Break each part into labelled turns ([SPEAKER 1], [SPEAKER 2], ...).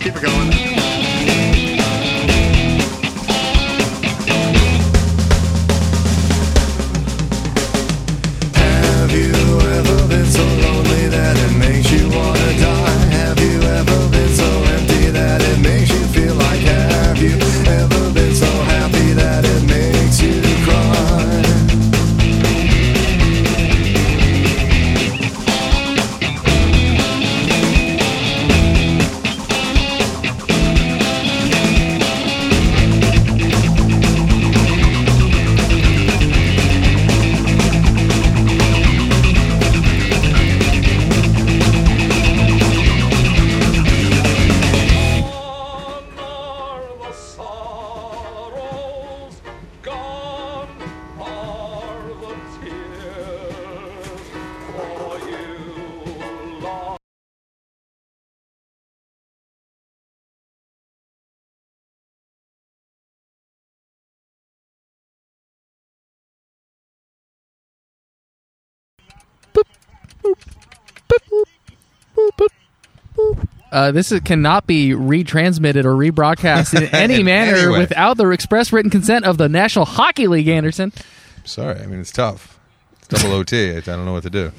[SPEAKER 1] Keep it going.
[SPEAKER 2] Have you ever been so lonely that it makes you wanna die? Have you ever been so empty that it makes you feel like have you ever been so happy that it makes you cry?
[SPEAKER 3] Gone are the sorrows, gone are the tears, for you lost.
[SPEAKER 4] Uh, this is, cannot be retransmitted or rebroadcast in any
[SPEAKER 5] In
[SPEAKER 4] manner
[SPEAKER 5] any way.
[SPEAKER 4] without the express written consent of the National Hockey League, Anderson.
[SPEAKER 5] Sorry, I mean it's tough. It's double OT. I I don't know what to do.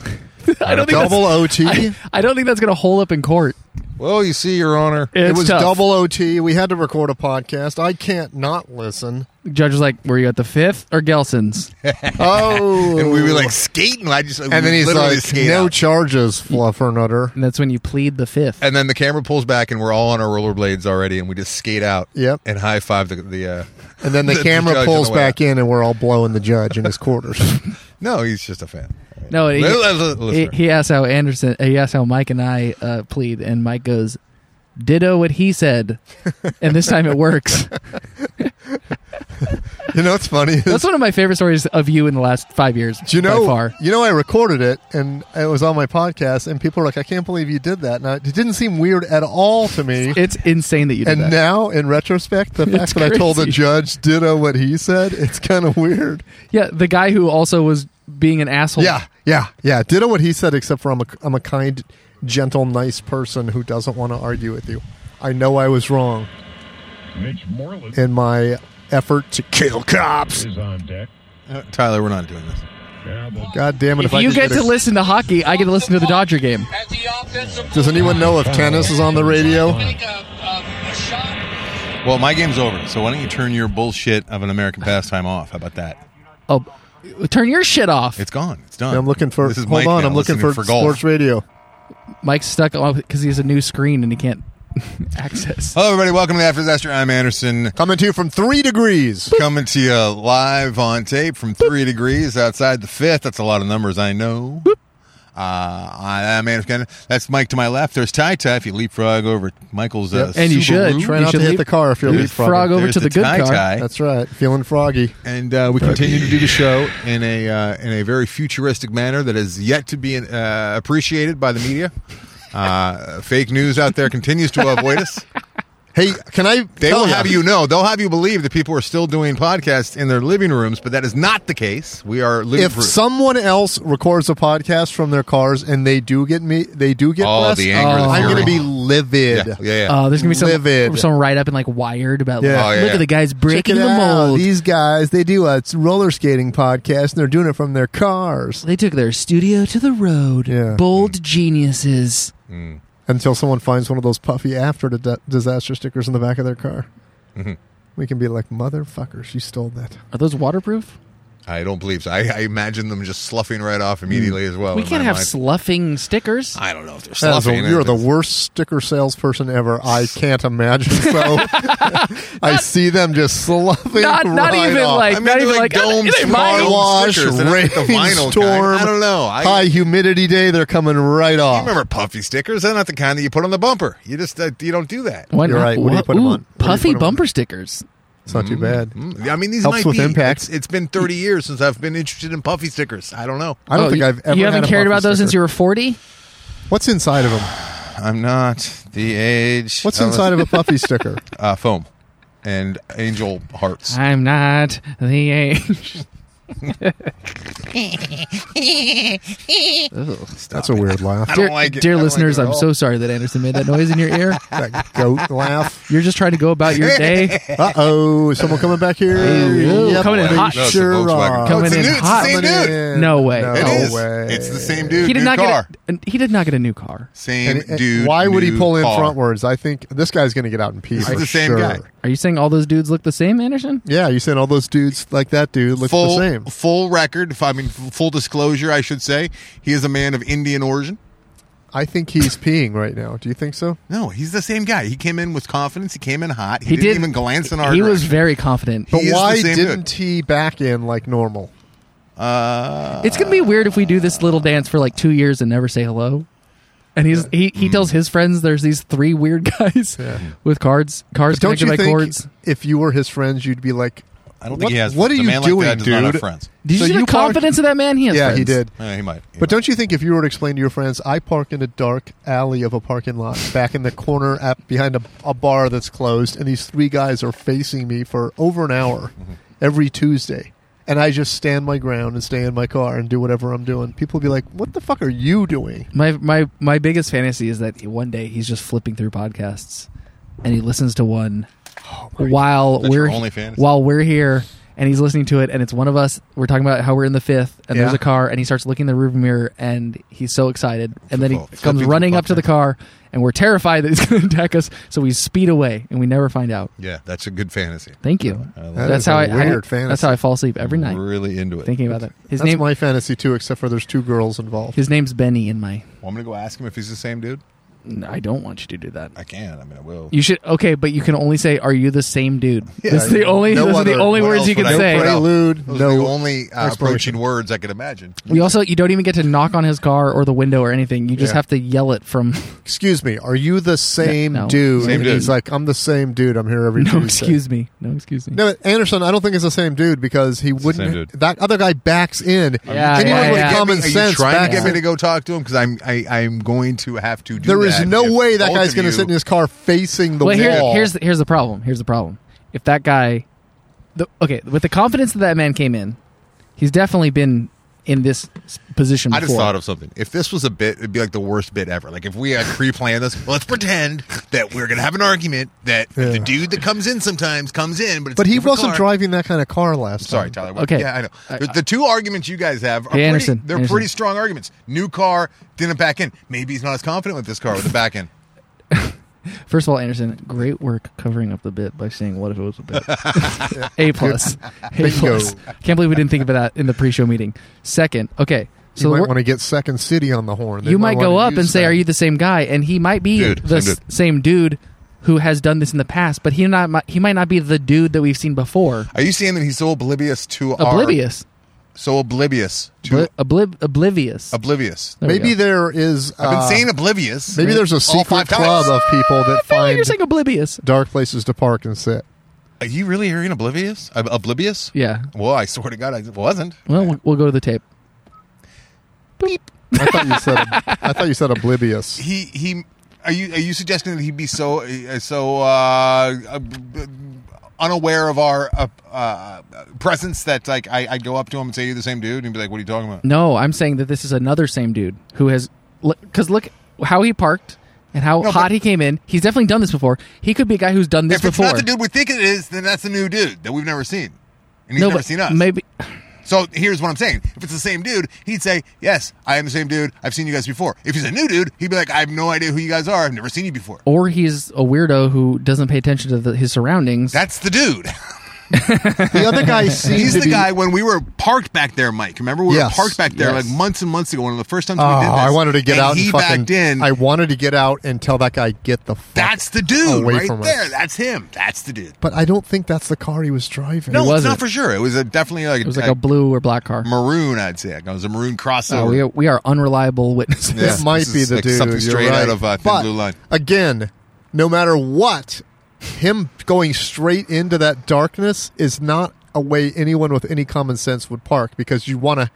[SPEAKER 4] I don't think that's,
[SPEAKER 6] Double OT.
[SPEAKER 4] I don't think that's going to hold up in court.
[SPEAKER 5] Well, you see, Your Honor.
[SPEAKER 4] It's
[SPEAKER 6] it was
[SPEAKER 4] tough.
[SPEAKER 6] double OT. We had to record a podcast. I can't not listen.
[SPEAKER 4] Judge was like, "Were you at the fifth or Gelson's?"
[SPEAKER 6] Oh,
[SPEAKER 5] And we were like skating. I just
[SPEAKER 6] and then he's
[SPEAKER 5] literally
[SPEAKER 6] like,
[SPEAKER 5] skate
[SPEAKER 6] "No
[SPEAKER 5] out.
[SPEAKER 6] charges, Fluffernutter."
[SPEAKER 4] And that's when you plead the fifth.
[SPEAKER 5] and then the camera pulls back, and we're all on our rollerblades already, and we just skate out.
[SPEAKER 6] Yep.
[SPEAKER 5] And high five the the. Uh,
[SPEAKER 6] And then the,
[SPEAKER 5] The judge
[SPEAKER 6] camera
[SPEAKER 5] on
[SPEAKER 6] pulls
[SPEAKER 5] the way
[SPEAKER 6] back in, and we're all blowing the judge in his quarters.
[SPEAKER 5] no, he's just a fan.
[SPEAKER 4] No, he,
[SPEAKER 5] Li- li- li-
[SPEAKER 4] he,
[SPEAKER 5] listener.
[SPEAKER 4] he asked how Anderson. He asked how Mike and I uh, plead, and Mike goes, "Ditto what he said," and this time it works.
[SPEAKER 6] you know what's funny? is-
[SPEAKER 4] That's one of my favorite stories of you in the last five years.
[SPEAKER 6] Do you know?
[SPEAKER 4] by far.
[SPEAKER 6] You know, I recorded it, and it was on my podcast, and people were like, "I can't believe you did that." Now, it didn't seem weird at all to me.
[SPEAKER 4] It's insane that you did
[SPEAKER 6] and
[SPEAKER 4] that.
[SPEAKER 6] now, in retrospect, the fact
[SPEAKER 4] It's
[SPEAKER 6] that I told the
[SPEAKER 4] crazy.
[SPEAKER 6] judge ditto what he said, it's kind of weird.
[SPEAKER 4] yeah, the guy who also was being an asshole.
[SPEAKER 6] Yeah, yeah, yeah. Ditto what he said, except for I'm a, I'm a kind, gentle, nice person who doesn't want to argue with you. I know I was wrong
[SPEAKER 7] Mitch Moreland
[SPEAKER 6] in my effort to kill cops.
[SPEAKER 7] is on deck.
[SPEAKER 5] Tyler, we're not doing this.
[SPEAKER 7] Now the
[SPEAKER 6] God damn it! If,
[SPEAKER 4] If
[SPEAKER 6] I
[SPEAKER 4] you
[SPEAKER 6] could
[SPEAKER 4] get
[SPEAKER 6] a-
[SPEAKER 4] to listen to hockey, I get to listen to the Dodger game.
[SPEAKER 8] At the offensive
[SPEAKER 6] Does anyone know if tennis is on the radio?
[SPEAKER 8] take a, a, a shot.
[SPEAKER 5] Well, my game's over, so why don't you turn your bullshit of an American pastime off? How about that?
[SPEAKER 4] Oh, turn your shit off.
[SPEAKER 5] It's gone. It's done.
[SPEAKER 6] I'm looking for.
[SPEAKER 5] This is
[SPEAKER 6] hold
[SPEAKER 5] Mike
[SPEAKER 6] on,
[SPEAKER 5] now,
[SPEAKER 6] I'm looking
[SPEAKER 5] listening
[SPEAKER 6] for, sports radio.
[SPEAKER 4] Mike's stuck because he has a new screen and he can't access.
[SPEAKER 6] Oh,
[SPEAKER 5] Hello, everybody. Welcome to the After Disaster. I'm Anderson.
[SPEAKER 6] Coming to you from three degrees.
[SPEAKER 5] Coming to you live on tape from three degrees outside the fifth. That's a lot of numbers, I know. Uh, I, I'm Anderson. That's Mike to my left. There's Ty Ty. If you leapfrog over Michael's, uh,
[SPEAKER 6] Yep.
[SPEAKER 4] And you
[SPEAKER 5] Subaru.
[SPEAKER 4] should.
[SPEAKER 6] Try
[SPEAKER 4] You
[SPEAKER 6] not to
[SPEAKER 4] should
[SPEAKER 6] hit
[SPEAKER 4] leap-
[SPEAKER 6] the car if you're
[SPEAKER 4] There's
[SPEAKER 6] leapfrogging.
[SPEAKER 4] frog over to the
[SPEAKER 5] There's
[SPEAKER 4] good
[SPEAKER 5] tie
[SPEAKER 4] car.
[SPEAKER 5] tie.
[SPEAKER 6] That's right. Feeling froggy.
[SPEAKER 5] And uh, we continue to do the show in a uh, in a very futuristic manner that is yet to be uh, appreciated by the media. Uh, fake news out there continues to avoid us.
[SPEAKER 6] Hey, can I?
[SPEAKER 5] They
[SPEAKER 6] tell
[SPEAKER 5] will
[SPEAKER 6] ya?
[SPEAKER 5] have you know. They'll have you believe that people are still doing podcasts in their living rooms, but that is not the case. We are living
[SPEAKER 6] If
[SPEAKER 5] proof.
[SPEAKER 6] someone else records a podcast from their cars and they do get me, they do get
[SPEAKER 5] Oh,
[SPEAKER 6] press,
[SPEAKER 5] the anger,
[SPEAKER 4] the
[SPEAKER 6] I'm going to
[SPEAKER 5] fury.
[SPEAKER 6] be livid.
[SPEAKER 5] yeah, yeah, yeah.
[SPEAKER 4] Uh, there's gonna be some
[SPEAKER 6] Livid.
[SPEAKER 4] some write up and like Wired about
[SPEAKER 6] Yeah.
[SPEAKER 4] like,
[SPEAKER 5] Oh, yeah,
[SPEAKER 4] look
[SPEAKER 5] yeah.
[SPEAKER 4] at the guys
[SPEAKER 6] Check
[SPEAKER 4] breaking
[SPEAKER 6] it
[SPEAKER 4] the
[SPEAKER 6] out.
[SPEAKER 4] mold.
[SPEAKER 6] These guys, they do a roller skating podcast and they're doing it from their cars
[SPEAKER 4] they took their studio to the road.
[SPEAKER 6] Yeah.
[SPEAKER 4] Bold geniuses.
[SPEAKER 6] until someone finds one of those puffy after di- disaster stickers in the back of their car.
[SPEAKER 5] Mm-hmm.
[SPEAKER 6] We can be like, motherfuckers, you stole that.
[SPEAKER 4] Are those waterproof?
[SPEAKER 5] I don't believe so. I, I imagine them just sloughing right off immediately as
[SPEAKER 6] Oh,
[SPEAKER 5] well.
[SPEAKER 4] we
[SPEAKER 5] in
[SPEAKER 4] can't
[SPEAKER 5] my
[SPEAKER 4] have
[SPEAKER 5] mind.
[SPEAKER 4] sloughing stickers.
[SPEAKER 5] I don't know if they're
[SPEAKER 6] That is a-
[SPEAKER 5] sloughing.
[SPEAKER 6] you're the
[SPEAKER 5] It's-
[SPEAKER 6] worst sticker salesperson ever. I can't imagine. So I see them just sloughing.
[SPEAKER 4] Not- not
[SPEAKER 6] right
[SPEAKER 4] even
[SPEAKER 6] off.
[SPEAKER 4] like-
[SPEAKER 5] I mean,
[SPEAKER 4] Not
[SPEAKER 5] they're
[SPEAKER 4] even
[SPEAKER 5] like
[SPEAKER 4] like-
[SPEAKER 5] domes,
[SPEAKER 4] they're
[SPEAKER 5] car wash,
[SPEAKER 4] vinyl.
[SPEAKER 6] Car wash,
[SPEAKER 5] stickers. They're not the vinyl
[SPEAKER 6] rainstorm,
[SPEAKER 5] kind. I don't know. I,
[SPEAKER 6] high humidity day. They're coming right
[SPEAKER 5] I
[SPEAKER 6] off.
[SPEAKER 5] remember puffy stickers. They're not the kind that you put on the bumper. You just uh, you don't do that.
[SPEAKER 4] Why
[SPEAKER 6] You're
[SPEAKER 4] not?
[SPEAKER 6] right. What do you
[SPEAKER 4] Wha-
[SPEAKER 6] put 'em
[SPEAKER 4] ooh,
[SPEAKER 6] on? What do you
[SPEAKER 4] Puffy
[SPEAKER 6] put 'em on?
[SPEAKER 4] bumper stickers.
[SPEAKER 6] It's not too bad.
[SPEAKER 5] Mm, I mean, these
[SPEAKER 6] Helps
[SPEAKER 5] might
[SPEAKER 6] with
[SPEAKER 5] be.
[SPEAKER 6] impact.
[SPEAKER 5] It's- it's been 30 years since I've been interested in puffy stickers. I don't know.
[SPEAKER 6] I don't
[SPEAKER 4] Oh,
[SPEAKER 6] think
[SPEAKER 4] you-
[SPEAKER 6] I've ever.
[SPEAKER 4] You haven't
[SPEAKER 6] had a
[SPEAKER 4] cared
[SPEAKER 6] Buffy
[SPEAKER 4] about those
[SPEAKER 6] sticker.
[SPEAKER 4] since you were forty.
[SPEAKER 6] What's inside of them?
[SPEAKER 5] I'm not the age.
[SPEAKER 6] What's inside of a puffy sticker?
[SPEAKER 5] uh, foam and angel hearts?
[SPEAKER 4] I'm not the age. Ugh.
[SPEAKER 6] That's a weird laugh.
[SPEAKER 5] don't
[SPEAKER 4] Dear,
[SPEAKER 5] like it.
[SPEAKER 4] dear
[SPEAKER 5] I don't like
[SPEAKER 4] listeners,
[SPEAKER 5] it at
[SPEAKER 4] I'm
[SPEAKER 5] all.
[SPEAKER 4] so sorry that Anderson made that noise in your ear.
[SPEAKER 6] that goat laugh.
[SPEAKER 4] You're just trying to go about your day.
[SPEAKER 6] Uh oh, someone coming back here.
[SPEAKER 4] Hey,
[SPEAKER 6] Yep,
[SPEAKER 4] coming in
[SPEAKER 6] we
[SPEAKER 4] hot.
[SPEAKER 5] No, it's a
[SPEAKER 6] Sure uh,
[SPEAKER 5] Volkswagen.
[SPEAKER 6] are.
[SPEAKER 5] Oh,
[SPEAKER 4] Coming
[SPEAKER 5] it's, a
[SPEAKER 4] in
[SPEAKER 5] new, it's
[SPEAKER 4] hot.
[SPEAKER 5] the same
[SPEAKER 6] Coming
[SPEAKER 5] dude.
[SPEAKER 6] in.
[SPEAKER 4] No way.
[SPEAKER 5] It
[SPEAKER 4] No
[SPEAKER 5] is.
[SPEAKER 6] way.
[SPEAKER 5] It's the same dude.
[SPEAKER 4] He did
[SPEAKER 5] new
[SPEAKER 4] not
[SPEAKER 5] car.
[SPEAKER 4] get. A, he did not get a new car.
[SPEAKER 5] Same
[SPEAKER 6] And- and
[SPEAKER 5] dude.
[SPEAKER 6] why would he
[SPEAKER 5] new
[SPEAKER 6] pull in
[SPEAKER 5] car.
[SPEAKER 6] frontwards? I think this guy's going to get out in peace.
[SPEAKER 5] He's
[SPEAKER 6] for
[SPEAKER 5] the same
[SPEAKER 6] sure.
[SPEAKER 5] guy.
[SPEAKER 4] Are you saying all those dudes look the same, Anderson?
[SPEAKER 6] Yeah, you saying all those dudes like that dude look
[SPEAKER 5] full,
[SPEAKER 6] the same?
[SPEAKER 5] Full record. if I mean, f- full disclosure, I should say. He is a man of Indian origin.
[SPEAKER 6] I think he's peeing right now. Do you think so?
[SPEAKER 5] No, he's the same guy. He came in with confidence. He came in hot. He,
[SPEAKER 4] He
[SPEAKER 5] didn't
[SPEAKER 4] did-
[SPEAKER 5] even glance in our
[SPEAKER 4] he
[SPEAKER 5] direction.
[SPEAKER 4] was very confident.
[SPEAKER 5] He
[SPEAKER 6] But
[SPEAKER 5] is the
[SPEAKER 6] why
[SPEAKER 5] same
[SPEAKER 6] didn't he back in like normal?
[SPEAKER 5] uh,
[SPEAKER 4] it's gonna be weird if we do this little dance for like two years and never say hello. And he's he,
[SPEAKER 5] Mm-hmm.
[SPEAKER 4] he tells his friends there's these three weird guys with cards cards
[SPEAKER 6] Don't
[SPEAKER 4] connected
[SPEAKER 6] you
[SPEAKER 4] by
[SPEAKER 6] think
[SPEAKER 4] cords.
[SPEAKER 6] if you were his friends, you'd be like,
[SPEAKER 5] I don't
[SPEAKER 6] what-
[SPEAKER 5] think he has.
[SPEAKER 6] What
[SPEAKER 5] friends.
[SPEAKER 6] are
[SPEAKER 5] a
[SPEAKER 6] you
[SPEAKER 5] man
[SPEAKER 6] doing,
[SPEAKER 5] like that does
[SPEAKER 6] dude?
[SPEAKER 5] Not have friends.
[SPEAKER 4] Did you
[SPEAKER 6] So
[SPEAKER 4] see the
[SPEAKER 6] you parked-
[SPEAKER 4] confidence of that man? He has
[SPEAKER 6] yeah, he
[SPEAKER 4] friends.
[SPEAKER 6] did.
[SPEAKER 5] Yeah, he might. he
[SPEAKER 6] But
[SPEAKER 5] might.
[SPEAKER 6] don't you think if you were to explain to your friends, I park in a dark alley of a parking lot back in the corner at, behind a, a bar that's closed, and these three guys are facing me for over an hour
[SPEAKER 5] Mm-hmm.
[SPEAKER 6] every Tuesday, and I just stand my ground and stay in my car and do whatever I'm doing, people would be like, What the fuck are you doing?
[SPEAKER 4] My my my biggest fantasy is that one day he's just flipping through podcasts and he listens to one while
[SPEAKER 5] That's your
[SPEAKER 4] we're
[SPEAKER 5] only fantasy.
[SPEAKER 4] while we're here and he's listening to it and it's one of us we're talking about how we're in the fifth and there's
[SPEAKER 6] Yeah.
[SPEAKER 4] a car and he starts looking in the rearview mirror and he's so excited and then he
[SPEAKER 5] Football. Flipping
[SPEAKER 4] comes
[SPEAKER 5] through
[SPEAKER 4] running up to the
[SPEAKER 5] podcasts.
[SPEAKER 4] car and we're terrified that he's going to attack us so we speed away and we never find out
[SPEAKER 5] yeah, that's a good fantasy.
[SPEAKER 4] thank you
[SPEAKER 5] love
[SPEAKER 6] That
[SPEAKER 4] that's
[SPEAKER 6] is a
[SPEAKER 4] how I
[SPEAKER 6] weird
[SPEAKER 4] I, that's
[SPEAKER 6] fantasy.
[SPEAKER 4] how I fall asleep every night
[SPEAKER 5] Really into it.
[SPEAKER 4] thinking about that his
[SPEAKER 6] That's
[SPEAKER 4] name
[SPEAKER 6] my fantasy too, except for there's two girls involved.
[SPEAKER 4] his name's Benny in my
[SPEAKER 5] Well, I'm gonna go ask him if he's the same dude.
[SPEAKER 4] I don't want you to do that
[SPEAKER 5] I can. I mean, I will.
[SPEAKER 4] You should okay, but you can only say, "Are you the same dude?" That's the only.
[SPEAKER 5] No
[SPEAKER 4] those are the
[SPEAKER 5] other-
[SPEAKER 4] only
[SPEAKER 5] what
[SPEAKER 4] words
[SPEAKER 5] else
[SPEAKER 4] you can
[SPEAKER 5] would I-
[SPEAKER 4] say.
[SPEAKER 5] what else?
[SPEAKER 6] Prelude,
[SPEAKER 5] Those are
[SPEAKER 6] no
[SPEAKER 5] the only uh,
[SPEAKER 6] exploration.
[SPEAKER 5] approaching words I could imagine.
[SPEAKER 4] You also you don't even get to knock on his car or the window or anything. You just
[SPEAKER 6] Yeah.
[SPEAKER 4] have to yell it from.
[SPEAKER 6] Excuse me, are you the same
[SPEAKER 4] no.
[SPEAKER 6] dude?
[SPEAKER 5] Same dude.
[SPEAKER 6] He's like, I'm the same dude. I'm here every
[SPEAKER 4] No,
[SPEAKER 6] Tuesday.
[SPEAKER 4] excuse me. No, excuse me.
[SPEAKER 6] No, but Anderson, I don't think it's the same dude because he wouldn't.
[SPEAKER 5] same dude.
[SPEAKER 6] That other guy backs in.
[SPEAKER 4] Yeah,
[SPEAKER 6] Anyone
[SPEAKER 4] yeah,
[SPEAKER 6] with
[SPEAKER 4] yeah.
[SPEAKER 6] common
[SPEAKER 5] Are you
[SPEAKER 6] sense
[SPEAKER 5] trying to
[SPEAKER 6] backs
[SPEAKER 5] get me to
[SPEAKER 6] in.
[SPEAKER 5] go talk to him because I'm I, I'm going to have to do.
[SPEAKER 6] There is
[SPEAKER 5] that
[SPEAKER 6] no
[SPEAKER 5] if
[SPEAKER 6] way that
[SPEAKER 5] both
[SPEAKER 6] guy's
[SPEAKER 5] of
[SPEAKER 6] going to
[SPEAKER 5] you-
[SPEAKER 6] sit in his car facing the
[SPEAKER 4] Well, here,
[SPEAKER 6] wall.
[SPEAKER 4] here's the, here's the problem. Here's the problem. If that guy, the, okay, with the confidence that that man came in, he's definitely been in this s- position
[SPEAKER 5] I
[SPEAKER 4] before.
[SPEAKER 5] just thought of something. If this was a bit, it'd be like the worst bit ever. Like if we had pre-planned this, let's pretend that we're gonna have an argument that the dude that comes in sometimes comes in, but it's
[SPEAKER 6] but
[SPEAKER 5] a
[SPEAKER 6] he
[SPEAKER 5] different
[SPEAKER 6] wasn't
[SPEAKER 5] car.
[SPEAKER 6] driving that kind of car last
[SPEAKER 5] Sorry,
[SPEAKER 6] time.
[SPEAKER 5] Tyler.
[SPEAKER 4] Okay.
[SPEAKER 5] Yeah, I know. The,
[SPEAKER 4] I-
[SPEAKER 5] the two arguments you guys have are pretty,
[SPEAKER 4] Anderson,
[SPEAKER 5] they're
[SPEAKER 4] Anderson.
[SPEAKER 5] pretty strong arguments. New car, didn't back in. Maybe he's not as confident with this car with the back end.
[SPEAKER 4] First of all, Anderson, great work covering up the bit by saying what if it was a bit. a plus. A plus. Can't believe we didn't think about that in the pre-show meeting. Second, okay. So
[SPEAKER 6] You
[SPEAKER 4] the
[SPEAKER 6] might
[SPEAKER 4] wor-
[SPEAKER 6] want to get Second City on the horn. They
[SPEAKER 4] you might go
[SPEAKER 6] wanna
[SPEAKER 4] up and
[SPEAKER 6] use
[SPEAKER 4] say,
[SPEAKER 6] that.
[SPEAKER 4] "Are you the same guy?" And he might be
[SPEAKER 5] Dude,
[SPEAKER 4] the
[SPEAKER 5] same
[SPEAKER 4] s- same dude who has done this in the past, but he not mi- he might not be the dude that we've seen before.
[SPEAKER 5] Are you saying that he's so oblivious to our-
[SPEAKER 4] Oblivious,
[SPEAKER 5] so oblivious to
[SPEAKER 4] Bli- obliv- oblivious.
[SPEAKER 5] oblivious?
[SPEAKER 4] There we
[SPEAKER 6] Maybe
[SPEAKER 4] go.
[SPEAKER 6] there is. Uh,
[SPEAKER 5] I've been saying oblivious.
[SPEAKER 6] maybe there's
[SPEAKER 5] all
[SPEAKER 6] a
[SPEAKER 5] five
[SPEAKER 6] secret
[SPEAKER 5] times.
[SPEAKER 6] club of people that
[SPEAKER 4] I feel like
[SPEAKER 6] find
[SPEAKER 4] Oh, you're saying oblivious.
[SPEAKER 6] dark places to park and sit.
[SPEAKER 5] Are you really hearing oblivious? Ob- oblivious?
[SPEAKER 4] Yeah.
[SPEAKER 5] Well, I swear to God, I wasn't.
[SPEAKER 4] Well, we'll, we'll go to the tape. Boop.
[SPEAKER 6] I thought you said. I thought you said oblivious.
[SPEAKER 5] He he. Are you are you suggesting that he'd be so uh, so uh, uh, unaware of our uh, uh, presence that like I I go up to him and say you're the same dude and he'd be like, what are you talking about?
[SPEAKER 4] No, I'm saying that this is another same dude who has because look how he parked and how
[SPEAKER 5] No,
[SPEAKER 4] hot
[SPEAKER 5] but-
[SPEAKER 4] he came in. He's definitely done this before. He could be a guy who's done this
[SPEAKER 5] if
[SPEAKER 4] before.
[SPEAKER 5] it's not the dude we think it is, then that's a new dude that we've never seen, and he's
[SPEAKER 4] no,
[SPEAKER 5] never
[SPEAKER 4] but
[SPEAKER 5] seen us.
[SPEAKER 4] maybe
[SPEAKER 5] So here's what I'm saying: if it's the same dude, he'd say, "Yes, I am the same dude. I've seen you guys before." If he's a new dude, he'd be like, "I have no idea who you guys are. I've never seen you before."
[SPEAKER 4] or he's a weirdo who doesn't pay attention to the, his surroundings.
[SPEAKER 5] That's the dude.
[SPEAKER 6] The other guy seemed
[SPEAKER 5] He's
[SPEAKER 6] to
[SPEAKER 5] the
[SPEAKER 6] be-
[SPEAKER 5] guy when we were parked back there, Mike. Remember we
[SPEAKER 6] Yes,
[SPEAKER 5] were parked back there
[SPEAKER 4] yes.
[SPEAKER 5] like months and months ago. One of the first times
[SPEAKER 6] Oh,
[SPEAKER 5] we did this.
[SPEAKER 6] I wanted to get
[SPEAKER 5] and
[SPEAKER 6] out
[SPEAKER 5] He
[SPEAKER 6] and fucking.
[SPEAKER 5] backed in.
[SPEAKER 6] I wanted to get out and tell that guy get the fuck.
[SPEAKER 5] that's the dude
[SPEAKER 6] away
[SPEAKER 5] right
[SPEAKER 6] from us.
[SPEAKER 5] there. That's him. That's the dude.
[SPEAKER 6] but I don't think that's the car he was driving.
[SPEAKER 5] No, it's
[SPEAKER 4] wasn't.
[SPEAKER 5] not for sure. It was a, definitely like,
[SPEAKER 4] it was like a blue or black car.
[SPEAKER 5] maroon. I'd say it was a maroon crossover.
[SPEAKER 4] Oh, we, are, we are unreliable witnesses.
[SPEAKER 5] Yeah.
[SPEAKER 6] It might
[SPEAKER 5] This
[SPEAKER 6] be
[SPEAKER 5] is
[SPEAKER 6] the
[SPEAKER 5] like
[SPEAKER 6] dude.
[SPEAKER 5] something
[SPEAKER 6] you're
[SPEAKER 5] straight out
[SPEAKER 6] right.
[SPEAKER 5] of, uh, Thin
[SPEAKER 6] But,
[SPEAKER 5] Blue Line.
[SPEAKER 6] Again, no matter what, him going straight into that darkness is not a way anyone with any common sense would park because you want to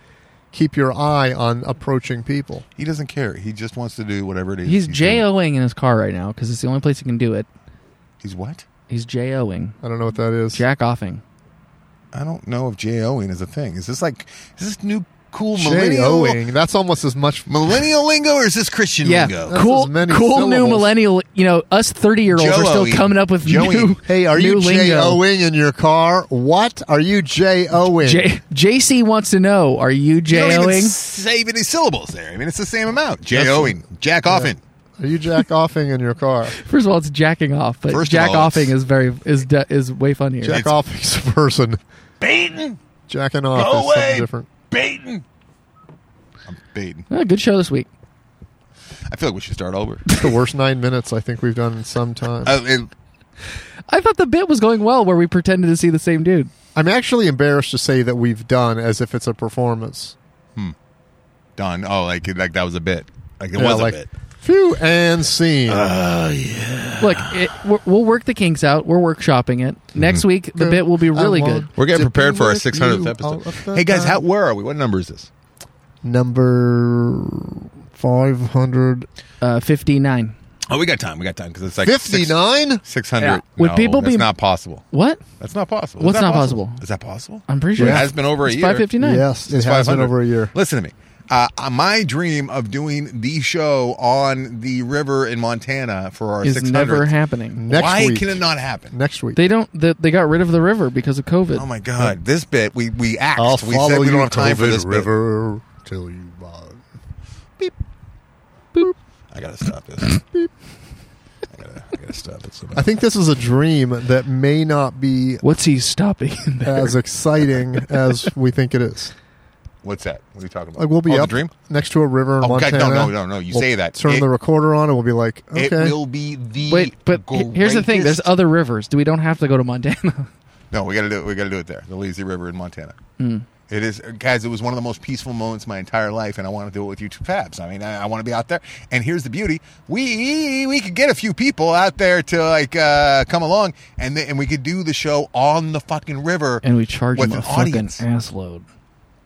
[SPEAKER 6] keep your eye on approaching people.
[SPEAKER 5] he doesn't care. He just wants to do whatever it is.
[SPEAKER 4] He's
[SPEAKER 5] doing.
[SPEAKER 4] JOing in his car right now because it's the only place he can do it.
[SPEAKER 5] He's what?
[SPEAKER 4] He's JOing,
[SPEAKER 6] I don't know what that is.
[SPEAKER 4] jack offing.
[SPEAKER 5] I don't know if J-O-ing is a thing. Is this like is this new cool millennial
[SPEAKER 6] J-O-ing. That's almost as much.
[SPEAKER 5] millennial lingo or is this Christian
[SPEAKER 4] Yeah,
[SPEAKER 5] lingo?
[SPEAKER 6] That's
[SPEAKER 4] cool,
[SPEAKER 6] as many
[SPEAKER 4] cool new
[SPEAKER 6] syllables.
[SPEAKER 4] millennial. You know, us thirty year olds are still
[SPEAKER 5] Joey.
[SPEAKER 4] coming up with
[SPEAKER 5] Joey.
[SPEAKER 4] new.
[SPEAKER 6] Hey, are
[SPEAKER 4] new
[SPEAKER 6] you
[SPEAKER 4] lingo.
[SPEAKER 6] J-O-ing in your car? What? Are you J-O-ing?
[SPEAKER 4] J- JC wants to know: Are you
[SPEAKER 5] You don't even
[SPEAKER 4] J-O-ing?
[SPEAKER 5] save any syllables there. I mean, it's the same amount. J-O-ing, jack offing.
[SPEAKER 6] are you jack-offing in your car?
[SPEAKER 4] First of all, it's jacking off, but
[SPEAKER 5] First of
[SPEAKER 4] jack
[SPEAKER 5] all, it's-
[SPEAKER 4] offing is very is de- is way funnier.
[SPEAKER 6] Jack-offing's a person.
[SPEAKER 5] Baiting,
[SPEAKER 6] Jacking off
[SPEAKER 5] Go
[SPEAKER 6] is something
[SPEAKER 5] away.
[SPEAKER 6] different.
[SPEAKER 5] baiting. I'm baiting.
[SPEAKER 4] Ah, good show this week.
[SPEAKER 5] I feel like we should start over.
[SPEAKER 6] It's the worst nine minutes I think we've done in some time.
[SPEAKER 5] Uh, and
[SPEAKER 4] I thought the bit was going well, where we pretended to see the same dude.
[SPEAKER 6] I'm actually embarrassed to say that we've done as if it's a performance.
[SPEAKER 5] done. Oh, like like that was a bit. Like it
[SPEAKER 6] Yeah,
[SPEAKER 5] was
[SPEAKER 6] like,
[SPEAKER 5] a bit. Uh,
[SPEAKER 6] Phew, and scene.
[SPEAKER 4] Look, it, we're- we'll work the kinks out. We're workshopping it.
[SPEAKER 5] Mm-hmm.
[SPEAKER 4] Next week, the bit will be really good.
[SPEAKER 5] We're getting
[SPEAKER 6] to be
[SPEAKER 5] prepared for our
[SPEAKER 6] with
[SPEAKER 5] 600th
[SPEAKER 6] you
[SPEAKER 5] episode.
[SPEAKER 6] all of the
[SPEAKER 5] Hey guys, how
[SPEAKER 6] time.
[SPEAKER 5] where are we? What number is this?
[SPEAKER 6] number 500
[SPEAKER 4] Uh, Fifty nine.
[SPEAKER 5] Oh, we got time. We got time because it's like six-
[SPEAKER 6] 59?
[SPEAKER 5] 600.
[SPEAKER 4] Yeah. Would
[SPEAKER 5] no,
[SPEAKER 4] people
[SPEAKER 5] that's
[SPEAKER 4] be-
[SPEAKER 5] not possible.
[SPEAKER 4] What?
[SPEAKER 5] That's not possible.
[SPEAKER 4] What's
[SPEAKER 5] Is that
[SPEAKER 4] not possible?
[SPEAKER 5] Is that possible?
[SPEAKER 4] I'm pretty sure
[SPEAKER 5] It
[SPEAKER 4] it's-
[SPEAKER 5] has been over a
[SPEAKER 4] it's
[SPEAKER 5] year.
[SPEAKER 4] Five fifty nine.
[SPEAKER 6] Yes, it
[SPEAKER 5] It's
[SPEAKER 6] has been
[SPEAKER 5] 500.
[SPEAKER 6] over a year.
[SPEAKER 5] Listen to me. Uh, uh, my dream of doing the show on the river in Montana for our
[SPEAKER 4] is
[SPEAKER 5] 600th.
[SPEAKER 4] never happening.
[SPEAKER 6] Next
[SPEAKER 5] Why
[SPEAKER 6] week.
[SPEAKER 5] can it not happen?
[SPEAKER 6] Next week.
[SPEAKER 4] They don't. They, they got rid of the river because of COVID.
[SPEAKER 5] Oh my God! This bit we we axed.
[SPEAKER 6] I'll
[SPEAKER 5] we
[SPEAKER 6] follow
[SPEAKER 5] said we
[SPEAKER 6] you,
[SPEAKER 5] don't have time for
[SPEAKER 6] COVID
[SPEAKER 5] this bit.
[SPEAKER 6] river till you buy.
[SPEAKER 5] I gotta stop this. I, gotta, I gotta stop it. So
[SPEAKER 6] I think this is a dream that may not be
[SPEAKER 4] What's he stopping? in there?
[SPEAKER 6] as exciting as we think it is.
[SPEAKER 5] What's that? What are you talking about?
[SPEAKER 6] Like we'll be
[SPEAKER 5] oh, the
[SPEAKER 6] up
[SPEAKER 5] dream.
[SPEAKER 6] next to a river in
[SPEAKER 5] Oh, God,
[SPEAKER 6] Montana.
[SPEAKER 5] no, no, no, no, you
[SPEAKER 6] We'll
[SPEAKER 5] say that.
[SPEAKER 6] Turn
[SPEAKER 5] It-
[SPEAKER 6] the recorder on, and we'll be like, okay.
[SPEAKER 5] It will be the
[SPEAKER 4] Wait, but he- here's the thing: there's
[SPEAKER 5] greatest-
[SPEAKER 4] other rivers. Do we don't have to go to Montana?
[SPEAKER 5] No, we gotta do it. We gotta do it there. The lazy river in Montana.
[SPEAKER 4] Hmm.
[SPEAKER 5] It is, guys. It was one of the most peaceful moments of my entire life, and I want to do it with you two Fabs. I mean, I, I want to be out there. And here's the beauty: we we could get a few people out there to like uh, come along, and th- and we could do the show on the fucking river,
[SPEAKER 4] and we charge
[SPEAKER 5] with
[SPEAKER 4] him a
[SPEAKER 5] an
[SPEAKER 4] fucking
[SPEAKER 5] audience,
[SPEAKER 4] ass load.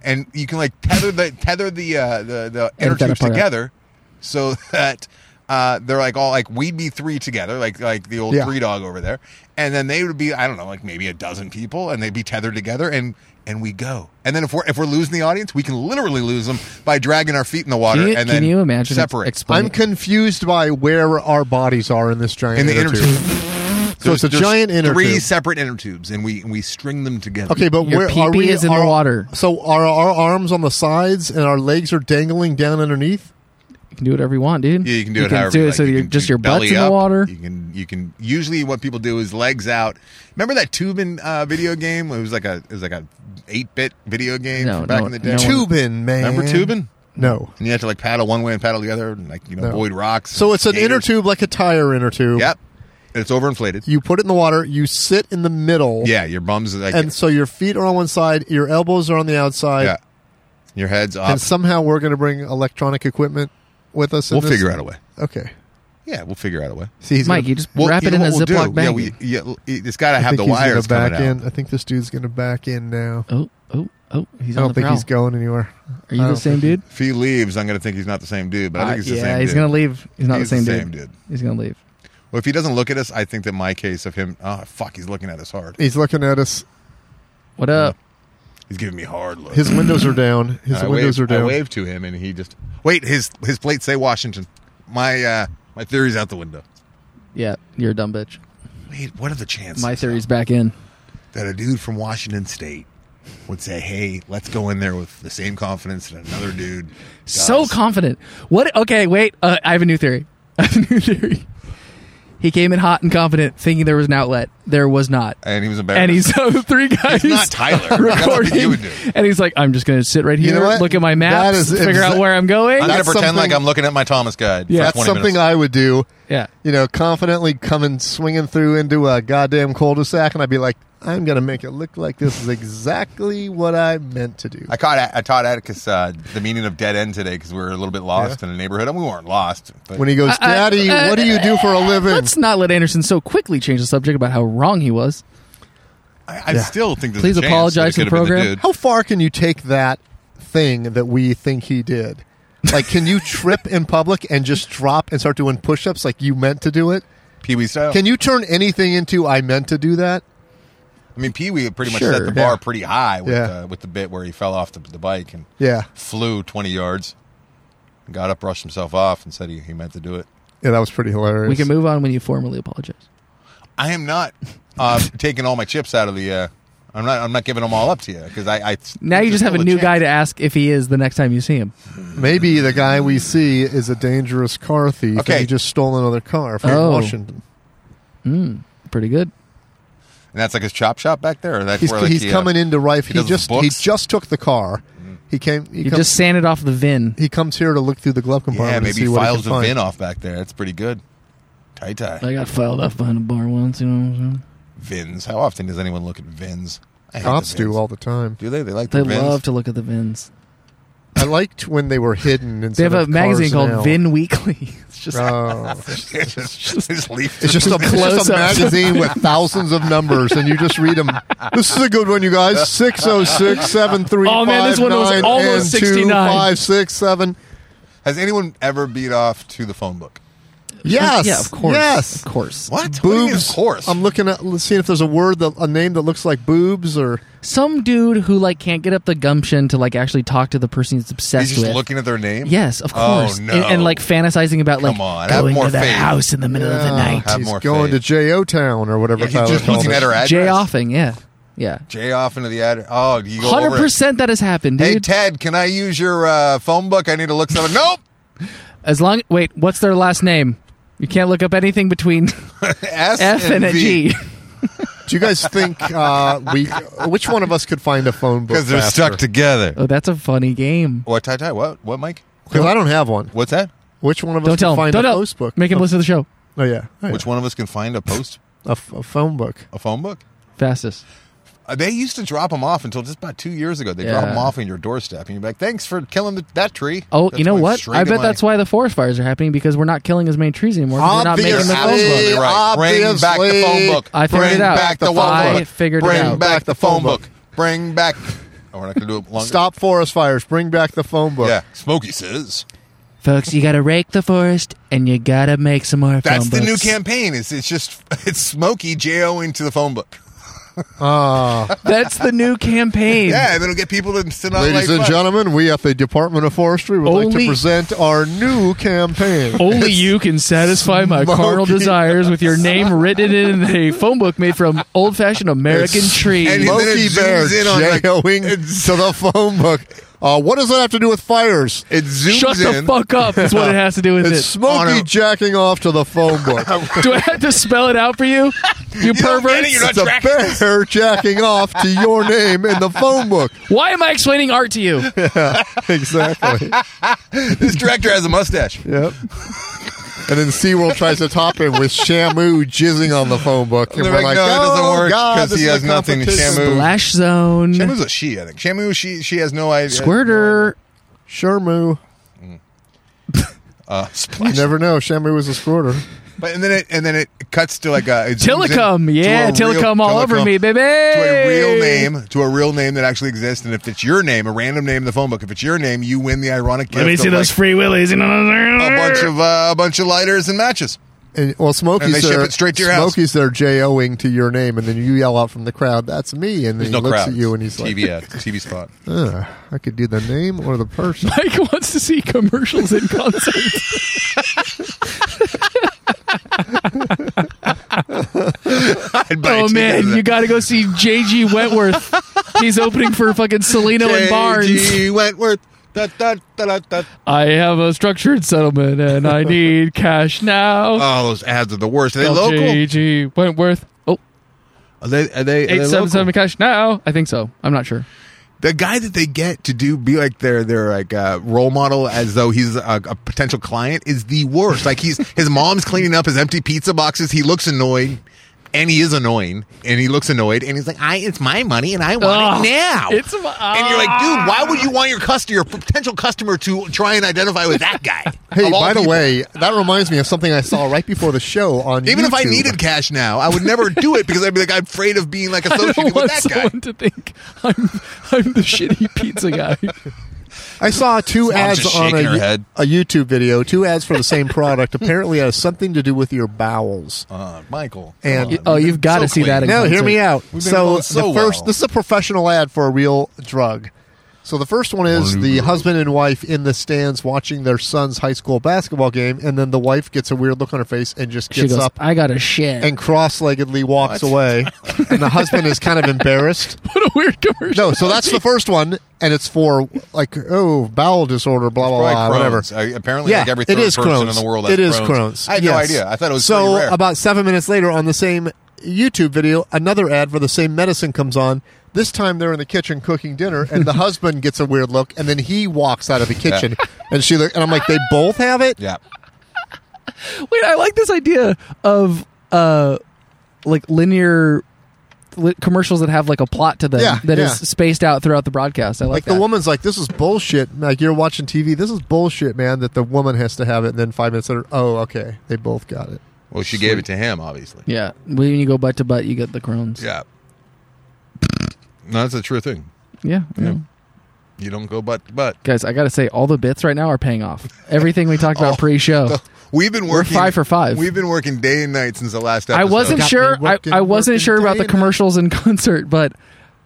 [SPEAKER 5] and you can like tether the tether the uh, the the inner
[SPEAKER 4] that
[SPEAKER 5] tubes
[SPEAKER 4] apart.
[SPEAKER 5] together, so that. Uh, they're like all like we'd be three together, like like the old
[SPEAKER 6] Yeah.
[SPEAKER 5] three dog over there, and then they would be I don't know like maybe a dozen people, and they'd be tethered together, and and we go, and then if we're if we're losing the audience, we can literally lose them by dragging our feet in the water,
[SPEAKER 4] Can you,
[SPEAKER 5] and
[SPEAKER 4] can
[SPEAKER 5] then
[SPEAKER 4] you imagine? ex-
[SPEAKER 5] separate
[SPEAKER 4] explaining-
[SPEAKER 6] I'm confused by where our bodies are in this giant
[SPEAKER 5] in the inner
[SPEAKER 6] tube.
[SPEAKER 5] tube.
[SPEAKER 6] So it's a
[SPEAKER 5] There's
[SPEAKER 6] giant inner
[SPEAKER 5] three
[SPEAKER 6] tube.
[SPEAKER 5] separate inner tubes, and we and we string them together.
[SPEAKER 6] Okay, but
[SPEAKER 4] Your
[SPEAKER 6] where are
[SPEAKER 4] PP
[SPEAKER 6] we?
[SPEAKER 4] is in the
[SPEAKER 6] are-
[SPEAKER 4] water.
[SPEAKER 6] So are our arms on the sides and our legs are dangling down underneath?
[SPEAKER 4] you can do whatever you want, dude.
[SPEAKER 5] Yeah, you can do it however.
[SPEAKER 4] do
[SPEAKER 5] you
[SPEAKER 4] it
[SPEAKER 5] like.
[SPEAKER 4] so
[SPEAKER 5] You
[SPEAKER 4] you're
[SPEAKER 5] can
[SPEAKER 4] just
[SPEAKER 5] do
[SPEAKER 4] your butt's
[SPEAKER 5] belly
[SPEAKER 4] in the
[SPEAKER 5] up.
[SPEAKER 4] water.
[SPEAKER 5] You can you can usually what people do is legs out. Remember that Tubin uh, video game? It was like a it was like a eight bit video game
[SPEAKER 4] No,
[SPEAKER 5] from back
[SPEAKER 4] no,
[SPEAKER 5] in the day.
[SPEAKER 4] no one-
[SPEAKER 6] Tubin, man.
[SPEAKER 5] Remember Tubin?
[SPEAKER 6] No.
[SPEAKER 5] And you had to like paddle one way and paddle the other, and like you know
[SPEAKER 6] No.
[SPEAKER 5] avoid rocks.
[SPEAKER 6] So
[SPEAKER 5] and
[SPEAKER 6] it's an inner
[SPEAKER 5] gators.
[SPEAKER 6] tube like a tire inner tube.
[SPEAKER 5] Yep, and it's overinflated.
[SPEAKER 6] You put it in the water. You sit in the middle.
[SPEAKER 5] yeah, your bums like
[SPEAKER 6] And so your feet are on one side, your elbows are on the outside,
[SPEAKER 5] yeah, your head's up.
[SPEAKER 6] and somehow we're going to bring electronic equipment with us. in
[SPEAKER 5] We'll
[SPEAKER 6] this?
[SPEAKER 5] figure out a way.
[SPEAKER 6] Okay.
[SPEAKER 5] Yeah, we'll figure out a way.
[SPEAKER 6] See, he's
[SPEAKER 4] Mike,
[SPEAKER 6] gonna-
[SPEAKER 4] you just
[SPEAKER 5] Well,
[SPEAKER 4] wrap
[SPEAKER 5] you
[SPEAKER 4] it
[SPEAKER 5] know
[SPEAKER 4] in a
[SPEAKER 5] what we'll do?
[SPEAKER 4] Ziploc bag.
[SPEAKER 5] Yeah, we, yeah, l- it- it's got to
[SPEAKER 6] I
[SPEAKER 5] have
[SPEAKER 6] think
[SPEAKER 5] the
[SPEAKER 6] he's gonna
[SPEAKER 5] wires coming
[SPEAKER 6] back
[SPEAKER 5] out.
[SPEAKER 6] in. I think this dude's going to back in now.
[SPEAKER 4] oh, oh, oh! He's
[SPEAKER 6] I
[SPEAKER 4] on
[SPEAKER 6] don't
[SPEAKER 4] the
[SPEAKER 6] think
[SPEAKER 4] prowl.
[SPEAKER 6] he's going anywhere.
[SPEAKER 4] Are you
[SPEAKER 6] I
[SPEAKER 4] the
[SPEAKER 6] don't
[SPEAKER 4] same dude?
[SPEAKER 6] think
[SPEAKER 5] If he leaves, I'm going to think he's not the same dude, but I
[SPEAKER 4] Uh,
[SPEAKER 5] think he's the
[SPEAKER 4] yeah,
[SPEAKER 5] same.
[SPEAKER 4] he's
[SPEAKER 5] dude.
[SPEAKER 4] gonna leave. He's not
[SPEAKER 5] He's
[SPEAKER 4] the same,
[SPEAKER 5] the same
[SPEAKER 4] dude.
[SPEAKER 5] dude.
[SPEAKER 4] He's gonna leave.
[SPEAKER 5] Well, if he doesn't look at us, I think that my case of him, oh fuck, he's looking at us hard.
[SPEAKER 6] He's looking at us.
[SPEAKER 4] What up?
[SPEAKER 5] He's giving me hard look.
[SPEAKER 6] His windows are down. His
[SPEAKER 5] I
[SPEAKER 6] windows
[SPEAKER 5] waved-
[SPEAKER 6] are down.
[SPEAKER 5] I waved to him, and he just wait. His his plates say Washington. My uh, my theory's out the window.
[SPEAKER 4] Yeah, you're a dumb bitch.
[SPEAKER 5] Wait, what are the chances?
[SPEAKER 4] My theory's back in.
[SPEAKER 5] that a dude from Washington State would say, "Hey, let's go in there with the same confidence that another dude." does."
[SPEAKER 4] So confident. What? Okay, wait. Uh, I have a new theory. I have a new theory. He came in hot and confident, thinking there was an outlet. There was not.
[SPEAKER 5] and he was embarrassed.
[SPEAKER 4] And he's so three guys.
[SPEAKER 5] not Tyler.
[SPEAKER 4] are
[SPEAKER 5] That's what
[SPEAKER 4] recording,
[SPEAKER 5] you would do.
[SPEAKER 4] And he's like, I'm just going to sit right
[SPEAKER 6] You
[SPEAKER 4] here,
[SPEAKER 6] know what?
[SPEAKER 4] look at my map,
[SPEAKER 6] That is
[SPEAKER 4] figure out
[SPEAKER 6] exa-
[SPEAKER 4] where I'm going.
[SPEAKER 5] I'm going to
[SPEAKER 6] that's
[SPEAKER 5] pretend like
[SPEAKER 6] something-
[SPEAKER 5] I'm looking at my Thomas guide. for
[SPEAKER 4] Yeah.
[SPEAKER 6] That's
[SPEAKER 5] 20
[SPEAKER 6] something
[SPEAKER 5] minutes.
[SPEAKER 6] I would do.
[SPEAKER 4] yeah.
[SPEAKER 6] You know, confidently coming swinging through into a goddamn cul-de-sac, and I'd be like, "I'm gonna make it look like this is exactly what I meant to do."
[SPEAKER 5] I caught I taught Atticus uh, the meaning of dead end today because we were a little bit lost in a neighborhood. and we weren't lost. But
[SPEAKER 6] When he goes,
[SPEAKER 4] I- I-
[SPEAKER 6] "Daddy,
[SPEAKER 4] I-
[SPEAKER 6] what do you do for a living?"
[SPEAKER 4] Let's not let Anderson so quickly change the subject about how wrong he was.
[SPEAKER 5] I, I still think there's
[SPEAKER 4] Please
[SPEAKER 5] a chance
[SPEAKER 4] apologize
[SPEAKER 5] that it
[SPEAKER 4] to the
[SPEAKER 5] could have been
[SPEAKER 4] program.
[SPEAKER 5] dude.
[SPEAKER 6] How far can you take that thing that we think he did? Like, can you trip in public and just drop and start doing push-ups like you meant to do it?
[SPEAKER 5] Pee Wee style.
[SPEAKER 6] Can you turn anything into "I meant to do that"?
[SPEAKER 5] I mean, Pee Wee pretty much
[SPEAKER 4] Sure,
[SPEAKER 5] set the bar
[SPEAKER 6] yeah.
[SPEAKER 5] pretty high with,
[SPEAKER 6] Yeah.
[SPEAKER 5] uh, with the bit where he fell off the, the bike and
[SPEAKER 6] Yeah.
[SPEAKER 5] flew 20 yards, got up, brushed himself off, and said he, he meant to do it.
[SPEAKER 6] Yeah, that was pretty hilarious.
[SPEAKER 4] We can move on when you formally apologize.
[SPEAKER 5] I am not uh, taking all my chips out of the. Uh, I'm not. I'm not giving them all up to you because I, I.
[SPEAKER 4] Now you
[SPEAKER 5] there's
[SPEAKER 4] just have a
[SPEAKER 5] still
[SPEAKER 4] new
[SPEAKER 5] chance.
[SPEAKER 4] guy to ask if he is the next time you see him.
[SPEAKER 6] Maybe the guy we see is a dangerous car thief
[SPEAKER 5] Okay.
[SPEAKER 6] and he just stole another car from
[SPEAKER 4] Oh.
[SPEAKER 6] Washington.
[SPEAKER 4] Pretty good.
[SPEAKER 5] and that's like his chop shop back there. Or that's
[SPEAKER 6] He's,
[SPEAKER 5] where like,
[SPEAKER 6] he's
[SPEAKER 5] he, uh,
[SPEAKER 6] coming into Rife.
[SPEAKER 5] he
[SPEAKER 6] He,
[SPEAKER 5] does his
[SPEAKER 6] just he
[SPEAKER 5] books. Mm-hmm.
[SPEAKER 6] just took the car. He came. He,
[SPEAKER 4] You
[SPEAKER 6] comes,
[SPEAKER 4] just sanded off the VIN.
[SPEAKER 6] he comes here to look through the glove compartment.
[SPEAKER 5] Yeah,
[SPEAKER 6] and
[SPEAKER 5] maybe
[SPEAKER 6] see
[SPEAKER 5] he
[SPEAKER 6] what he
[SPEAKER 5] files
[SPEAKER 6] can
[SPEAKER 5] a
[SPEAKER 6] find.
[SPEAKER 5] VIN off back there. That's pretty good. Tie tie
[SPEAKER 4] I got filed off behind a bar once, you know what I'm saying?
[SPEAKER 5] vins. How often does anyone look at vins? I hate the
[SPEAKER 6] Cops do
[SPEAKER 5] VINs.
[SPEAKER 6] all the time.
[SPEAKER 5] Do they? They like
[SPEAKER 4] They
[SPEAKER 5] the vins.
[SPEAKER 4] love to look at the VINs.
[SPEAKER 6] I liked when they were hidden.
[SPEAKER 4] They
[SPEAKER 6] Instead
[SPEAKER 4] have a
[SPEAKER 6] of cars
[SPEAKER 4] magazine called
[SPEAKER 6] now.
[SPEAKER 4] VIN Weekly. It's just
[SPEAKER 6] Oh.
[SPEAKER 5] It's just, just leaf.
[SPEAKER 6] It's just a, it's
[SPEAKER 4] Close
[SPEAKER 6] just a
[SPEAKER 4] up.
[SPEAKER 6] magazine with thousands of numbers, and you just read them. This is a good one, you guys. 606
[SPEAKER 4] Oh, man, this one was almost 69.
[SPEAKER 5] Has anyone ever beat off to the phone book?
[SPEAKER 6] Yes.
[SPEAKER 4] Yeah, of course.
[SPEAKER 6] Yes.
[SPEAKER 4] Of course.
[SPEAKER 5] What? What do you mean,
[SPEAKER 6] Boobs.
[SPEAKER 5] of course.
[SPEAKER 6] I'm looking at let's see if there's a word that a name that looks like boobs or
[SPEAKER 4] Some dude who like can't get up the gumption to like actually talk to the person he's obsessed
[SPEAKER 5] He's just
[SPEAKER 4] with.
[SPEAKER 5] looking at their name.
[SPEAKER 4] yes, of
[SPEAKER 5] Oh,
[SPEAKER 4] course.
[SPEAKER 5] no.
[SPEAKER 4] and, and, like fantasizing about like
[SPEAKER 5] Come on, have
[SPEAKER 4] going
[SPEAKER 5] more
[SPEAKER 4] to the
[SPEAKER 5] faith.
[SPEAKER 4] house in the middle of the
[SPEAKER 6] Yeah,
[SPEAKER 4] night.
[SPEAKER 5] Have
[SPEAKER 6] He's
[SPEAKER 5] more
[SPEAKER 6] going
[SPEAKER 5] faith.
[SPEAKER 6] to J O Town or
[SPEAKER 5] Yeah,
[SPEAKER 6] whatever.
[SPEAKER 5] he's
[SPEAKER 6] Tyler
[SPEAKER 5] just
[SPEAKER 6] called
[SPEAKER 5] looking
[SPEAKER 6] it.
[SPEAKER 5] at her address.
[SPEAKER 4] J offing, yeah. Yeah.
[SPEAKER 5] Jay off into the ad. Oh, you go
[SPEAKER 4] Hundred
[SPEAKER 5] over it.
[SPEAKER 4] percent that has happened,
[SPEAKER 5] Hey
[SPEAKER 4] dude.
[SPEAKER 5] Ted, can I use your uh, phone book? I need to look something. nope.
[SPEAKER 4] as long wait, what's their last name? You can't look up anything between
[SPEAKER 5] S
[SPEAKER 4] F and a G.
[SPEAKER 6] Do you guys think uh, we? Which one of us could find a phone book?
[SPEAKER 5] because they're stuck together.
[SPEAKER 4] Oh, that's a funny game.
[SPEAKER 5] What tie tie? What what Mike?
[SPEAKER 6] Because I don't have one.
[SPEAKER 5] What's that?
[SPEAKER 6] Which one of us
[SPEAKER 4] Don't
[SPEAKER 6] can
[SPEAKER 4] tell him.
[SPEAKER 6] find
[SPEAKER 4] Don't
[SPEAKER 6] a
[SPEAKER 4] tell.
[SPEAKER 6] post book?
[SPEAKER 4] Make him listen to the show
[SPEAKER 6] Oh yeah. Oh, yeah.
[SPEAKER 5] Which one of us can find a post
[SPEAKER 6] A, f- a phone book.
[SPEAKER 5] a phone book?
[SPEAKER 4] fastest.
[SPEAKER 5] Uh, they used to drop them off until just about two years ago. They drop
[SPEAKER 4] Yeah.
[SPEAKER 5] them off on your doorstep, and you're like, "Thanks for killing the, that tree."
[SPEAKER 4] Oh,
[SPEAKER 5] That's
[SPEAKER 4] you know
[SPEAKER 5] going
[SPEAKER 4] what?
[SPEAKER 5] straight
[SPEAKER 4] I
[SPEAKER 5] in
[SPEAKER 4] bet
[SPEAKER 5] my-
[SPEAKER 4] that's why the forest fires are happening because we're not killing as many trees anymore. 'cause We're not making the phone
[SPEAKER 5] Absolutely
[SPEAKER 4] book.
[SPEAKER 5] right. Bring back the phone book.
[SPEAKER 4] I figured
[SPEAKER 5] Bring
[SPEAKER 4] it out.
[SPEAKER 5] Back the phone
[SPEAKER 4] I
[SPEAKER 5] book.
[SPEAKER 4] figured it
[SPEAKER 5] Bring
[SPEAKER 4] out.
[SPEAKER 5] back the phone book. Bring back. Oh, we're not gonna do it longer.
[SPEAKER 6] Stop forest fires. Bring back the phone book.
[SPEAKER 5] Yeah, Smokey says
[SPEAKER 4] Folks, you gotta rake the forest and you gotta make some more
[SPEAKER 5] that's
[SPEAKER 4] phone
[SPEAKER 5] the new
[SPEAKER 4] books.
[SPEAKER 5] campaign. It's it's just it's Smokey J O into the phone book.
[SPEAKER 6] Ah,
[SPEAKER 4] That's the new campaign.
[SPEAKER 5] Yeah, and it'll get people to sit on.
[SPEAKER 6] ladies
[SPEAKER 5] like
[SPEAKER 6] and
[SPEAKER 5] fuck.
[SPEAKER 6] gentlemen, we at the Department of Forestry would like
[SPEAKER 4] Only-
[SPEAKER 6] to present our new campaign.
[SPEAKER 4] Only you can satisfy my carnal desires with your name written in a phone book made from old fashioned American
[SPEAKER 6] It's-
[SPEAKER 5] and
[SPEAKER 4] trees.
[SPEAKER 5] then it
[SPEAKER 6] Smokey
[SPEAKER 5] zooms
[SPEAKER 6] Bear
[SPEAKER 5] in on, like,
[SPEAKER 6] J-O-ing to the phone book. Uh, what does that have to do with fires?
[SPEAKER 5] It zooms
[SPEAKER 4] Shut the
[SPEAKER 5] in.
[SPEAKER 4] fuck up is what it has to do with
[SPEAKER 6] It's
[SPEAKER 4] it.
[SPEAKER 5] On
[SPEAKER 6] Smokey
[SPEAKER 5] a-
[SPEAKER 6] jacking off to the phone book.
[SPEAKER 4] Do I have to spell it out for you? You
[SPEAKER 5] don't get it,
[SPEAKER 4] perverts.
[SPEAKER 5] you're not
[SPEAKER 6] It's a
[SPEAKER 5] tracking this.
[SPEAKER 6] bear jacking off to your name in the phone book.
[SPEAKER 4] Why am I explaining art to you?
[SPEAKER 6] Exactly.
[SPEAKER 5] This director has a mustache.
[SPEAKER 6] Yep. And then SeaWorld tries to top him with Shamu jizzing on the phone book. And
[SPEAKER 5] They're
[SPEAKER 6] we're
[SPEAKER 5] like,
[SPEAKER 6] like,
[SPEAKER 5] "No, it doesn't
[SPEAKER 6] "Oh,
[SPEAKER 5] work
[SPEAKER 6] God,
[SPEAKER 5] 'cause
[SPEAKER 6] this
[SPEAKER 5] he
[SPEAKER 6] is a
[SPEAKER 5] has nothing to
[SPEAKER 6] competition."
[SPEAKER 5] Shamu.
[SPEAKER 4] Lash zone.
[SPEAKER 5] Shamu's a she, I think. Shamu, she she has no idea.
[SPEAKER 4] Squirter.
[SPEAKER 6] Shamu.
[SPEAKER 5] Uh,
[SPEAKER 6] You
[SPEAKER 5] splash.
[SPEAKER 6] never know. Shamu was a squirter.
[SPEAKER 5] But and then it and then it cuts to like a it zooms in
[SPEAKER 4] Telecom.
[SPEAKER 5] to
[SPEAKER 4] Yeah,
[SPEAKER 5] a real-
[SPEAKER 4] telecom all over
[SPEAKER 5] telecom,
[SPEAKER 4] me, baby.
[SPEAKER 5] To a real name, to a real name that actually exists, and if it's your name, a random name in the phone book, if it's your name, you win the ironic gift
[SPEAKER 4] Let me see
[SPEAKER 5] of
[SPEAKER 4] those
[SPEAKER 5] like
[SPEAKER 4] free willies. You know what
[SPEAKER 5] a
[SPEAKER 4] I'm saying?
[SPEAKER 5] bunch of uh, a bunch of lighters and matches.
[SPEAKER 6] And, well, Smokey's
[SPEAKER 5] they ship
[SPEAKER 6] there.
[SPEAKER 5] it straight to your house.
[SPEAKER 6] Smokey's there, J-O-ing to your name, and then you yell out from the crowd, "That's me!" And then
[SPEAKER 5] There's
[SPEAKER 6] he
[SPEAKER 5] no
[SPEAKER 6] looks
[SPEAKER 5] crowd.
[SPEAKER 6] at you and he's like,
[SPEAKER 5] TV ad, TV spot.
[SPEAKER 6] Ugh, "I could do the name or the person."
[SPEAKER 4] Mike wants to see commercials in concert.
[SPEAKER 5] I'd buy a
[SPEAKER 4] oh
[SPEAKER 5] ticket
[SPEAKER 4] man,
[SPEAKER 5] to that.
[SPEAKER 4] you got to go see J.G. Wentworth. He's opening for fucking Salino and Barnes.
[SPEAKER 5] J.G. Wentworth. Da, da, da, da, da.
[SPEAKER 4] I have a structured settlement and I need cash now.
[SPEAKER 6] Uh,
[SPEAKER 5] Oh, those ads are the worst. Are they
[SPEAKER 4] Call
[SPEAKER 5] local?
[SPEAKER 4] J.G. Wentworth. Oh,
[SPEAKER 5] Are they, are they, are they local?
[SPEAKER 4] 877 cash now. I think so. I'm not sure.
[SPEAKER 5] the guy that they get to do be like their their like uh, role model as though he's a, a potential client is the worst. Like he's his mom's cleaning up his empty pizza boxes. He looks annoyed, and he is annoying, and he looks annoyed, and he's like, "I it's my money, and I want
[SPEAKER 4] Ugh.
[SPEAKER 5] it now."
[SPEAKER 4] It's my-
[SPEAKER 5] and you're like, dude, why would
[SPEAKER 6] Ah.
[SPEAKER 5] you want your customer, your potential customer, to try and identify with that guy?
[SPEAKER 6] Hey,
[SPEAKER 5] Of all
[SPEAKER 6] by the
[SPEAKER 5] people.
[SPEAKER 6] way, that reminds me of something I saw right before the show on.
[SPEAKER 5] Even if I
[SPEAKER 6] YouTube.
[SPEAKER 5] needed cash now, I would never do it because I'd be like, I'm afraid of being like
[SPEAKER 4] I don't
[SPEAKER 5] associated with
[SPEAKER 4] want
[SPEAKER 5] that guy.
[SPEAKER 4] someone to think I'm I'm the shitty pizza guy.
[SPEAKER 6] I saw two
[SPEAKER 5] Mom's
[SPEAKER 6] ads
[SPEAKER 5] just
[SPEAKER 6] on
[SPEAKER 5] shaking her
[SPEAKER 6] a,
[SPEAKER 5] head.
[SPEAKER 6] a YouTube video. Two ads for the same product. Apparently, it has something to do with your bowels.
[SPEAKER 5] Uh, Michael.
[SPEAKER 6] And-
[SPEAKER 5] come on.
[SPEAKER 4] Oh, you've got to see that again.
[SPEAKER 6] No, hear me
[SPEAKER 4] too.
[SPEAKER 6] out.
[SPEAKER 5] We've been
[SPEAKER 6] So,
[SPEAKER 5] going so
[SPEAKER 6] the first,
[SPEAKER 5] well.
[SPEAKER 6] this is a professional ad for a real drug. So the first one is the husband and wife in the stands watching their son's high school basketball game, and then the wife gets a weird look on her face and just
[SPEAKER 4] She
[SPEAKER 6] gets
[SPEAKER 4] goes,
[SPEAKER 6] up
[SPEAKER 4] I got a shit.
[SPEAKER 6] and cross-leggedly walks away, and the husband is kind of embarrassed.
[SPEAKER 4] what a weird commercial.
[SPEAKER 6] No, so that's the first one, and it's for like oh bowel disorder, blah blah
[SPEAKER 5] Probably
[SPEAKER 6] blah, whatever.
[SPEAKER 5] Crohn's. I- apparently, like every third
[SPEAKER 6] it is
[SPEAKER 5] person
[SPEAKER 6] Crohn's.
[SPEAKER 5] in the world has
[SPEAKER 6] It is
[SPEAKER 5] Crohn's.
[SPEAKER 6] Crohn's.
[SPEAKER 5] I had no
[SPEAKER 6] yes.
[SPEAKER 5] idea. I thought it was pretty
[SPEAKER 6] so.
[SPEAKER 5] rare.
[SPEAKER 6] About seven minutes later, on the same YouTube video, another ad for the same medicine comes on. This time, they're in the kitchen cooking dinner, and the husband gets a weird look, and then he walks out of the kitchen, and she look, and I'm like, they both have it.
[SPEAKER 5] yeah.
[SPEAKER 4] Wait, I like this idea of uh, like linear li- commercials that have like a plot to them
[SPEAKER 6] Yeah,
[SPEAKER 4] that is
[SPEAKER 6] yeah.
[SPEAKER 4] spaced out throughout the broadcast. I like,
[SPEAKER 6] Like
[SPEAKER 4] that.
[SPEAKER 6] the woman's like, this is bullshit. Like you're watching TV. This is bullshit, man. That the woman has to have it, and then five minutes later, oh, okay, they both got it.
[SPEAKER 5] Well, she gave it to him, obviously.
[SPEAKER 4] Yeah, when you go butt to butt, you get the Crohn's.
[SPEAKER 5] Yeah. No, that's a true thing.
[SPEAKER 4] yeah. yeah.
[SPEAKER 5] You don't go butt to butt.
[SPEAKER 4] Guys, I gotta say, all the bits right now are paying off. Everything we talked
[SPEAKER 6] Oh,
[SPEAKER 4] about pre-show.
[SPEAKER 5] We've been
[SPEAKER 4] We're
[SPEAKER 5] working
[SPEAKER 4] five for five.
[SPEAKER 5] We've been working day and night since the last
[SPEAKER 4] I
[SPEAKER 5] episode.
[SPEAKER 4] wasn't
[SPEAKER 6] Got me
[SPEAKER 4] sure. I,
[SPEAKER 6] working,
[SPEAKER 4] I wasn't
[SPEAKER 6] working
[SPEAKER 4] sure about
[SPEAKER 6] day
[SPEAKER 4] the
[SPEAKER 6] and night.
[SPEAKER 4] commercials in concert, but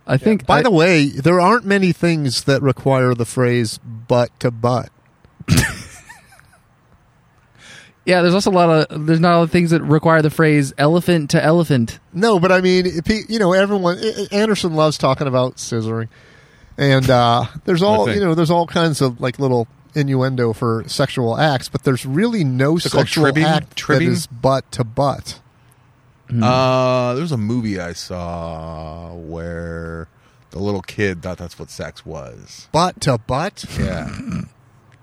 [SPEAKER 4] I think
[SPEAKER 6] By
[SPEAKER 4] I-
[SPEAKER 6] the way, there aren't many things that require the phrase butt to butt.
[SPEAKER 4] yeah, there's also a lot of there's not a lot of things that require the phrase elephant to elephant.
[SPEAKER 6] No, but I mean, if he- you know, everyone. I- I- Anderson loves talking about scissoring, and uh, there's all
[SPEAKER 5] think.
[SPEAKER 6] you know. There's all kinds of like little innuendo for sexual acts, but there's really no
[SPEAKER 5] it called
[SPEAKER 6] sexual
[SPEAKER 5] tribbing?
[SPEAKER 6] act
[SPEAKER 5] Tribbing?
[SPEAKER 6] that is butt to butt.
[SPEAKER 5] Uh, there's a movie I saw where the little kid thought that's what sex was.
[SPEAKER 6] Butt to butt.
[SPEAKER 5] Yeah.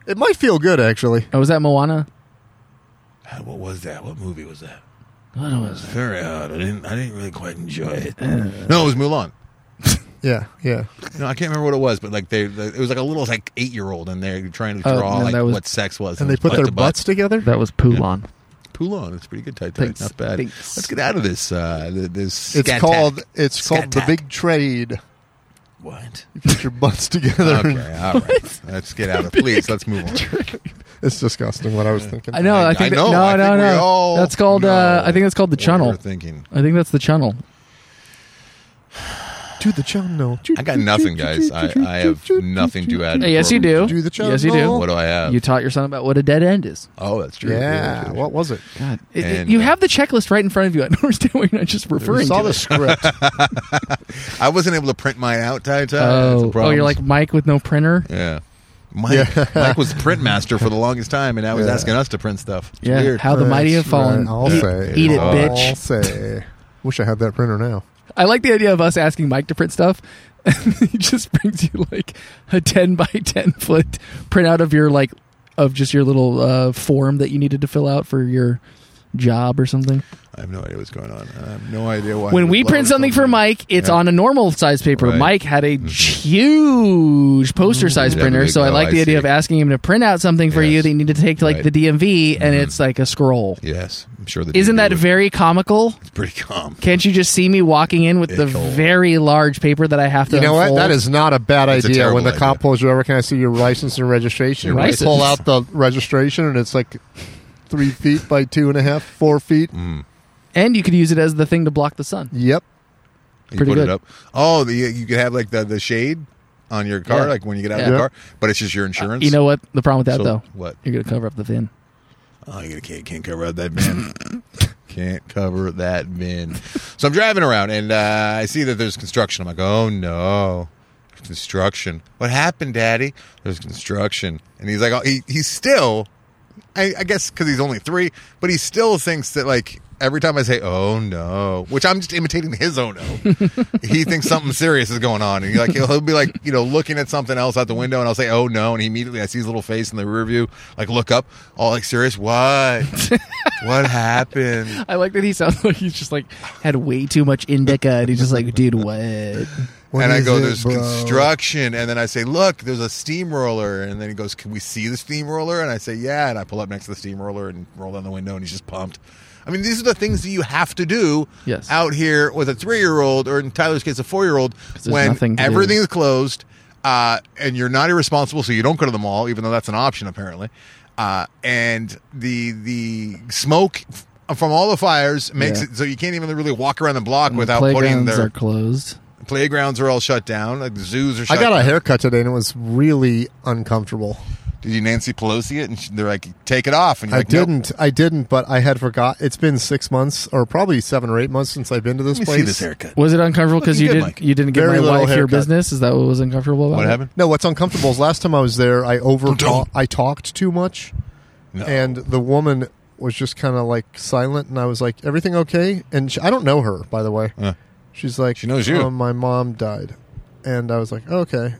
[SPEAKER 6] It might feel good actually.
[SPEAKER 4] Oh, was that Moana?
[SPEAKER 5] Ah, what was that? What movie was that?
[SPEAKER 4] What was that?
[SPEAKER 5] Very odd. I didn't. I didn't really quite enjoy it. No, it was Mulan.
[SPEAKER 6] Yeah, yeah.
[SPEAKER 5] No, I can't remember what it was, but like they, they- it was like a little like eight year old, and they're trying to
[SPEAKER 4] Oh,
[SPEAKER 5] draw
[SPEAKER 4] no,
[SPEAKER 5] like
[SPEAKER 4] that was-
[SPEAKER 5] what sex was.
[SPEAKER 6] And they
[SPEAKER 5] it was
[SPEAKER 6] put
[SPEAKER 5] butt
[SPEAKER 6] their
[SPEAKER 5] to butt.
[SPEAKER 6] butts together.
[SPEAKER 4] That was Poulon.
[SPEAKER 5] Poulon. It's pretty good. Tight, tight.
[SPEAKER 4] Thanks.
[SPEAKER 5] Not bad.
[SPEAKER 4] Thanks.
[SPEAKER 5] Let's get out of this. Uh, th- this.
[SPEAKER 6] It's
[SPEAKER 5] scat
[SPEAKER 6] called
[SPEAKER 5] tack.
[SPEAKER 6] it's called the
[SPEAKER 5] Scat-tack.
[SPEAKER 6] big trade.
[SPEAKER 5] What?
[SPEAKER 6] You put your butts together. and-
[SPEAKER 5] Okay. All right. Let's get out of. Please. Let's move on.
[SPEAKER 6] It's disgusting what I was thinking.
[SPEAKER 4] I know.
[SPEAKER 5] I-
[SPEAKER 4] I,
[SPEAKER 5] I
[SPEAKER 4] think that-
[SPEAKER 5] know,
[SPEAKER 4] no,
[SPEAKER 5] I
[SPEAKER 4] no,
[SPEAKER 5] think we
[SPEAKER 4] no.
[SPEAKER 5] all
[SPEAKER 4] that's called. Uh,
[SPEAKER 5] know
[SPEAKER 4] I think that's called the
[SPEAKER 5] what we were
[SPEAKER 4] chunnel.
[SPEAKER 5] thinking.
[SPEAKER 4] I think that's the chunnel.
[SPEAKER 6] Do the channel.
[SPEAKER 5] I got nothing, guys. I, I have nothing to add.
[SPEAKER 4] Hey, yes, you do.
[SPEAKER 6] Do the
[SPEAKER 4] yes, you do.
[SPEAKER 6] chunnel.
[SPEAKER 5] What do I have?
[SPEAKER 4] You taught your son about what a dead end is.
[SPEAKER 5] oh, that's true.
[SPEAKER 6] Yeah. What was it?
[SPEAKER 4] God, it- it-
[SPEAKER 5] And,
[SPEAKER 4] you
[SPEAKER 5] uh,
[SPEAKER 4] have the checklist right in front of you. I don't understand why you're not just
[SPEAKER 6] We
[SPEAKER 4] referring
[SPEAKER 6] saw
[SPEAKER 4] to
[SPEAKER 6] the
[SPEAKER 4] it.
[SPEAKER 6] script.
[SPEAKER 5] I wasn't able to print mine out. Ty, Ty. That's a
[SPEAKER 4] Oh, oh,
[SPEAKER 5] problem.
[SPEAKER 4] you're like Mike with no printer.
[SPEAKER 5] uh, Yeah. Mike, Mike was print master for the longest time, and now he's asking us to print stuff. It's
[SPEAKER 4] Yeah,
[SPEAKER 5] weird.
[SPEAKER 4] how the mighty have
[SPEAKER 6] That's
[SPEAKER 4] fallen.
[SPEAKER 6] right. I'll
[SPEAKER 4] eat,
[SPEAKER 6] say.
[SPEAKER 4] eat it,
[SPEAKER 5] I'll
[SPEAKER 6] I'll
[SPEAKER 4] bitch.
[SPEAKER 6] say. Wish I had that printer now.
[SPEAKER 4] I like the idea of us asking Mike to print stuff. And he just brings you like a ten by ten foot printout of your like of just your little uh, form that you needed to fill out for your job or something.
[SPEAKER 5] I have no idea what's going on. I have no idea why.
[SPEAKER 4] when
[SPEAKER 5] he
[SPEAKER 4] we
[SPEAKER 5] would
[SPEAKER 4] print
[SPEAKER 5] love
[SPEAKER 4] something for Mike, it's
[SPEAKER 5] Yeah.
[SPEAKER 4] on a normal size paper.
[SPEAKER 5] Right. Mm-hmm.
[SPEAKER 4] Mike had a huge poster size
[SPEAKER 5] Yeah,
[SPEAKER 4] printer,
[SPEAKER 5] big-
[SPEAKER 4] so I
[SPEAKER 5] oh,
[SPEAKER 4] like
[SPEAKER 5] I
[SPEAKER 4] the idea
[SPEAKER 5] see.
[SPEAKER 4] of asking him to print out something for
[SPEAKER 5] Yes.
[SPEAKER 4] you that you need to take to like
[SPEAKER 5] Right. Mm-hmm.
[SPEAKER 4] the DMV, and it's like a scroll.
[SPEAKER 5] Yes, I'm sure that. he
[SPEAKER 4] Isn't that
[SPEAKER 5] would.
[SPEAKER 4] very comical?
[SPEAKER 5] It's pretty calm.
[SPEAKER 4] Can't you just see me walking in with the
[SPEAKER 5] Ickle.
[SPEAKER 4] very large paper that I have to?
[SPEAKER 6] You know what?
[SPEAKER 4] unfold?
[SPEAKER 6] That is not a bad
[SPEAKER 5] It's a
[SPEAKER 6] idea.
[SPEAKER 5] terrible
[SPEAKER 6] when the
[SPEAKER 5] idea.
[SPEAKER 6] cop pulls you over, can I see your license and registration?
[SPEAKER 5] Your
[SPEAKER 6] And you
[SPEAKER 4] license.
[SPEAKER 6] pull out the registration, and it's like three feet by two and a half, four feet.
[SPEAKER 5] Mm.
[SPEAKER 4] and you could use it as the thing to block the sun.
[SPEAKER 6] Yep.
[SPEAKER 5] You
[SPEAKER 4] pretty
[SPEAKER 5] put
[SPEAKER 4] good.
[SPEAKER 5] it up. Oh, the, you could have like the, the shade on your car,
[SPEAKER 4] Yeah.
[SPEAKER 5] like when you get out
[SPEAKER 4] Yeah.
[SPEAKER 5] of the car, but it's just your insurance.
[SPEAKER 4] You know what? The problem with that
[SPEAKER 5] So,
[SPEAKER 4] though,
[SPEAKER 5] what?
[SPEAKER 4] you're gonna cover up the VIN.
[SPEAKER 5] Oh, you can't, can't cover up that bin. can't cover that bin. So I'm driving around and uh, I see that there's construction. I'm like, oh no, construction. What happened, Daddy? There's construction. And he's like, oh, he, he's still, I, I guess because he's only three, but he still thinks that like every time I say, oh no, which I'm just imitating his oh no, he thinks something serious is going on. And he like, he'll, he'll be like, you know, looking at something else out the window and I'll say, oh no. And he immediately, I see his little face in the rear view, like look up, all like serious. What? what happened?
[SPEAKER 4] I like that he sounds like he's just like had way too much indica, and he's just like, dude, what?
[SPEAKER 6] What
[SPEAKER 5] and I
[SPEAKER 6] is
[SPEAKER 5] go,
[SPEAKER 6] it,
[SPEAKER 5] there's
[SPEAKER 6] bro?
[SPEAKER 5] construction. And then I say, look, there's a steamroller. And then he goes, can we see the steamroller? And I say, yeah. And I pull up next to the steamroller and roll down the window, and he's just pumped. I mean, these are the things that you have to do
[SPEAKER 4] Yes.
[SPEAKER 5] out here with a three year old, or in Tyler's case, a four year old,
[SPEAKER 4] there's
[SPEAKER 5] when
[SPEAKER 4] nothing to do.
[SPEAKER 5] everything's closed. uh, and you're not irresponsible, so you don't go to the mall, even though that's an option apparently. Uh, and the the smoke f- from all the fires makes
[SPEAKER 4] Yeah.
[SPEAKER 5] it so you can't even really walk around the block without putting
[SPEAKER 4] playgrounds
[SPEAKER 5] their
[SPEAKER 4] are closed.
[SPEAKER 5] playgrounds are all shut down. Like zoos are.
[SPEAKER 6] I
[SPEAKER 5] shut
[SPEAKER 6] got a
[SPEAKER 5] down.
[SPEAKER 6] haircut today and it was really uncomfortable.
[SPEAKER 5] Did you Nancy Pelosi it? And she, they're like, take it off. And you're
[SPEAKER 6] I
[SPEAKER 5] like, "Nope."
[SPEAKER 6] didn't. I didn't, but I had forgot. It's been six months or probably seven or eight months since I've been to this
[SPEAKER 5] Let me
[SPEAKER 6] place.
[SPEAKER 5] see this haircut.
[SPEAKER 4] Was it uncomfortable because
[SPEAKER 5] Looking
[SPEAKER 4] you
[SPEAKER 5] good,
[SPEAKER 4] didn't
[SPEAKER 5] Mike.
[SPEAKER 4] you didn't give
[SPEAKER 6] Very
[SPEAKER 4] my
[SPEAKER 6] little
[SPEAKER 4] wife your
[SPEAKER 6] haircut.
[SPEAKER 4] business? Is that what was uncomfortable about
[SPEAKER 5] What
[SPEAKER 6] uh,
[SPEAKER 4] it?
[SPEAKER 5] happened?
[SPEAKER 6] No, what's uncomfortable is last time I was there, I over I talked too much,
[SPEAKER 5] No.
[SPEAKER 6] and the woman was just kind of like silent, and I was like, "Everything okay?" And she, I don't know her, by the way.
[SPEAKER 5] Uh.
[SPEAKER 6] She's like,
[SPEAKER 5] She knows you.
[SPEAKER 6] "Oh, my mom died," and I was like, "Oh, "Okay,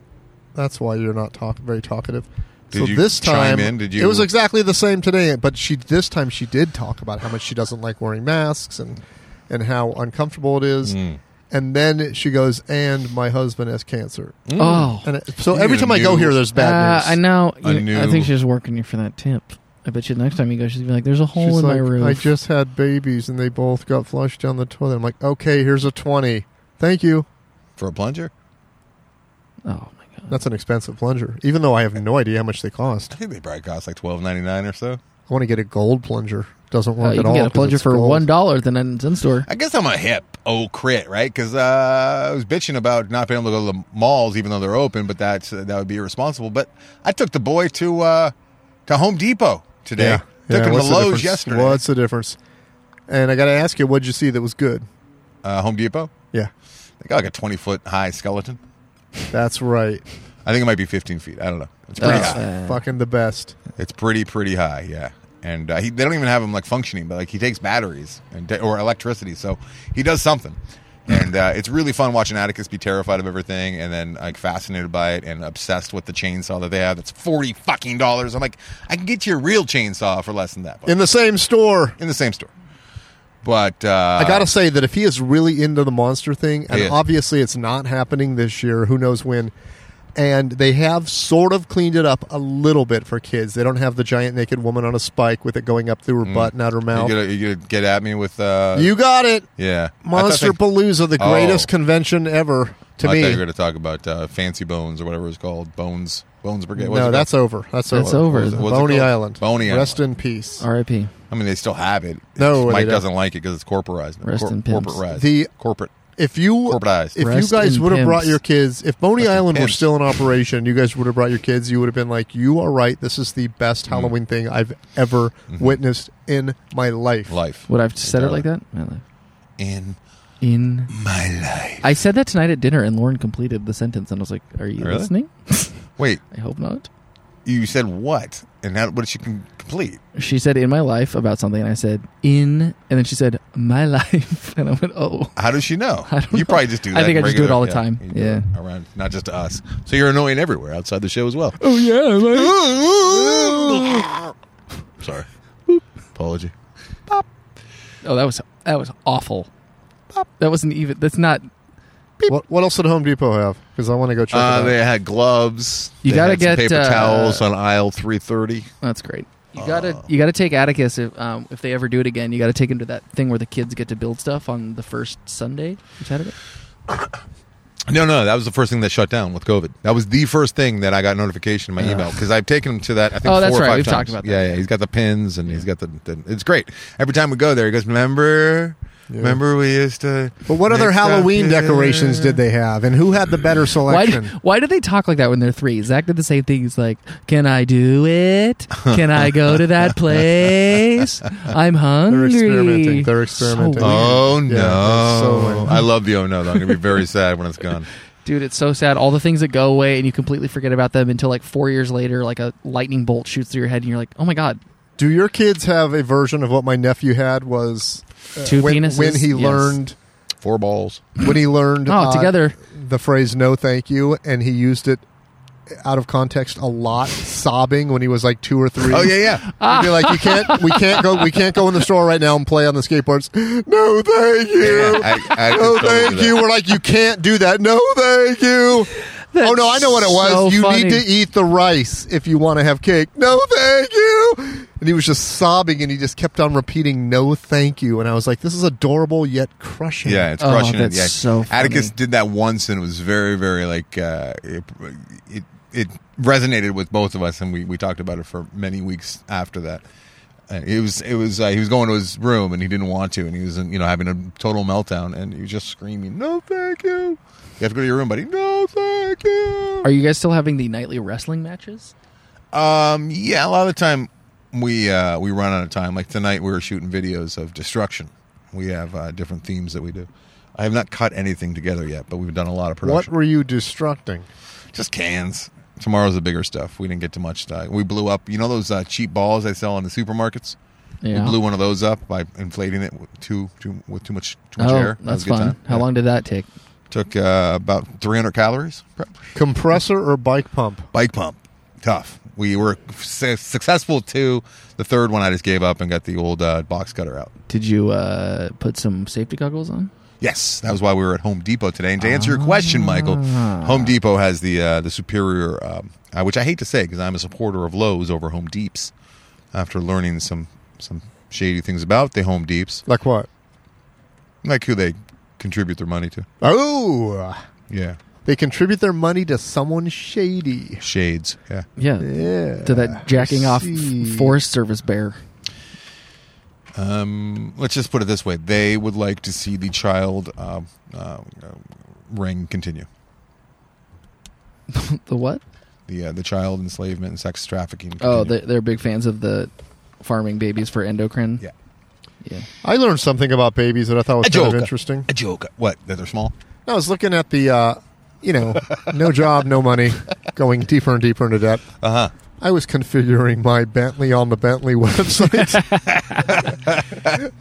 [SPEAKER 6] that's why you're not talk very talkative."
[SPEAKER 5] Did
[SPEAKER 6] so
[SPEAKER 5] you
[SPEAKER 6] this
[SPEAKER 5] chime
[SPEAKER 6] time,
[SPEAKER 5] in? Did you-
[SPEAKER 6] it was exactly the same today, but she this time she did talk about how much she doesn't like wearing masks and and how uncomfortable it is.
[SPEAKER 5] Mm. hmm.
[SPEAKER 6] And then she goes, and my husband has cancer.
[SPEAKER 4] Oh,
[SPEAKER 6] And it, so
[SPEAKER 5] You
[SPEAKER 6] every
[SPEAKER 5] need a
[SPEAKER 6] time I go
[SPEAKER 5] new-
[SPEAKER 6] here, there's Mm. bad
[SPEAKER 4] uh,
[SPEAKER 6] news.
[SPEAKER 4] I know.
[SPEAKER 5] I
[SPEAKER 4] You know, I
[SPEAKER 5] knew.
[SPEAKER 4] think she's working you for that tip. I bet you next time you go, she's gonna be like, "There's a hole
[SPEAKER 6] She's
[SPEAKER 4] in
[SPEAKER 6] like,
[SPEAKER 4] my roof."
[SPEAKER 6] I just had babies and they both got flushed down the toilet. I'm like, okay, here's a twenty. Thank you.
[SPEAKER 5] For a plunger?
[SPEAKER 4] oh my god.
[SPEAKER 6] That's an expensive plunger, even though I have no idea how much they cost.
[SPEAKER 5] I think they probably cost like twelve ninety nine or so.
[SPEAKER 6] I want to get a gold plunger. Doesn't work
[SPEAKER 4] Uh, you
[SPEAKER 6] at
[SPEAKER 4] can
[SPEAKER 6] all.
[SPEAKER 4] get a
[SPEAKER 6] 'cause
[SPEAKER 4] plunger
[SPEAKER 6] it's
[SPEAKER 4] for
[SPEAKER 6] gold.
[SPEAKER 4] one dollar than in in store.
[SPEAKER 5] I guess I'm a hip old crit, right? Because uh, I was bitching about not being able to go to the malls, even though they're open, but that's uh, that would be irresponsible. But I took the boy to uh, to Home Depot today.
[SPEAKER 6] Yeah.
[SPEAKER 5] Took
[SPEAKER 6] Yeah,
[SPEAKER 5] him to
[SPEAKER 6] what's the
[SPEAKER 5] Lowe's
[SPEAKER 6] difference?
[SPEAKER 5] yesterday.
[SPEAKER 6] What's the difference? And I got to ask you, what'd you see that was good?
[SPEAKER 5] Uh, Home Depot.
[SPEAKER 6] Yeah,
[SPEAKER 5] They got like a twenty foot high skeleton.
[SPEAKER 6] that's right.
[SPEAKER 5] I think it might be fifteen feet. I don't know. It's pretty
[SPEAKER 4] That's
[SPEAKER 5] high.
[SPEAKER 4] Uh,
[SPEAKER 6] Fucking the best.
[SPEAKER 5] It's pretty pretty high. Yeah. And uh, he, they don't even have him like functioning, but like he takes batteries and ta- or electricity, so he does something. And uh, it's really fun watching Atticus be terrified of everything, and then like fascinated by it, and obsessed with the chainsaw that they have. That's forty fucking dollars. I'm like, I can get you a real chainsaw for less than that, but
[SPEAKER 6] In the same store.
[SPEAKER 5] in the same store. But uh,
[SPEAKER 6] I gotta say that if he is really into the monster thing, and
[SPEAKER 5] Yeah.
[SPEAKER 6] obviously it's not happening this year, who knows when. And they have sort of cleaned it up a little bit for kids. They don't have the giant naked woman on a spike with it going up through her butt and out her
[SPEAKER 5] Mm. you
[SPEAKER 6] mouth.
[SPEAKER 5] gonna, you gonna get at me with uh,
[SPEAKER 6] You got it.
[SPEAKER 5] yeah I thought
[SPEAKER 6] Monster
[SPEAKER 5] they-
[SPEAKER 6] Palooza, the
[SPEAKER 5] Oh.
[SPEAKER 6] greatest convention ever to
[SPEAKER 5] I
[SPEAKER 6] me.
[SPEAKER 5] thought you were going to talk about uh, Fancy Bones or whatever it's called. Bones. Bones Brigade. What's
[SPEAKER 6] no,
[SPEAKER 5] it
[SPEAKER 6] that's
[SPEAKER 5] called?
[SPEAKER 6] over. That's,
[SPEAKER 4] That's over.
[SPEAKER 5] What's it- what's it
[SPEAKER 6] Boney
[SPEAKER 5] called?
[SPEAKER 6] Island.
[SPEAKER 5] Boney Island.
[SPEAKER 6] Rest in peace.
[SPEAKER 4] R.I.P.
[SPEAKER 5] I mean, they still have it.
[SPEAKER 6] No, they
[SPEAKER 5] Mike
[SPEAKER 6] don't.
[SPEAKER 5] doesn't like it because it's corporatized.
[SPEAKER 4] Rest in peace.
[SPEAKER 5] Corporatized.
[SPEAKER 6] The-
[SPEAKER 5] corporate.
[SPEAKER 6] If you
[SPEAKER 5] Corporatized.
[SPEAKER 6] if
[SPEAKER 4] Rest
[SPEAKER 6] you guys
[SPEAKER 4] in
[SPEAKER 6] would have
[SPEAKER 4] pimps.
[SPEAKER 6] brought your kids, if Boney
[SPEAKER 5] Rest in
[SPEAKER 6] Island were
[SPEAKER 5] pimps.
[SPEAKER 6] still in operation, you guys would have brought your kids. You would have been like, "You are right. This is the best
[SPEAKER 5] Mm-hmm.
[SPEAKER 6] Halloween thing I've ever witnessed in my life."
[SPEAKER 5] Life.
[SPEAKER 4] Would I have said it like that? My life.
[SPEAKER 5] In
[SPEAKER 4] In
[SPEAKER 5] my life.
[SPEAKER 4] I said that tonight at dinner, and Lauren completed the sentence, and I was like, "Are you
[SPEAKER 5] Really?
[SPEAKER 4] listening?
[SPEAKER 5] Wait,
[SPEAKER 4] I hope not."
[SPEAKER 5] you said what? And how, what did you con- complete?
[SPEAKER 4] She said "in my life" about something, and I said "in," and then she said "my life," and I went, "Oh."
[SPEAKER 5] How does she know?
[SPEAKER 4] I don't
[SPEAKER 5] you
[SPEAKER 4] know.
[SPEAKER 5] probably just do
[SPEAKER 4] I
[SPEAKER 5] that.
[SPEAKER 4] think I just do it
[SPEAKER 5] regular-
[SPEAKER 4] all the time.
[SPEAKER 5] you do
[SPEAKER 4] Yeah.
[SPEAKER 5] it Around, not just to us. So you're annoying everywhere outside the show as well.
[SPEAKER 4] Oh yeah,
[SPEAKER 5] Sorry. Apology.
[SPEAKER 4] oh that was that was awful. That wasn't even. That's not.
[SPEAKER 6] What, what else did Home Depot have? Because I want to go check.
[SPEAKER 5] Uh,
[SPEAKER 6] it out.
[SPEAKER 5] they had gloves.
[SPEAKER 4] You
[SPEAKER 5] They
[SPEAKER 4] gotta
[SPEAKER 5] had some
[SPEAKER 4] get,
[SPEAKER 5] paper
[SPEAKER 4] uh,
[SPEAKER 5] towels on aisle 330.
[SPEAKER 4] That's great. You gotta
[SPEAKER 6] Oh.
[SPEAKER 4] you gotta take Atticus if um, if they ever do it again. You gotta take him to that thing where the kids get to build stuff on the first Sunday. Is that it?
[SPEAKER 5] No, no, that was the first thing that shut down with COVID. That was the first thing that I got notification in my email because I've taken him to that. I think
[SPEAKER 4] Oh, that's
[SPEAKER 5] four or
[SPEAKER 4] right.
[SPEAKER 5] five
[SPEAKER 4] We've
[SPEAKER 5] times.
[SPEAKER 4] talked about that.
[SPEAKER 5] Yeah, yeah, he's got the pins and he's got the, the. It's great. Every time we go there, he goes, "Remember, remember, we used to."
[SPEAKER 6] but what other
[SPEAKER 5] make stuff
[SPEAKER 6] Halloween
[SPEAKER 5] together?"
[SPEAKER 6] decorations did they have, and who had the better
[SPEAKER 4] Why do,
[SPEAKER 6] selection?
[SPEAKER 4] why do they talk like that when they're three? Zach did the same thing. He's like, "Can I do it? Can I go to that place? I'm
[SPEAKER 6] They're
[SPEAKER 4] hungry."
[SPEAKER 6] experimenting. They're
[SPEAKER 4] So
[SPEAKER 6] experimenting.
[SPEAKER 4] weird.
[SPEAKER 5] Oh no!
[SPEAKER 6] that's so lame.
[SPEAKER 5] I love the oh no. Though. I'm gonna be very sad when it's gone.
[SPEAKER 4] Dude, it's so sad. All the things that go away and you completely forget about them until like four years later, like a lightning bolt shoots through your head and you're like, oh my God,
[SPEAKER 6] Do your kids have a version of what my nephew had? Was uh,
[SPEAKER 4] Two
[SPEAKER 6] when,
[SPEAKER 4] penises?
[SPEAKER 6] when he
[SPEAKER 4] Yes.
[SPEAKER 6] learned
[SPEAKER 5] Four balls.
[SPEAKER 6] when he learned
[SPEAKER 4] Oh,
[SPEAKER 6] uh,
[SPEAKER 4] together.
[SPEAKER 6] the phrase no thank you and he used it out of context a lot sobbing when he was like two or three
[SPEAKER 5] Oh yeah, yeah.
[SPEAKER 6] He'd be like you can't we can't go we can't go in the store right now and play on the skateboards no thank you
[SPEAKER 5] I, I
[SPEAKER 6] no
[SPEAKER 4] Oh,
[SPEAKER 5] totally do
[SPEAKER 6] thank
[SPEAKER 5] that.
[SPEAKER 6] you we're like you can't do that no thank you oh no, I know what it was.
[SPEAKER 4] so
[SPEAKER 6] you
[SPEAKER 4] funny.
[SPEAKER 6] need to eat the rice if you want to have cake. No, thank you. And he was just sobbing, and he just kept on repeating, "No, thank you." And I was like, "This is adorable yet crushing."
[SPEAKER 5] Yeah, it's
[SPEAKER 4] Oh,
[SPEAKER 5] crushing
[SPEAKER 4] that's
[SPEAKER 5] it. Yeah.
[SPEAKER 4] so funny.
[SPEAKER 5] Atticus did that once, and it was very, very like uh, it, it. It resonated with both of us, and we, we talked about it for many weeks after that. Uh, it was it was uh, he was going to his room, and he didn't want to, and he was you know having a total meltdown, and he was just screaming, "No, thank you." You have to go to your room, buddy. No, thank you.
[SPEAKER 4] Are you guys still having the nightly wrestling matches?
[SPEAKER 5] Um, yeah, a lot of the time we uh, we run out of time. Like tonight, we were shooting videos of destruction. We have uh, different themes that we do. I have not cut anything together yet, but we've done a lot of
[SPEAKER 6] What
[SPEAKER 5] production.
[SPEAKER 6] were you destructing?
[SPEAKER 5] Just cans. Tomorrow's the bigger stuff. We didn't get to much. Uh, we blew up. You know those uh, cheap balls they sell in the supermarkets.
[SPEAKER 4] Yeah.
[SPEAKER 5] We blew one of those up by inflating it with too too with too much too much
[SPEAKER 4] oh,
[SPEAKER 5] air. That was a
[SPEAKER 4] that's
[SPEAKER 5] good
[SPEAKER 4] fun.
[SPEAKER 5] time.
[SPEAKER 4] How
[SPEAKER 5] Yeah.
[SPEAKER 4] long did that take?
[SPEAKER 5] Took uh, about 300 calories. Prep.
[SPEAKER 6] Compressor or bike pump?
[SPEAKER 5] bike pump tough we were su- successful to the third one i just gave up and got the old uh, box cutter out
[SPEAKER 4] Did you uh, put some safety goggles on?
[SPEAKER 5] yes that was why we were at home depot today and to answer your question michael home depot has the uh, the superior um, uh, which i hate to say because i'm a supporter of lowes over home deeps after learning some some shady things about the home deeps
[SPEAKER 6] Like what?
[SPEAKER 5] like who they contribute their money to
[SPEAKER 6] Oh,
[SPEAKER 5] yeah
[SPEAKER 6] they contribute their money to someone shady.
[SPEAKER 5] shades yeah
[SPEAKER 4] Yeah.
[SPEAKER 6] Yeah.
[SPEAKER 4] To that jacking off
[SPEAKER 6] see.
[SPEAKER 4] Forest Service bear.
[SPEAKER 5] Um, let's just put it this way: they would like to see the child uh, uh, uh, ring continue.
[SPEAKER 4] The what?
[SPEAKER 5] The uh, the child enslavement and sex trafficking.
[SPEAKER 4] Oh,
[SPEAKER 5] continue.
[SPEAKER 4] they- they're big fans of the farming babies for endocrine.
[SPEAKER 5] yeah.
[SPEAKER 4] Yeah.
[SPEAKER 6] I learned something about babies that I thought was
[SPEAKER 5] A
[SPEAKER 6] kind of
[SPEAKER 5] joke.
[SPEAKER 6] interesting.
[SPEAKER 5] A joke. What? That they're small.
[SPEAKER 6] I was looking at the, uh, you know, no job, no money, going deeper and deeper into debt. Uh
[SPEAKER 5] Uh-huh.
[SPEAKER 6] huh. I was configuring my Bentley on the Bentley website. and,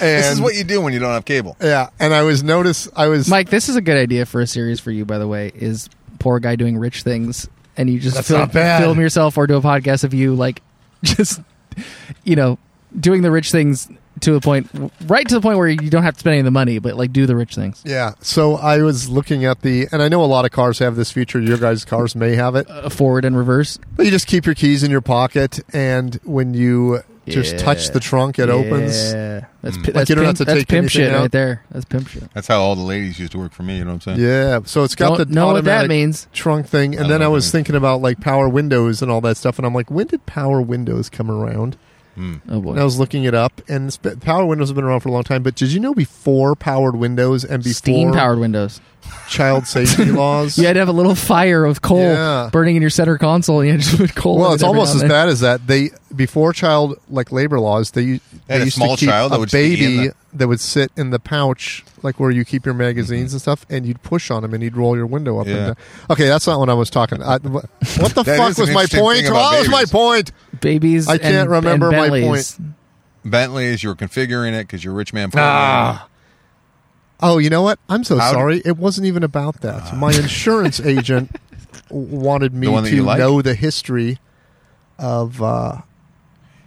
[SPEAKER 5] this is what you do when you don't have cable.
[SPEAKER 6] yeah, and I was notice I was
[SPEAKER 4] Mike, this is a good idea for a series for you, by the way, is poor guy doing rich things and you just
[SPEAKER 6] That's
[SPEAKER 4] film,
[SPEAKER 6] not bad.
[SPEAKER 4] film yourself or do a podcast of you like just you know, doing the rich things to a point right to the point where you don't have to spend any of the money, but like do the rich things.
[SPEAKER 6] yeah. So I was looking at the, and I know a lot of cars have this feature. Your guys' cars may have it.
[SPEAKER 4] Uh, forward and reverse.
[SPEAKER 6] But you just keep your keys in your pocket, and when you just
[SPEAKER 4] Yeah.
[SPEAKER 6] touch the trunk, it opens.
[SPEAKER 4] Yeah. That's, pi- that's,
[SPEAKER 6] you don't have
[SPEAKER 4] pimp,
[SPEAKER 6] to
[SPEAKER 4] that's
[SPEAKER 6] take
[SPEAKER 4] pimp
[SPEAKER 6] anything
[SPEAKER 4] shit
[SPEAKER 6] out.
[SPEAKER 4] right there. That's pimp shit.
[SPEAKER 5] That's how all the ladies used to work for me. You know what I'm saying?
[SPEAKER 6] Yeah, so it's got
[SPEAKER 4] Don't
[SPEAKER 6] the
[SPEAKER 4] know what
[SPEAKER 6] automatic
[SPEAKER 4] that means.
[SPEAKER 6] trunk thing, and
[SPEAKER 5] don't
[SPEAKER 6] then
[SPEAKER 5] know
[SPEAKER 6] I
[SPEAKER 5] what
[SPEAKER 6] was
[SPEAKER 5] that means.
[SPEAKER 6] thinking about like power windows and all that stuff, and I'm like, when did power windows come around?
[SPEAKER 4] Oh boy.
[SPEAKER 6] And I was looking it up, and it's been- power windows have been around for a long time. But did you know before powered windows and before
[SPEAKER 4] Steam powered windows.
[SPEAKER 6] child safety laws?
[SPEAKER 4] You had to have a little fire of coal
[SPEAKER 6] Yeah.
[SPEAKER 4] burning in your center console and you had to put coal in
[SPEAKER 6] Well,
[SPEAKER 4] it
[SPEAKER 6] it's
[SPEAKER 4] every
[SPEAKER 6] almost
[SPEAKER 4] now
[SPEAKER 6] as
[SPEAKER 4] and then.
[SPEAKER 6] bad as that. They before child like labor laws, they, they
[SPEAKER 5] a
[SPEAKER 6] used
[SPEAKER 5] small
[SPEAKER 6] to keep
[SPEAKER 5] child
[SPEAKER 6] a
[SPEAKER 5] that would just be
[SPEAKER 6] baby
[SPEAKER 5] in the- Mm-hmm.
[SPEAKER 6] that would sit in the pouch, like where you keep your magazines and stuff, and you'd push on him, and he'd roll your window up.
[SPEAKER 5] Yeah.
[SPEAKER 6] and down. Okay, that's not what I was talking. I, wha- what the
[SPEAKER 5] That
[SPEAKER 6] fuck
[SPEAKER 5] is an
[SPEAKER 6] was my
[SPEAKER 5] interesting
[SPEAKER 6] point?
[SPEAKER 5] thing
[SPEAKER 6] What
[SPEAKER 5] about
[SPEAKER 6] was my
[SPEAKER 5] babies.
[SPEAKER 6] point?
[SPEAKER 4] Babies.
[SPEAKER 6] I can't
[SPEAKER 4] and- and
[SPEAKER 6] remember my
[SPEAKER 4] Bentleys.
[SPEAKER 6] point.
[SPEAKER 5] Bentleys. You were configuring it because you're a rich man.
[SPEAKER 4] Ah.
[SPEAKER 6] Oh, you know what? I'm so
[SPEAKER 5] How- Ah.
[SPEAKER 6] sorry. It wasn't even about that. My insurance agent w- wanted me
[SPEAKER 5] The one that
[SPEAKER 6] to
[SPEAKER 5] you like?
[SPEAKER 6] know the history of. Uh,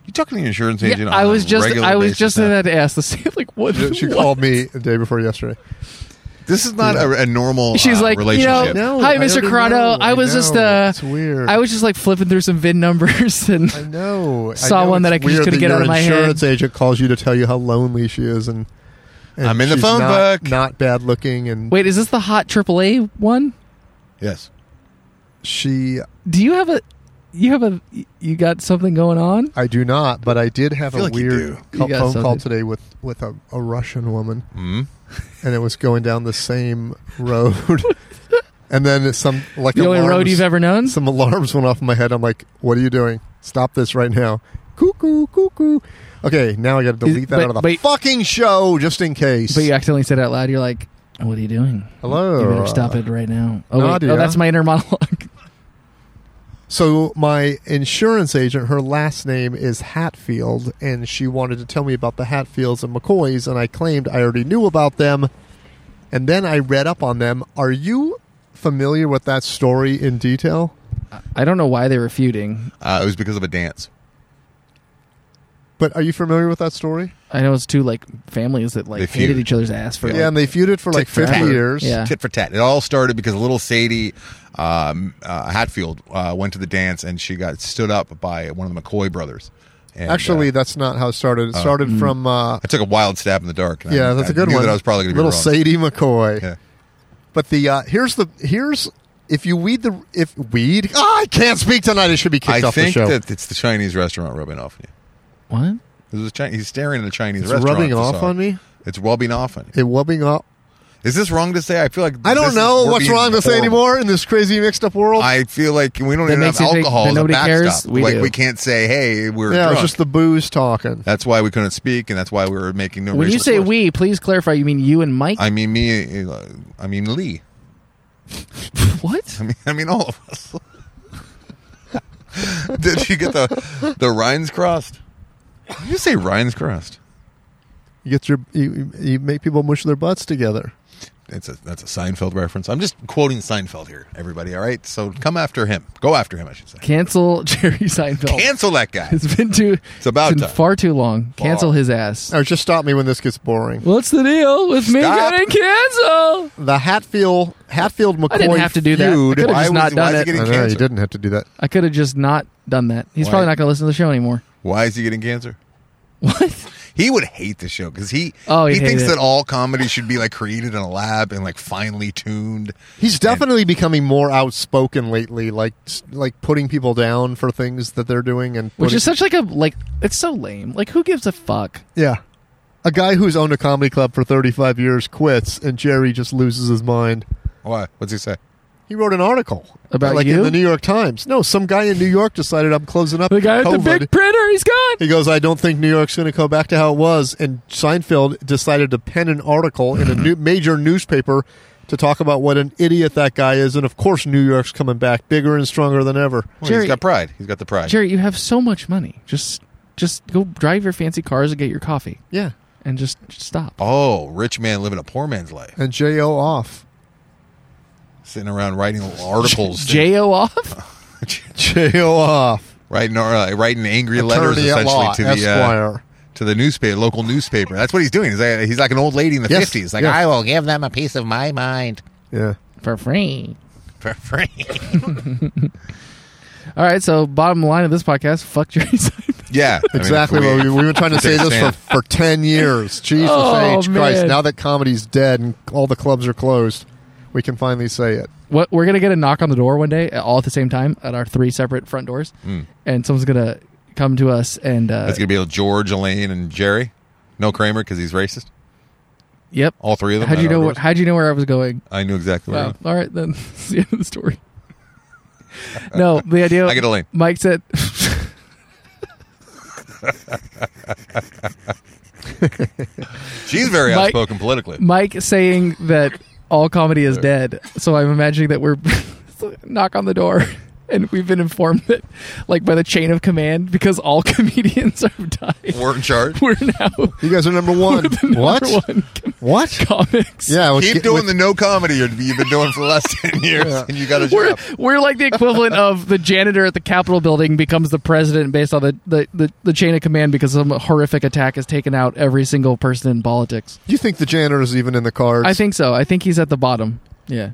[SPEAKER 5] You talking to an insurance agent?
[SPEAKER 4] Yeah,
[SPEAKER 5] on
[SPEAKER 4] I was
[SPEAKER 5] a
[SPEAKER 4] just
[SPEAKER 5] regular
[SPEAKER 4] I was
[SPEAKER 5] basis
[SPEAKER 4] just
[SPEAKER 5] now?
[SPEAKER 4] about to ask the same like what
[SPEAKER 6] she
[SPEAKER 4] what?
[SPEAKER 6] called me the day before yesterday.
[SPEAKER 5] This is not a, a normal.
[SPEAKER 4] She's
[SPEAKER 5] uh,
[SPEAKER 4] like, you know,
[SPEAKER 5] relationship.
[SPEAKER 6] No,
[SPEAKER 4] hi,
[SPEAKER 6] I
[SPEAKER 4] Mr.
[SPEAKER 6] already
[SPEAKER 4] Carano.
[SPEAKER 6] know,
[SPEAKER 4] I
[SPEAKER 6] I
[SPEAKER 4] was just
[SPEAKER 6] know,
[SPEAKER 4] uh,
[SPEAKER 6] it's weird.
[SPEAKER 4] I was just like flipping through some VIN numbers, and
[SPEAKER 6] I know.
[SPEAKER 4] Saw
[SPEAKER 6] I know
[SPEAKER 4] one that
[SPEAKER 6] it's
[SPEAKER 4] I just
[SPEAKER 6] weird
[SPEAKER 4] couldn't
[SPEAKER 6] that
[SPEAKER 4] get
[SPEAKER 6] your
[SPEAKER 4] out of my head.
[SPEAKER 6] Insurance agent calls you to tell you how lonely she is, and, and
[SPEAKER 5] I'm in the
[SPEAKER 6] she's
[SPEAKER 5] phone
[SPEAKER 6] not-
[SPEAKER 5] book.
[SPEAKER 6] Not bad looking, and
[SPEAKER 4] wait, is this the hot AAA one?
[SPEAKER 5] Yes.
[SPEAKER 6] she.
[SPEAKER 4] Do you have a you have a you got something going on?
[SPEAKER 6] I do not, but I did have
[SPEAKER 5] feel
[SPEAKER 6] a
[SPEAKER 5] like you do.
[SPEAKER 6] weird
[SPEAKER 4] You
[SPEAKER 6] co-
[SPEAKER 4] got
[SPEAKER 6] phone call
[SPEAKER 4] something.
[SPEAKER 6] today with with a, a Russian woman,
[SPEAKER 5] Mm.
[SPEAKER 6] and it was going down the same road, and then some like
[SPEAKER 4] The only
[SPEAKER 6] alarms-
[SPEAKER 4] road you've ever known.
[SPEAKER 6] some alarms went off in my head. I'm like, "What are you doing? Stop this right now!" Cuckoo, cuckoo. Okay, now I got to delete that
[SPEAKER 4] but-
[SPEAKER 6] out of the
[SPEAKER 4] but-
[SPEAKER 6] fucking show just in case.
[SPEAKER 4] but you accidentally said it out loud. You're like, what are you doing?
[SPEAKER 6] Hello.
[SPEAKER 4] You better stop it right now. Oh, wait.
[SPEAKER 6] Nadia.
[SPEAKER 4] oh that's my inner monologue.
[SPEAKER 6] So my insurance agent, her last name is Hatfield, and she wanted to tell me about the Hatfields and McCoys, and I claimed I already knew about them. And then I read up on them. Are you familiar with that story in detail?
[SPEAKER 4] I don't know why they were feuding.
[SPEAKER 5] Uh, it was because of a dance.
[SPEAKER 6] But are you familiar with that story?
[SPEAKER 4] I know it's two like families that like
[SPEAKER 5] They
[SPEAKER 4] hated
[SPEAKER 5] feud.
[SPEAKER 4] each other's ass for
[SPEAKER 6] Yeah,
[SPEAKER 4] like,
[SPEAKER 6] and they feuded for like
[SPEAKER 5] Tit for
[SPEAKER 6] 50
[SPEAKER 5] tat.
[SPEAKER 6] years.
[SPEAKER 4] Yeah.
[SPEAKER 5] tit for tat. It all started because little Sadie um, uh, Hatfield uh, went to the dance and she got stood up by one of the McCoy brothers. And,
[SPEAKER 6] Actually,
[SPEAKER 5] uh, mm-hmm.
[SPEAKER 6] that's not how it started. It started from uh,
[SPEAKER 5] I took a wild stab in the dark. and I-
[SPEAKER 6] yeah, that's
[SPEAKER 5] I
[SPEAKER 6] a good
[SPEAKER 5] knew
[SPEAKER 6] one.
[SPEAKER 5] That I was probably going to be
[SPEAKER 6] little
[SPEAKER 5] wrong.
[SPEAKER 6] Sadie McCoy.
[SPEAKER 5] Yeah.
[SPEAKER 6] But the uh, here's the here's if you weed the if weed Ah, I can't speak tonight. I should be kicked
[SPEAKER 5] I
[SPEAKER 6] off the
[SPEAKER 5] think
[SPEAKER 6] show.
[SPEAKER 5] that it's the Chinese restaurant rubbing off on you.
[SPEAKER 4] what?
[SPEAKER 5] This is Chi- he's staring at a Chinese
[SPEAKER 6] It's
[SPEAKER 5] restaurant.
[SPEAKER 6] rubbing
[SPEAKER 5] the
[SPEAKER 6] off
[SPEAKER 5] song.
[SPEAKER 6] on me?
[SPEAKER 5] It's rubbing off on you.
[SPEAKER 6] it rubbing up.
[SPEAKER 5] Is this wrong to say? I feel like
[SPEAKER 6] I
[SPEAKER 5] this
[SPEAKER 6] don't
[SPEAKER 5] is-
[SPEAKER 6] know
[SPEAKER 5] we're
[SPEAKER 6] what's
[SPEAKER 5] being
[SPEAKER 6] wrong to say
[SPEAKER 5] horrible.
[SPEAKER 6] anymore in this crazy mixed up world.
[SPEAKER 5] I feel like we don't
[SPEAKER 4] That
[SPEAKER 5] even
[SPEAKER 4] makes
[SPEAKER 5] have
[SPEAKER 4] you think
[SPEAKER 5] alcohol
[SPEAKER 4] that
[SPEAKER 5] as a
[SPEAKER 4] nobody cares?
[SPEAKER 5] backstop.
[SPEAKER 4] We
[SPEAKER 5] like
[SPEAKER 4] do.
[SPEAKER 5] we can't say, "Hey, we're
[SPEAKER 6] yeah, it's
[SPEAKER 5] drunk."
[SPEAKER 6] just the booze talking.
[SPEAKER 5] That's why we couldn't speak, and that's why we were making no.
[SPEAKER 4] When you
[SPEAKER 5] racial
[SPEAKER 4] say
[SPEAKER 5] slurs.
[SPEAKER 4] we, please clarify. You mean you and Mike?
[SPEAKER 5] I mean me. uh, I mean Lee.
[SPEAKER 4] what?
[SPEAKER 5] I mean, I mean all of us. Did you get the the Rhines crust? Did you say Rhines crust?
[SPEAKER 6] You get your you, you make people mush their butts together.
[SPEAKER 5] It's a that's a Seinfeld reference. I'm just quoting Seinfeld here, everybody. All right, so come after him. Go after him, I should say.
[SPEAKER 4] Cancel Jerry Seinfeld.
[SPEAKER 5] Cancel that guy.
[SPEAKER 4] it's been too.
[SPEAKER 5] It's about
[SPEAKER 4] been
[SPEAKER 5] time.
[SPEAKER 4] far too long. Cancel his ass.
[SPEAKER 6] Or just stop me when this gets boring.
[SPEAKER 4] What's the deal with me
[SPEAKER 5] Stop.
[SPEAKER 4] getting canceled?
[SPEAKER 6] The Hatfield Hatfield McCoy.
[SPEAKER 4] I didn't have to do that. I
[SPEAKER 6] feud-
[SPEAKER 4] could've
[SPEAKER 5] Why was-
[SPEAKER 4] just not
[SPEAKER 5] why is
[SPEAKER 4] done
[SPEAKER 5] he
[SPEAKER 4] it.
[SPEAKER 5] getting
[SPEAKER 6] I know, you
[SPEAKER 5] cancer?
[SPEAKER 6] didn't have to do that.
[SPEAKER 4] I could have just not done that. He's
[SPEAKER 5] Why?
[SPEAKER 4] probably not going to listen to the show anymore.
[SPEAKER 5] Why is he getting cancer?
[SPEAKER 4] What?
[SPEAKER 5] He would hate the show because he
[SPEAKER 4] Oh, he'd
[SPEAKER 5] he
[SPEAKER 4] hate
[SPEAKER 5] thinks
[SPEAKER 4] it.
[SPEAKER 5] that all comedy should be like created in a lab and like finely tuned.
[SPEAKER 6] He's definitely becoming more outspoken lately, like like putting people down for things that they're doing, and
[SPEAKER 4] Which
[SPEAKER 6] putting-
[SPEAKER 4] is such like a like. It's so lame. Like who gives a fuck?
[SPEAKER 6] yeah, a guy who's owned a comedy club for thirty five years quits, and Jerry just loses his mind.
[SPEAKER 5] Why? What's he say?
[SPEAKER 6] He wrote an article
[SPEAKER 4] About
[SPEAKER 6] like
[SPEAKER 4] you?
[SPEAKER 6] in the New York Times. No, some guy in New York decided I'm closing up.
[SPEAKER 4] The guy at
[SPEAKER 6] COVID.
[SPEAKER 4] the big printer. He's gone.
[SPEAKER 6] He goes, I don't think New York's going to go back to how it was. And Seinfeld decided to pen an article in a new, major newspaper to talk about what an idiot that guy is. And of course, New York's coming back bigger and stronger than ever.
[SPEAKER 5] Well,
[SPEAKER 4] Jerry-
[SPEAKER 5] he's got pride. He's got the pride.
[SPEAKER 4] Jerry, you have so much money. Just just go drive your fancy cars and get your coffee
[SPEAKER 6] Yeah.
[SPEAKER 4] and just, just stop.
[SPEAKER 5] Oh, rich man living a poor man's life,
[SPEAKER 6] And J.O. off.
[SPEAKER 5] sitting around writing articles,
[SPEAKER 4] J.O. off?
[SPEAKER 6] J.O. off.
[SPEAKER 5] writing uh, writing angry letters
[SPEAKER 6] Attorney at
[SPEAKER 5] essentially
[SPEAKER 6] law,
[SPEAKER 5] to the uh,
[SPEAKER 6] Esquire.
[SPEAKER 5] to the newspaper, local newspaper. That's what he's doing. He's like, he's like an old lady in the
[SPEAKER 6] Yes,
[SPEAKER 5] fifties. Like
[SPEAKER 6] yes.
[SPEAKER 5] I will give them a piece of my mind
[SPEAKER 6] yeah.
[SPEAKER 4] For free.
[SPEAKER 5] for free.
[SPEAKER 4] All right, so bottom line of this podcast, fuck Jerry Seinfeld.
[SPEAKER 5] yeah, I mean,
[SPEAKER 6] Exactly.
[SPEAKER 5] if
[SPEAKER 6] what we, we've been trying to say this for, for 10 years. Jesus
[SPEAKER 4] Oh,
[SPEAKER 6] H. Christ.
[SPEAKER 4] man.
[SPEAKER 6] Now that comedy's dead and all the clubs are closed, we can finally say it.
[SPEAKER 4] What we're gonna get a knock on the door one day, uh, all at the same time, at our three separate front doors, and someone's gonna come to us and uh,
[SPEAKER 5] Mm. That's gonna be George, Elaine, and Jerry. No Kramer because he's racist.
[SPEAKER 4] yep.
[SPEAKER 5] All three of them.
[SPEAKER 4] How'd you
[SPEAKER 5] at
[SPEAKER 4] know?
[SPEAKER 5] our
[SPEAKER 4] wh-
[SPEAKER 5] doors.
[SPEAKER 4] How'd you know where I was going?
[SPEAKER 5] I knew exactly. Where
[SPEAKER 4] Wow.
[SPEAKER 5] he was.
[SPEAKER 4] All right, then that's the end of the story. no, the idea.
[SPEAKER 5] I get a lane.
[SPEAKER 4] Mike said.
[SPEAKER 5] She's very
[SPEAKER 4] Mike-
[SPEAKER 5] outspoken politically.
[SPEAKER 4] Mike saying that all comedy is dead. So I'm imagining that we're knock on the door and we've been informed that like by the chain of command because all comedians have died.
[SPEAKER 5] We're in charge.
[SPEAKER 4] We're now
[SPEAKER 6] You guys are number one.
[SPEAKER 4] number
[SPEAKER 6] what?
[SPEAKER 4] one com-
[SPEAKER 6] What?
[SPEAKER 4] comics.
[SPEAKER 6] Yeah. let's
[SPEAKER 5] Keep
[SPEAKER 6] get-
[SPEAKER 5] doing
[SPEAKER 6] let's-
[SPEAKER 5] the no comedy you're- you've been doing for the last ten years, and you got a
[SPEAKER 4] We're,
[SPEAKER 5] job.
[SPEAKER 4] we're like the equivalent of the janitor at the Capitol building becomes the president based on the, the, the, the chain of command because some horrific attack has taken out every single person in politics.
[SPEAKER 6] Do you think the janitor is even in the cards?
[SPEAKER 4] I think so. I think he's at the bottom. Yeah.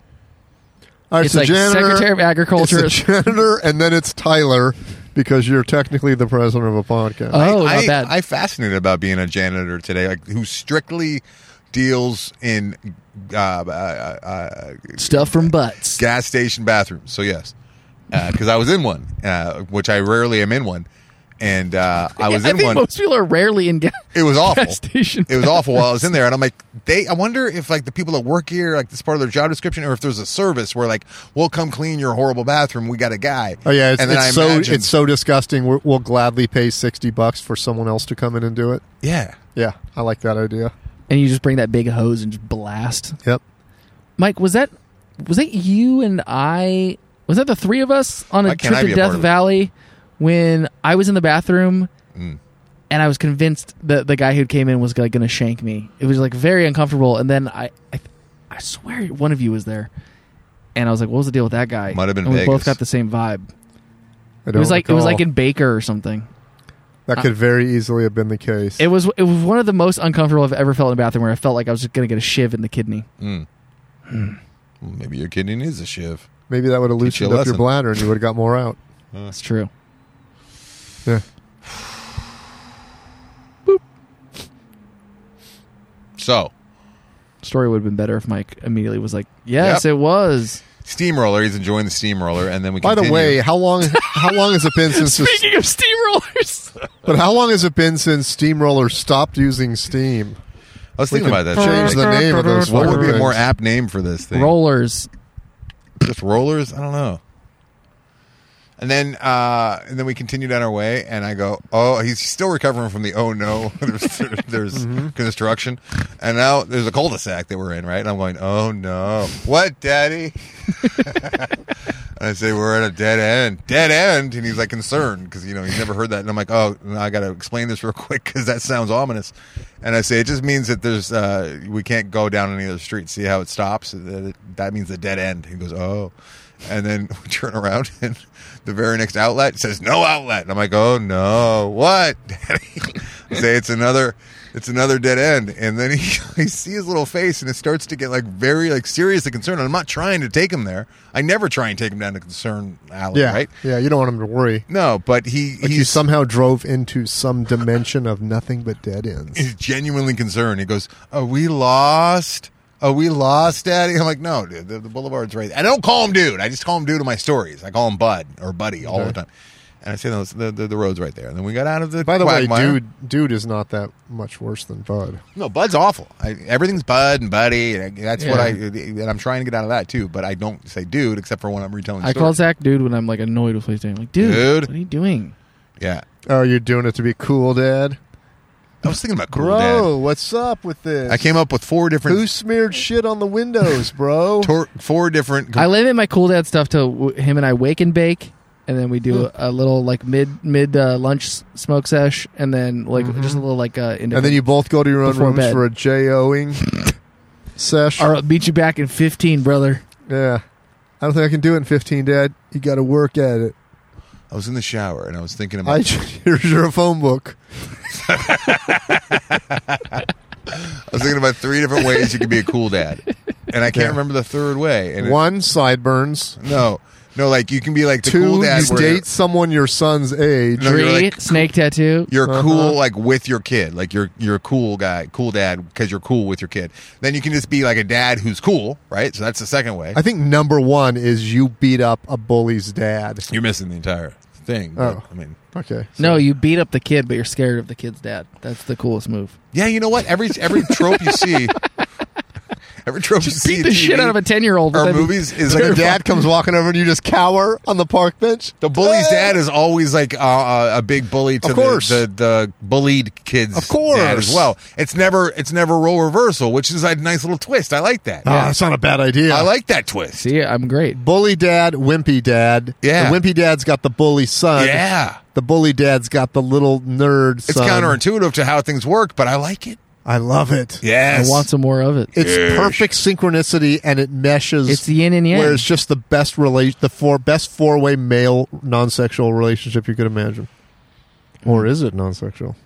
[SPEAKER 6] All right,
[SPEAKER 4] It's
[SPEAKER 6] so
[SPEAKER 4] like
[SPEAKER 6] janitor,
[SPEAKER 4] Secretary of Agriculture.
[SPEAKER 6] It's the janitor, and then it's Tyler because you're technically the president of a podcast.
[SPEAKER 4] oh,
[SPEAKER 5] I,
[SPEAKER 4] not bad.
[SPEAKER 5] I fascinated about being a janitor today, like who strictly deals in uh, uh, uh, uh,
[SPEAKER 4] Stuff from butts.
[SPEAKER 5] gas station bathrooms. So yes, because I was in one, uh, which I rarely am in one, and uh, I was
[SPEAKER 4] Yeah,
[SPEAKER 5] in
[SPEAKER 4] think
[SPEAKER 5] one.
[SPEAKER 4] Most people are rarely in gas.
[SPEAKER 5] It was awful.
[SPEAKER 4] gas station.
[SPEAKER 5] It was awful while I was in there, and I'm like, they. I wonder if like the people that work here, like this part of their job description, or if there's a service where like, we'll come clean your horrible bathroom. We got a guy.
[SPEAKER 6] Oh yeah, it's,
[SPEAKER 5] and then
[SPEAKER 6] it's
[SPEAKER 5] I
[SPEAKER 6] so
[SPEAKER 5] imagine-
[SPEAKER 6] it's so disgusting. We're, we'll gladly pay sixty bucks for someone else to come in and do it.
[SPEAKER 5] yeah.
[SPEAKER 6] Yeah, I like that idea.
[SPEAKER 4] and you just bring that big hose and just blast.
[SPEAKER 6] Yep.
[SPEAKER 4] Mike, was that was that you and I? Was that the three of us on a
[SPEAKER 5] Why can't I
[SPEAKER 4] trip
[SPEAKER 5] be
[SPEAKER 4] to
[SPEAKER 5] a part
[SPEAKER 4] Death
[SPEAKER 5] of it?
[SPEAKER 4] Valley when I was in the bathroom?
[SPEAKER 5] Hmm.
[SPEAKER 4] And I was convinced that the guy who came in was like going to shank me. It was like very uncomfortable. And then I, I, I swear one of you was there, and I was like, "What was the deal with that guy?"
[SPEAKER 5] Might have been
[SPEAKER 4] And we both
[SPEAKER 5] Vegas.
[SPEAKER 4] got the same vibe.
[SPEAKER 6] I
[SPEAKER 4] It was
[SPEAKER 6] don't
[SPEAKER 4] like it was
[SPEAKER 6] recall.
[SPEAKER 4] like in Baker or something.
[SPEAKER 6] That could very easily have been the case.
[SPEAKER 4] It was it was one of the most uncomfortable I've ever felt in a bathroom where I felt like I was just gonna get a shiv in the kidney.
[SPEAKER 5] Hmm. Maybe your kidney needs a shiv.
[SPEAKER 6] Maybe that would have
[SPEAKER 5] Teach you a
[SPEAKER 6] loosened up your
[SPEAKER 5] lesson.
[SPEAKER 6] bladder and you would have got more out.
[SPEAKER 4] That's true.
[SPEAKER 6] Yeah.
[SPEAKER 5] So,
[SPEAKER 4] Story would have been better if Mike immediately was like, "Yes,
[SPEAKER 5] Yep.
[SPEAKER 4] it was."
[SPEAKER 5] steamroller. He's enjoying the steamroller, and then we.
[SPEAKER 6] By the
[SPEAKER 5] continue.
[SPEAKER 6] way, how long how long has it been since the-
[SPEAKER 4] Speaking of steamrollers,
[SPEAKER 6] but how long has it been since Steamroller stopped using steam?
[SPEAKER 5] I was
[SPEAKER 6] We
[SPEAKER 5] thinking about
[SPEAKER 6] could
[SPEAKER 5] that.
[SPEAKER 6] change
[SPEAKER 5] Change
[SPEAKER 6] the name of those.
[SPEAKER 5] what would be a
[SPEAKER 6] fucking
[SPEAKER 5] more
[SPEAKER 6] things.
[SPEAKER 5] apt name for this thing?
[SPEAKER 4] rollers.
[SPEAKER 5] Just rollers? I don't know. And then, uh, and then we continued on our way, and I go, "Oh, he's still recovering from the oh no, there's, there's
[SPEAKER 6] Mm-hmm.
[SPEAKER 5] construction, and now there's a cul-de-sac that we're in, right?" And I'm going, "Oh no, what, Daddy?" And I say, "We're at a dead end, dead end," and he's like concerned because you know he's never heard that, and I'm like, "Oh, no, I got to explain this real quick because that sounds ominous," and I say, "It just means that there's uh, we can't go down any other street. See how it stops? That it- that means a dead end." He goes, "Oh." And then we turn around, and the very next outlet says no outlet, and I'm like, "Oh no, what?" Daddy? I say it's another, it's another dead end, and then he I see his little face, and it starts to get like very like seriously concerned. And I'm not trying to take him there. I never try and take him down to concern alley,
[SPEAKER 6] Yeah.
[SPEAKER 5] right?
[SPEAKER 6] Yeah, you don't want him to worry.
[SPEAKER 5] No, but he
[SPEAKER 6] But you
[SPEAKER 5] he's
[SPEAKER 6] somehow drove into some dimension of nothing but dead ends.
[SPEAKER 5] he's genuinely concerned. He goes, "Are we lost? Are we lost, Daddy?" I'm like, "No, dude. The, the boulevard's right." I don't call him dude. I just call him dude in my stories. I call him Bud or Buddy all the time. And I say, "No, the, the the road's right there." And then we got out of the.
[SPEAKER 6] By the way,
[SPEAKER 5] quagmire.
[SPEAKER 6] dude, dude is not that much worse than Bud.
[SPEAKER 5] No, Bud's awful. I, everything's Bud and Buddy, and I- that's what I.
[SPEAKER 4] Yeah.
[SPEAKER 5] And I'm trying to get out of that too, but I don't say dude except for when I'm retelling.
[SPEAKER 4] I
[SPEAKER 5] stories.
[SPEAKER 4] call Zach dude when I'm like annoyed with what he's doing. like, dude,
[SPEAKER 5] Dude.
[SPEAKER 4] what are you doing?
[SPEAKER 5] Yeah,
[SPEAKER 6] Oh, you're doing it to be cool, Dad.
[SPEAKER 5] I was thinking about cool
[SPEAKER 6] Bro, what's up with
[SPEAKER 5] dad.
[SPEAKER 6] this?
[SPEAKER 5] I came up with four different,
[SPEAKER 6] Who smeared shit on the windows, bro?
[SPEAKER 5] tor- four different.
[SPEAKER 4] I limit my cool dad stuff to w- him and I wake and bake, and then we do a, a little like mid mid uh, lunch s- smoke sesh, and then like just a little like uh, into
[SPEAKER 6] and then you both go to your own
[SPEAKER 4] Before
[SPEAKER 6] rooms
[SPEAKER 4] bed.
[SPEAKER 6] for a J-O-ing sesh.
[SPEAKER 4] All right, beat you back in 15, brother.
[SPEAKER 6] Yeah. I don't think I can do it in 15, Dad. You got to work at it.
[SPEAKER 5] I was in the shower and I was thinking
[SPEAKER 6] I
[SPEAKER 5] about.
[SPEAKER 6] here's your phone book.
[SPEAKER 5] I was thinking about three different ways you could be a cool dad, and I can't
[SPEAKER 6] Yeah.
[SPEAKER 5] remember the third way. And it-
[SPEAKER 6] One sideburns.
[SPEAKER 5] no, no, like you can be like the
[SPEAKER 6] Two,
[SPEAKER 5] cool dad.
[SPEAKER 6] you
[SPEAKER 5] where
[SPEAKER 6] date someone your son's age.
[SPEAKER 5] No, you're
[SPEAKER 4] Three,
[SPEAKER 5] like-
[SPEAKER 4] snake tattoo.
[SPEAKER 5] You're
[SPEAKER 6] Uh-huh.
[SPEAKER 5] cool, like with your kid. Like you're you're a cool guy, cool dad, because you're cool with your kid. Then you can just be like a dad who's cool, right? So that's the second way.
[SPEAKER 6] I think number one is you beat up a bully's dad.
[SPEAKER 5] You're missing the entire thing. but,
[SPEAKER 6] Oh.
[SPEAKER 5] I mean,
[SPEAKER 6] Okay.
[SPEAKER 4] No, you beat up the kid, but you're scared of the kid's dad. That's the coolest move.
[SPEAKER 5] yeah, you know what? Every every trope you see, every trope you see,
[SPEAKER 4] Beat
[SPEAKER 5] in
[SPEAKER 4] the
[SPEAKER 5] TV
[SPEAKER 4] shit out of a 10 year old.
[SPEAKER 5] or movies is like
[SPEAKER 6] Your
[SPEAKER 5] a dad.
[SPEAKER 6] dad comes walking over and you just cower on the park bench.
[SPEAKER 5] The bully's dad is always like uh, uh, a big bully to
[SPEAKER 6] Of
[SPEAKER 5] the,
[SPEAKER 6] course.
[SPEAKER 5] the the bullied kids.
[SPEAKER 6] Of course.
[SPEAKER 5] dad as well. It's never it's never role reversal, which is a nice little twist. I like that.
[SPEAKER 6] Ah, that's not a bad idea.
[SPEAKER 5] I like that twist.
[SPEAKER 4] See, I'm great.
[SPEAKER 6] bully dad, wimpy dad.
[SPEAKER 5] Yeah.
[SPEAKER 6] The wimpy dad's got the bully
[SPEAKER 4] uh,
[SPEAKER 6] son.
[SPEAKER 5] Yeah.
[SPEAKER 6] The bully dad's got the little nerd
[SPEAKER 5] It's
[SPEAKER 4] um,
[SPEAKER 6] son.
[SPEAKER 5] counterintuitive to how things work, but I like it.
[SPEAKER 6] I love it.
[SPEAKER 5] Yes.
[SPEAKER 4] I want some more of it.
[SPEAKER 6] It's perfect synchronicity and it meshes.
[SPEAKER 4] It's the yin and yang.
[SPEAKER 6] Where it's just the best relation, the four best four way male non sexual relationship you could imagine. Or is it non sexual?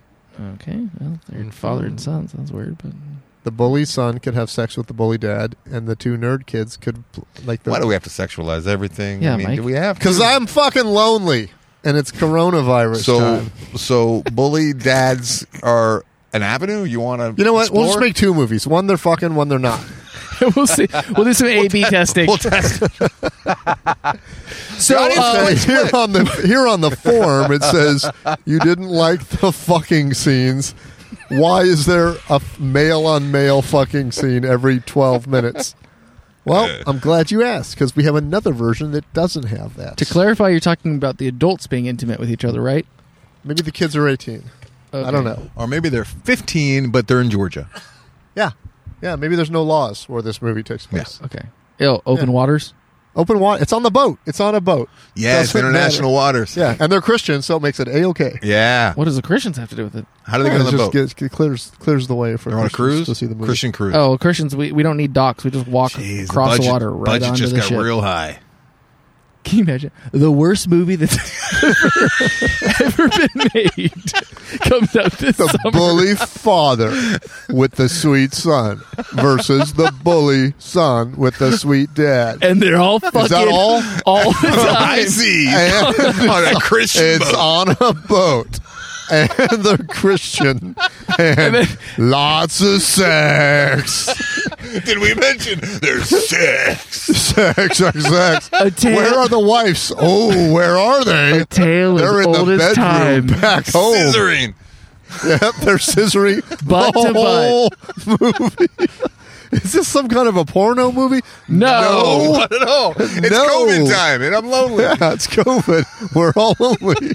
[SPEAKER 4] Okay, well,
[SPEAKER 6] Mm-hmm.
[SPEAKER 4] they're father and son. Sounds weird, but
[SPEAKER 6] The bully son could have sex with the bully dad, and the two nerd kids could pl- like
[SPEAKER 5] Why do
[SPEAKER 6] the
[SPEAKER 5] we have to sexualize everything?
[SPEAKER 4] Yeah,
[SPEAKER 5] I mean,
[SPEAKER 4] Mike.
[SPEAKER 5] do we have?
[SPEAKER 6] because I'm fucking lonely, and it's coronavirus
[SPEAKER 5] so
[SPEAKER 6] time.
[SPEAKER 5] so bully dads are an avenue you want to.
[SPEAKER 6] You know what? We'll just make two movies. One they're fucking, one they're not.
[SPEAKER 4] we'll see. We'll do some A/B testing.
[SPEAKER 5] We'll test.
[SPEAKER 4] so, uh,
[SPEAKER 6] Okay, here on the here on the form it says you didn't like the fucking scenes. Why is there a male on male fucking scene every twelve minutes? Well, I'm glad you asked because we have another version that doesn't have that.
[SPEAKER 4] to clarify, you're talking about the adults being intimate with each other, right?
[SPEAKER 6] Maybe the kids are 18. I don't know.
[SPEAKER 5] or maybe they're 15, but they're in Georgia.
[SPEAKER 6] Yeah, yeah. Maybe there's no laws where this movie takes place.
[SPEAKER 4] Okay. Yo, open
[SPEAKER 6] Yeah.
[SPEAKER 4] waters.
[SPEAKER 6] Open water. It's on the boat. It's on a boat.
[SPEAKER 5] Yes,
[SPEAKER 6] Doesn't
[SPEAKER 5] international
[SPEAKER 6] matter.
[SPEAKER 5] waters.
[SPEAKER 6] Yeah, and they're Christian, so it makes it a okay.
[SPEAKER 5] Yeah.
[SPEAKER 4] What does the Christians have to do with it?
[SPEAKER 5] How do they get on the boat?
[SPEAKER 6] Gets, it clears clears the way for
[SPEAKER 5] They're on a
[SPEAKER 6] Christians
[SPEAKER 5] cruise.
[SPEAKER 6] to see the movie.
[SPEAKER 5] Christian cruise.
[SPEAKER 4] Oh, Christians, we, we don't need docks. We just walk
[SPEAKER 5] Jeez,
[SPEAKER 4] across
[SPEAKER 5] budget-
[SPEAKER 4] the water right
[SPEAKER 5] budget
[SPEAKER 4] onto
[SPEAKER 5] just
[SPEAKER 4] the
[SPEAKER 5] got
[SPEAKER 4] ship.
[SPEAKER 5] real high.
[SPEAKER 4] Can you imagine the worst movie that's ever, ever been made comes out this
[SPEAKER 6] the
[SPEAKER 4] summer?
[SPEAKER 6] bully father with the sweet son versus the bully son with the sweet dad.
[SPEAKER 4] and they're all fucking
[SPEAKER 6] all?
[SPEAKER 4] all the time.
[SPEAKER 5] I see.
[SPEAKER 6] And
[SPEAKER 5] On a Christian
[SPEAKER 6] it's
[SPEAKER 5] boat.
[SPEAKER 6] on a boat. And they're Christian. And, lots of sex.
[SPEAKER 5] Did we mention there's sex?
[SPEAKER 6] sex, sex, sex.
[SPEAKER 4] A tale-
[SPEAKER 6] Where are the wives? Oh, where are they?
[SPEAKER 4] Tale
[SPEAKER 6] They're
[SPEAKER 4] as
[SPEAKER 6] in
[SPEAKER 4] old
[SPEAKER 6] the
[SPEAKER 4] as
[SPEAKER 6] bedroom
[SPEAKER 4] time.
[SPEAKER 6] back home.
[SPEAKER 5] Scissoring.
[SPEAKER 6] Yep, they're scissoring
[SPEAKER 4] Butt
[SPEAKER 6] the
[SPEAKER 4] to butt.
[SPEAKER 6] whole movie. Is this some kind of a porno movie?
[SPEAKER 4] No.
[SPEAKER 5] Oh, not at all. It's
[SPEAKER 6] No.
[SPEAKER 5] COVID time, and I'm lonely.
[SPEAKER 6] Yeah, it's COVID. We're all lonely.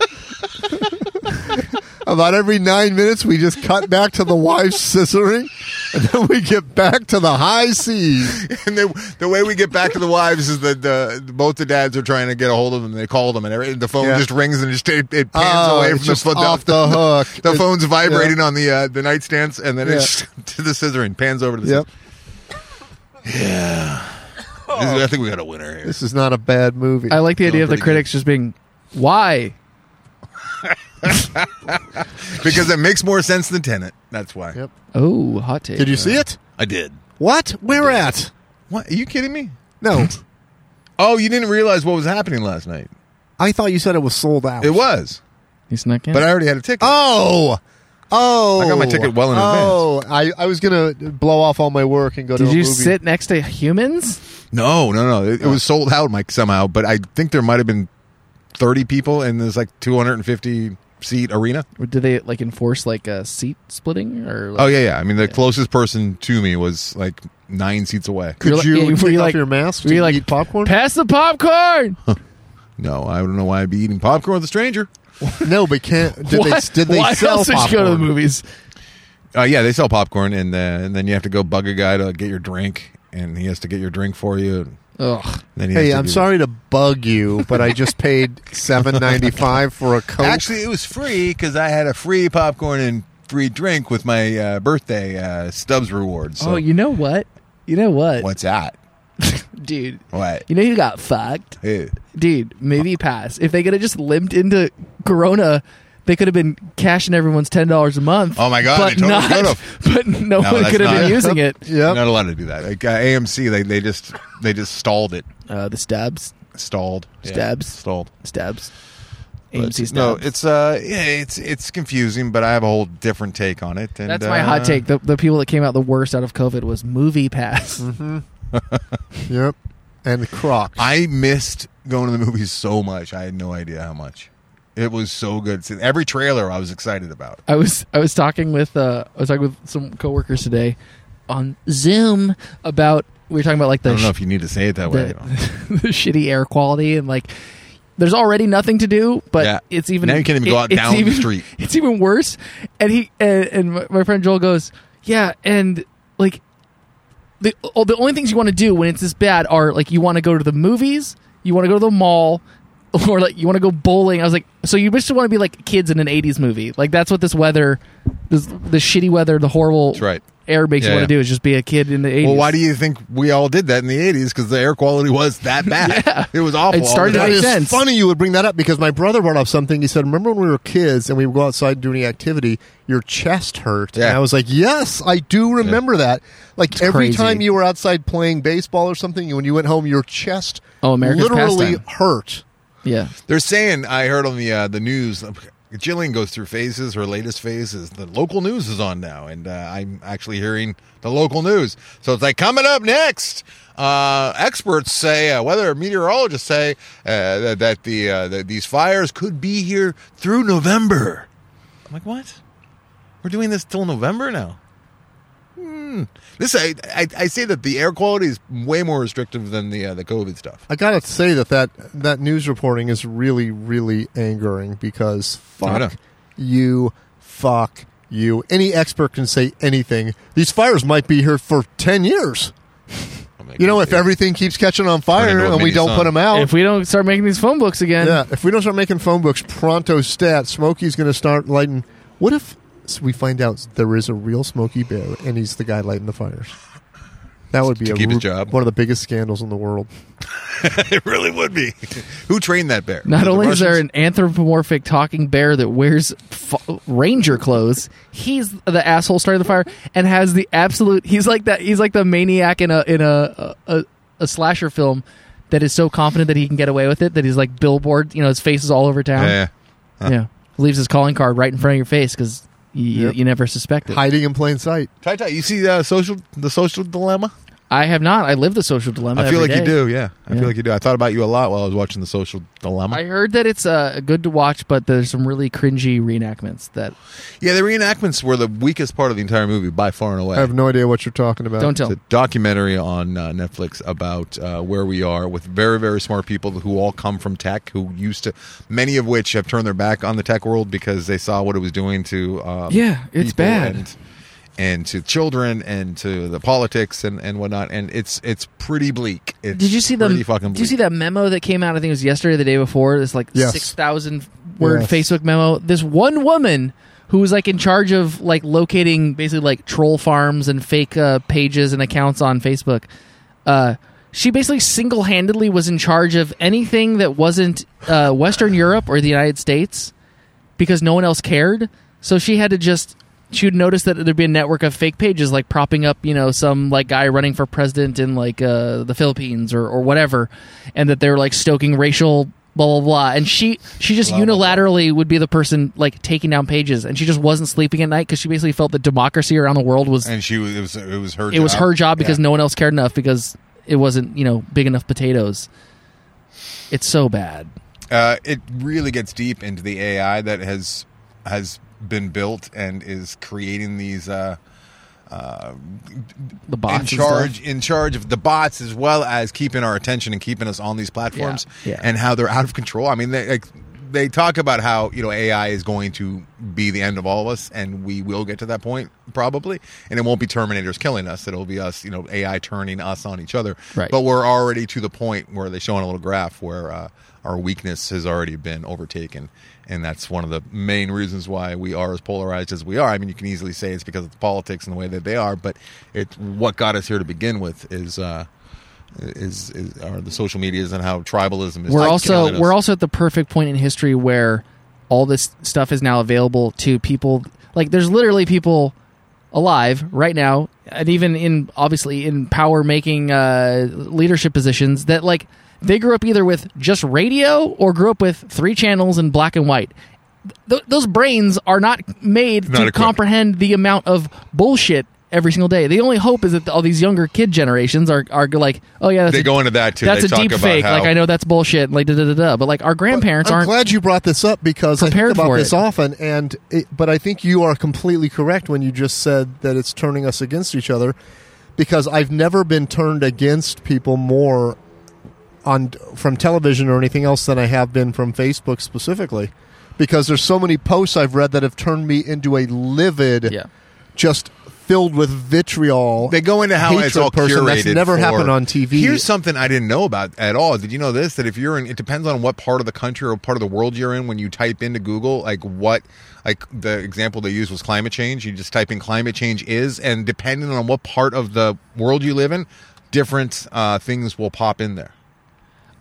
[SPEAKER 6] About every nine minutes, we just cut back to the wives scissoring, and then we get back to the high seas.
[SPEAKER 5] And the, the way we get back to the wives is that the, both the dads are trying to get a hold of them. They call them, and every, the phone
[SPEAKER 6] Yeah.
[SPEAKER 5] just rings and just it, it pans
[SPEAKER 6] Oh,
[SPEAKER 5] away
[SPEAKER 6] it's
[SPEAKER 5] from the
[SPEAKER 6] just
[SPEAKER 5] phone.
[SPEAKER 6] off the hook.
[SPEAKER 5] The
[SPEAKER 6] It-
[SPEAKER 5] phone's vibrating
[SPEAKER 6] yeah.
[SPEAKER 5] on the uh, the nightstands, and then
[SPEAKER 6] Yeah.
[SPEAKER 5] it's to the scissoring, pans over to the.
[SPEAKER 6] Yep,
[SPEAKER 5] scissoring. This is- I think we got a winner here.
[SPEAKER 6] this is not a bad movie.
[SPEAKER 4] I like the idea of the
[SPEAKER 5] pretty good.
[SPEAKER 4] critics just being, why?
[SPEAKER 5] because it makes more sense than Tenant. That's why.
[SPEAKER 6] Yep.
[SPEAKER 4] Oh, hot take.
[SPEAKER 6] Did you see it?
[SPEAKER 5] I did.
[SPEAKER 6] What? Where at?
[SPEAKER 5] What? Are you kidding me?
[SPEAKER 6] No,
[SPEAKER 5] Oh, you didn't realize what was happening last night.
[SPEAKER 6] I thought you said it was sold out.
[SPEAKER 5] It was,
[SPEAKER 4] He snuck in.
[SPEAKER 5] but I already had a ticket.
[SPEAKER 6] Oh. Oh,
[SPEAKER 5] I got my ticket well in
[SPEAKER 6] oh, advance. I, I was gonna blow off all my work and go to.
[SPEAKER 4] Did
[SPEAKER 6] a
[SPEAKER 4] you
[SPEAKER 6] movie.
[SPEAKER 4] sit next to humans?
[SPEAKER 5] No, no, no. It, it was
[SPEAKER 6] Oh.
[SPEAKER 5] sold out, Mike, somehow. But I think there might have been thirty people in this like two hundred and fifty seat arena.
[SPEAKER 4] Or do they like enforce like a seat splitting or? Like,
[SPEAKER 5] Oh yeah, yeah. I mean, the closest person to me was like nine seats away.
[SPEAKER 4] You're
[SPEAKER 6] Could
[SPEAKER 4] like-
[SPEAKER 6] you
[SPEAKER 4] yeah, were
[SPEAKER 6] take
[SPEAKER 4] you
[SPEAKER 6] off
[SPEAKER 4] like-
[SPEAKER 6] your mask?
[SPEAKER 4] were you
[SPEAKER 6] to
[SPEAKER 4] like-
[SPEAKER 6] eat popcorn?
[SPEAKER 4] Pass the popcorn.
[SPEAKER 5] No, I don't know why I'd be eating popcorn with a stranger.
[SPEAKER 6] no, but can't. Did
[SPEAKER 4] Why-
[SPEAKER 6] they? Did they
[SPEAKER 4] why
[SPEAKER 6] sell
[SPEAKER 4] else did
[SPEAKER 6] popcorn?
[SPEAKER 4] you go to the movies?
[SPEAKER 5] Uh, yeah, they sell popcorn, and uh, and then you have to go bug a guy to get your drink, and he has to get your drink for you. And
[SPEAKER 4] Ugh.
[SPEAKER 5] then he has
[SPEAKER 6] Hey,
[SPEAKER 5] to
[SPEAKER 6] I'm
[SPEAKER 5] do-
[SPEAKER 6] sorry to bug you, but I just paid seven ninety five for a coke.
[SPEAKER 5] Actually, it was free because I had a free popcorn and free drink with my uh, birthday uh, Stubbs reward. So
[SPEAKER 4] oh, you know what? You know what,
[SPEAKER 5] what's that?
[SPEAKER 4] dude?
[SPEAKER 5] What?
[SPEAKER 4] You know you got fucked,
[SPEAKER 5] Hey.
[SPEAKER 4] dude.
[SPEAKER 5] Uh.
[SPEAKER 4] Movie pass. If they could have just limped into Corona, they could have been cashing everyone's ten dollars a month.
[SPEAKER 5] Oh my God,
[SPEAKER 4] But
[SPEAKER 5] they totally
[SPEAKER 4] not.
[SPEAKER 5] could've.
[SPEAKER 4] But no,
[SPEAKER 5] No,
[SPEAKER 4] one
[SPEAKER 5] that's
[SPEAKER 4] could have
[SPEAKER 5] not-
[SPEAKER 4] been using it.
[SPEAKER 6] Yep.
[SPEAKER 5] Not allowed to do that. Like uh, AMC, they, they just they just stalled it.
[SPEAKER 4] Uh, the stabs,
[SPEAKER 5] Stalled. Yeah.
[SPEAKER 4] Stabs.
[SPEAKER 5] Stalled.
[SPEAKER 4] stabs.
[SPEAKER 5] But,
[SPEAKER 4] AMC stabs.
[SPEAKER 5] no, it's uh, yeah, it's it's confusing, but I have a whole different take on it. And,
[SPEAKER 4] That's my
[SPEAKER 5] uh,
[SPEAKER 4] hot take. The, the people that came out the worst out of COVID was Movie Pass.
[SPEAKER 6] Yep. And Crocs.
[SPEAKER 5] I missed going to the movies so much. I had no idea how much. It was so good. Every trailer I was excited about.
[SPEAKER 4] I was I was talking with uh, I was talking with some coworkers today on Zoom about we were talking about like
[SPEAKER 5] I
[SPEAKER 4] the
[SPEAKER 5] don't know
[SPEAKER 4] sh-
[SPEAKER 5] if you need to say it that way.
[SPEAKER 4] the, the shitty air quality and like there's already nothing to do, but
[SPEAKER 5] Yeah.
[SPEAKER 4] it's even
[SPEAKER 5] Now you can't even go out
[SPEAKER 4] it's
[SPEAKER 5] down the
[SPEAKER 4] even-
[SPEAKER 5] street.
[SPEAKER 4] It's even worse. And he and, and my- my friend Joel goes, yeah, and like the oh, the only things you want to do when it's this bad are like you want to go to the movies, you want to go to the mall, or like you want to go bowling. I was like, so you just want to be like kids in an '80s movie? Like that's what this weather, this the shitty weather, the horrible
[SPEAKER 5] That's right.
[SPEAKER 4] air makes
[SPEAKER 5] Yeah,
[SPEAKER 4] you want to
[SPEAKER 5] yeah.
[SPEAKER 4] do is just be a kid in the '80s.
[SPEAKER 5] Well, why do you think we all did that in the '80s? Because the air quality was that bad. It was awful.
[SPEAKER 4] It
[SPEAKER 5] all
[SPEAKER 4] started
[SPEAKER 5] the
[SPEAKER 6] That
[SPEAKER 5] time.
[SPEAKER 4] makes
[SPEAKER 6] is
[SPEAKER 4] sense.
[SPEAKER 6] funny you would bring that up because my brother brought up something. He said, Remember when we were kids and we would go outside and do any activity, your chest hurt?
[SPEAKER 5] Yeah.
[SPEAKER 6] And I was like, Yes, I do remember that. Like every
[SPEAKER 4] crazy.
[SPEAKER 6] time you were outside playing baseball or something, when you went home, your chest
[SPEAKER 4] Oh, America's
[SPEAKER 6] literally
[SPEAKER 4] pastime.
[SPEAKER 6] hurt.
[SPEAKER 4] Yeah,
[SPEAKER 5] They're saying I heard on the uh, the news. Jillian goes through phases. Her latest phase is the local news is on now, and uh, I'm actually hearing the local news. So it's like coming up next. Uh, experts say, uh, whether meteorologists say uh, that, that the uh, that these fires could be here through November. I'm like, what? We're doing this till November now. Hmm. This I, I I say that the air quality is way more restrictive than the uh, the COVID stuff.
[SPEAKER 6] I gotta say that, that that news reporting is really, really angering because
[SPEAKER 5] I know.
[SPEAKER 6] fuck you, fuck you. Any expert can say anything. These fires might be here for ten years.
[SPEAKER 5] I'm like,
[SPEAKER 6] You know,
[SPEAKER 5] it's-
[SPEAKER 6] if everything keeps catching on
[SPEAKER 5] Turn
[SPEAKER 6] fire
[SPEAKER 5] into a
[SPEAKER 6] and we
[SPEAKER 5] mini
[SPEAKER 6] don't
[SPEAKER 5] sun.
[SPEAKER 6] put them out,
[SPEAKER 4] if we don't start making these phone books again,
[SPEAKER 6] yeah, if we don't start making phone books, pronto stat, Smokey's going to start lighting. What if we find out there is a real Smokey Bear and he's the guy lighting the fires? That would be
[SPEAKER 5] To
[SPEAKER 6] a
[SPEAKER 5] keep his
[SPEAKER 6] ru-
[SPEAKER 5] job.
[SPEAKER 6] one of the biggest scandals in the world.
[SPEAKER 5] it really would be. Who trained that bear?
[SPEAKER 4] Not
[SPEAKER 5] The
[SPEAKER 4] only is there
[SPEAKER 5] Russians?
[SPEAKER 4] an anthropomorphic talking bear that wears f- ranger clothes, he's the asshole starting the fire and has the absolute. He's like that. He's like the maniac in a in a a, a slasher film that is so confident that he can get away with it that he's like billboard. You know, his face is all over town.
[SPEAKER 5] Yeah, yeah.
[SPEAKER 4] Yeah. leaves his calling card right in front of your face because you,
[SPEAKER 6] Yep.
[SPEAKER 4] you never suspect it.
[SPEAKER 6] Hiding in plain sight.
[SPEAKER 5] Ty Ty, you see uh, social the social dilemma?
[SPEAKER 4] I have not. I live the social dilemma.
[SPEAKER 5] I feel
[SPEAKER 4] every
[SPEAKER 5] like you
[SPEAKER 4] day.
[SPEAKER 5] do. Yeah, I
[SPEAKER 4] Yeah.
[SPEAKER 5] feel like you do. I thought about you a lot while I was watching the social dilemma.
[SPEAKER 4] I heard that it's uh, good to watch, but there's some really cringy reenactments that
[SPEAKER 5] yeah, the reenactments were the weakest part of the entire movie by far and away.
[SPEAKER 6] I have no idea what you're talking about.
[SPEAKER 4] don't tell.
[SPEAKER 5] It's a documentary on uh, Netflix about uh, where we are with very, very smart people who all come from tech, who used to, many of which have turned their back on the tech world because they saw what it was doing to. Um,
[SPEAKER 4] Yeah, it's
[SPEAKER 5] people
[SPEAKER 4] bad.
[SPEAKER 5] And, and to children and to the politics and, and whatnot. And it's it's pretty bleak. It's
[SPEAKER 4] Did you see the?
[SPEAKER 5] pretty fucking bleak.
[SPEAKER 4] Did you see that memo that came out? I think it was yesterday, or the day before. This like
[SPEAKER 6] Yes.
[SPEAKER 4] six thousand word
[SPEAKER 6] Yes.
[SPEAKER 4] Facebook memo. This one woman who was like in charge of like locating basically like troll farms and fake uh, pages and accounts on Facebook. Uh, she basically single handedly was in charge of anything that wasn't uh, Western Europe or the United States because no one else cared. So she had to just she would notice that there'd be a network of fake pages like propping up, you know, some like guy running for president in like uh, the Philippines or, or whatever, and that they were like stoking racial blah blah blah. And she she just
[SPEAKER 5] blah, blah.
[SPEAKER 4] unilaterally would be the person like taking down pages, and she just wasn't sleeping at night because she basically felt that democracy around the world was
[SPEAKER 5] And she was it was it was her.
[SPEAKER 4] it was her job because no one else cared enough because it wasn't you know big enough potatoes. It's so bad.
[SPEAKER 5] uh, it really gets deep into the AI that has has been built and is creating these. Uh,
[SPEAKER 4] The bots
[SPEAKER 5] in
[SPEAKER 4] and
[SPEAKER 5] charge
[SPEAKER 4] stuff.
[SPEAKER 5] in charge of the bots as well as keeping our attention and keeping us on these platforms
[SPEAKER 4] Yeah, yeah.
[SPEAKER 5] and how they're out of control. I mean, they like they talk about how you know AI is going to be the end of all of us, and we will get to that point probably, and it won't be Terminators killing us; it'll be us, you know, AI turning us on each other.
[SPEAKER 4] Right.
[SPEAKER 5] But we're already to the point where they show in a little graph where uh, our weakness has already been overtaken. And that's one of the main reasons why we are as polarized as we are. I mean, you can easily say it's because of the politics and the way that they are, but it's what got us here to begin with is uh, is, is are the social medias and how tribalism is.
[SPEAKER 4] we're
[SPEAKER 5] like
[SPEAKER 4] also
[SPEAKER 5] killing us.
[SPEAKER 4] we're also at the perfect point in history where all this stuff is now available to people. Like there's literally people alive right now, and even in obviously in power making uh, leadership positions that like they grew up either with just radio or grew up with three channels in black and white. Th- those brains are not made
[SPEAKER 5] Not
[SPEAKER 4] to
[SPEAKER 5] equipped.
[SPEAKER 4] comprehend the amount of bullshit every single day. The only hope is that all these younger kid generations are are like, oh yeah, that's
[SPEAKER 5] they
[SPEAKER 4] a-
[SPEAKER 5] go into that too.
[SPEAKER 4] that's
[SPEAKER 5] They
[SPEAKER 4] a
[SPEAKER 5] talk
[SPEAKER 4] deep
[SPEAKER 5] about
[SPEAKER 4] fake.
[SPEAKER 5] how-
[SPEAKER 4] Like I know that's bullshit. Like da da da da. But like our grandparents
[SPEAKER 6] I'm
[SPEAKER 4] aren't.
[SPEAKER 6] glad you brought this up because I
[SPEAKER 4] prepared
[SPEAKER 6] think about
[SPEAKER 4] for
[SPEAKER 6] this
[SPEAKER 4] it.
[SPEAKER 6] often, and it, but I think you are completely correct when you just said that it's turning us against each other, because I've never been turned against people more on from television or anything else than I have been from Facebook specifically, because there's so many posts I've read that have turned me into a livid,
[SPEAKER 4] Yeah.
[SPEAKER 6] just filled with vitriol.
[SPEAKER 5] They go into how it's
[SPEAKER 6] hatred
[SPEAKER 5] all
[SPEAKER 6] person.
[SPEAKER 5] curated.
[SPEAKER 6] That's never
[SPEAKER 5] for-
[SPEAKER 6] happened on TV.
[SPEAKER 5] Here's something I didn't know about at all. Did you know this? That if you're in, it depends on what part of the country or part of the world you're in. When you type into Google, like what, like the example they used was climate change. You just type in climate change is, and depending on what part of the world you live in, different uh, things will pop in there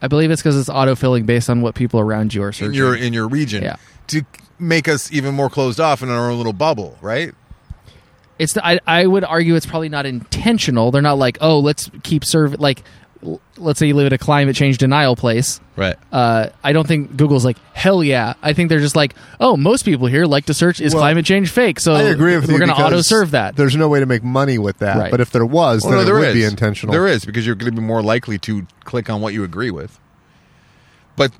[SPEAKER 4] I believe it's because it's autofilling based on what people around you are
[SPEAKER 5] in
[SPEAKER 4] searching.
[SPEAKER 5] your in your region
[SPEAKER 4] Yeah.
[SPEAKER 5] to make us even more closed off in our own little bubble, right?
[SPEAKER 4] it's I I would argue it's probably not intentional. They're not like oh let's keep serve like l- let's say you live in a climate change denial place.
[SPEAKER 5] Right.
[SPEAKER 4] Uh, I don't think Google's like hell yeah. I think they're just like oh most people here like to search is
[SPEAKER 6] Well,
[SPEAKER 4] climate change fake. So
[SPEAKER 6] I agree with
[SPEAKER 4] we're
[SPEAKER 6] you.
[SPEAKER 4] gonna
[SPEAKER 6] because
[SPEAKER 4] auto serve that.
[SPEAKER 6] There's no way to make money with that.
[SPEAKER 4] Right.
[SPEAKER 6] But if there was,
[SPEAKER 5] Well,
[SPEAKER 6] then
[SPEAKER 5] Oh, no,
[SPEAKER 6] it
[SPEAKER 5] there
[SPEAKER 6] would be
[SPEAKER 5] is.
[SPEAKER 6] intentional.
[SPEAKER 5] There is because you're going to be more likely to click on what you agree with. But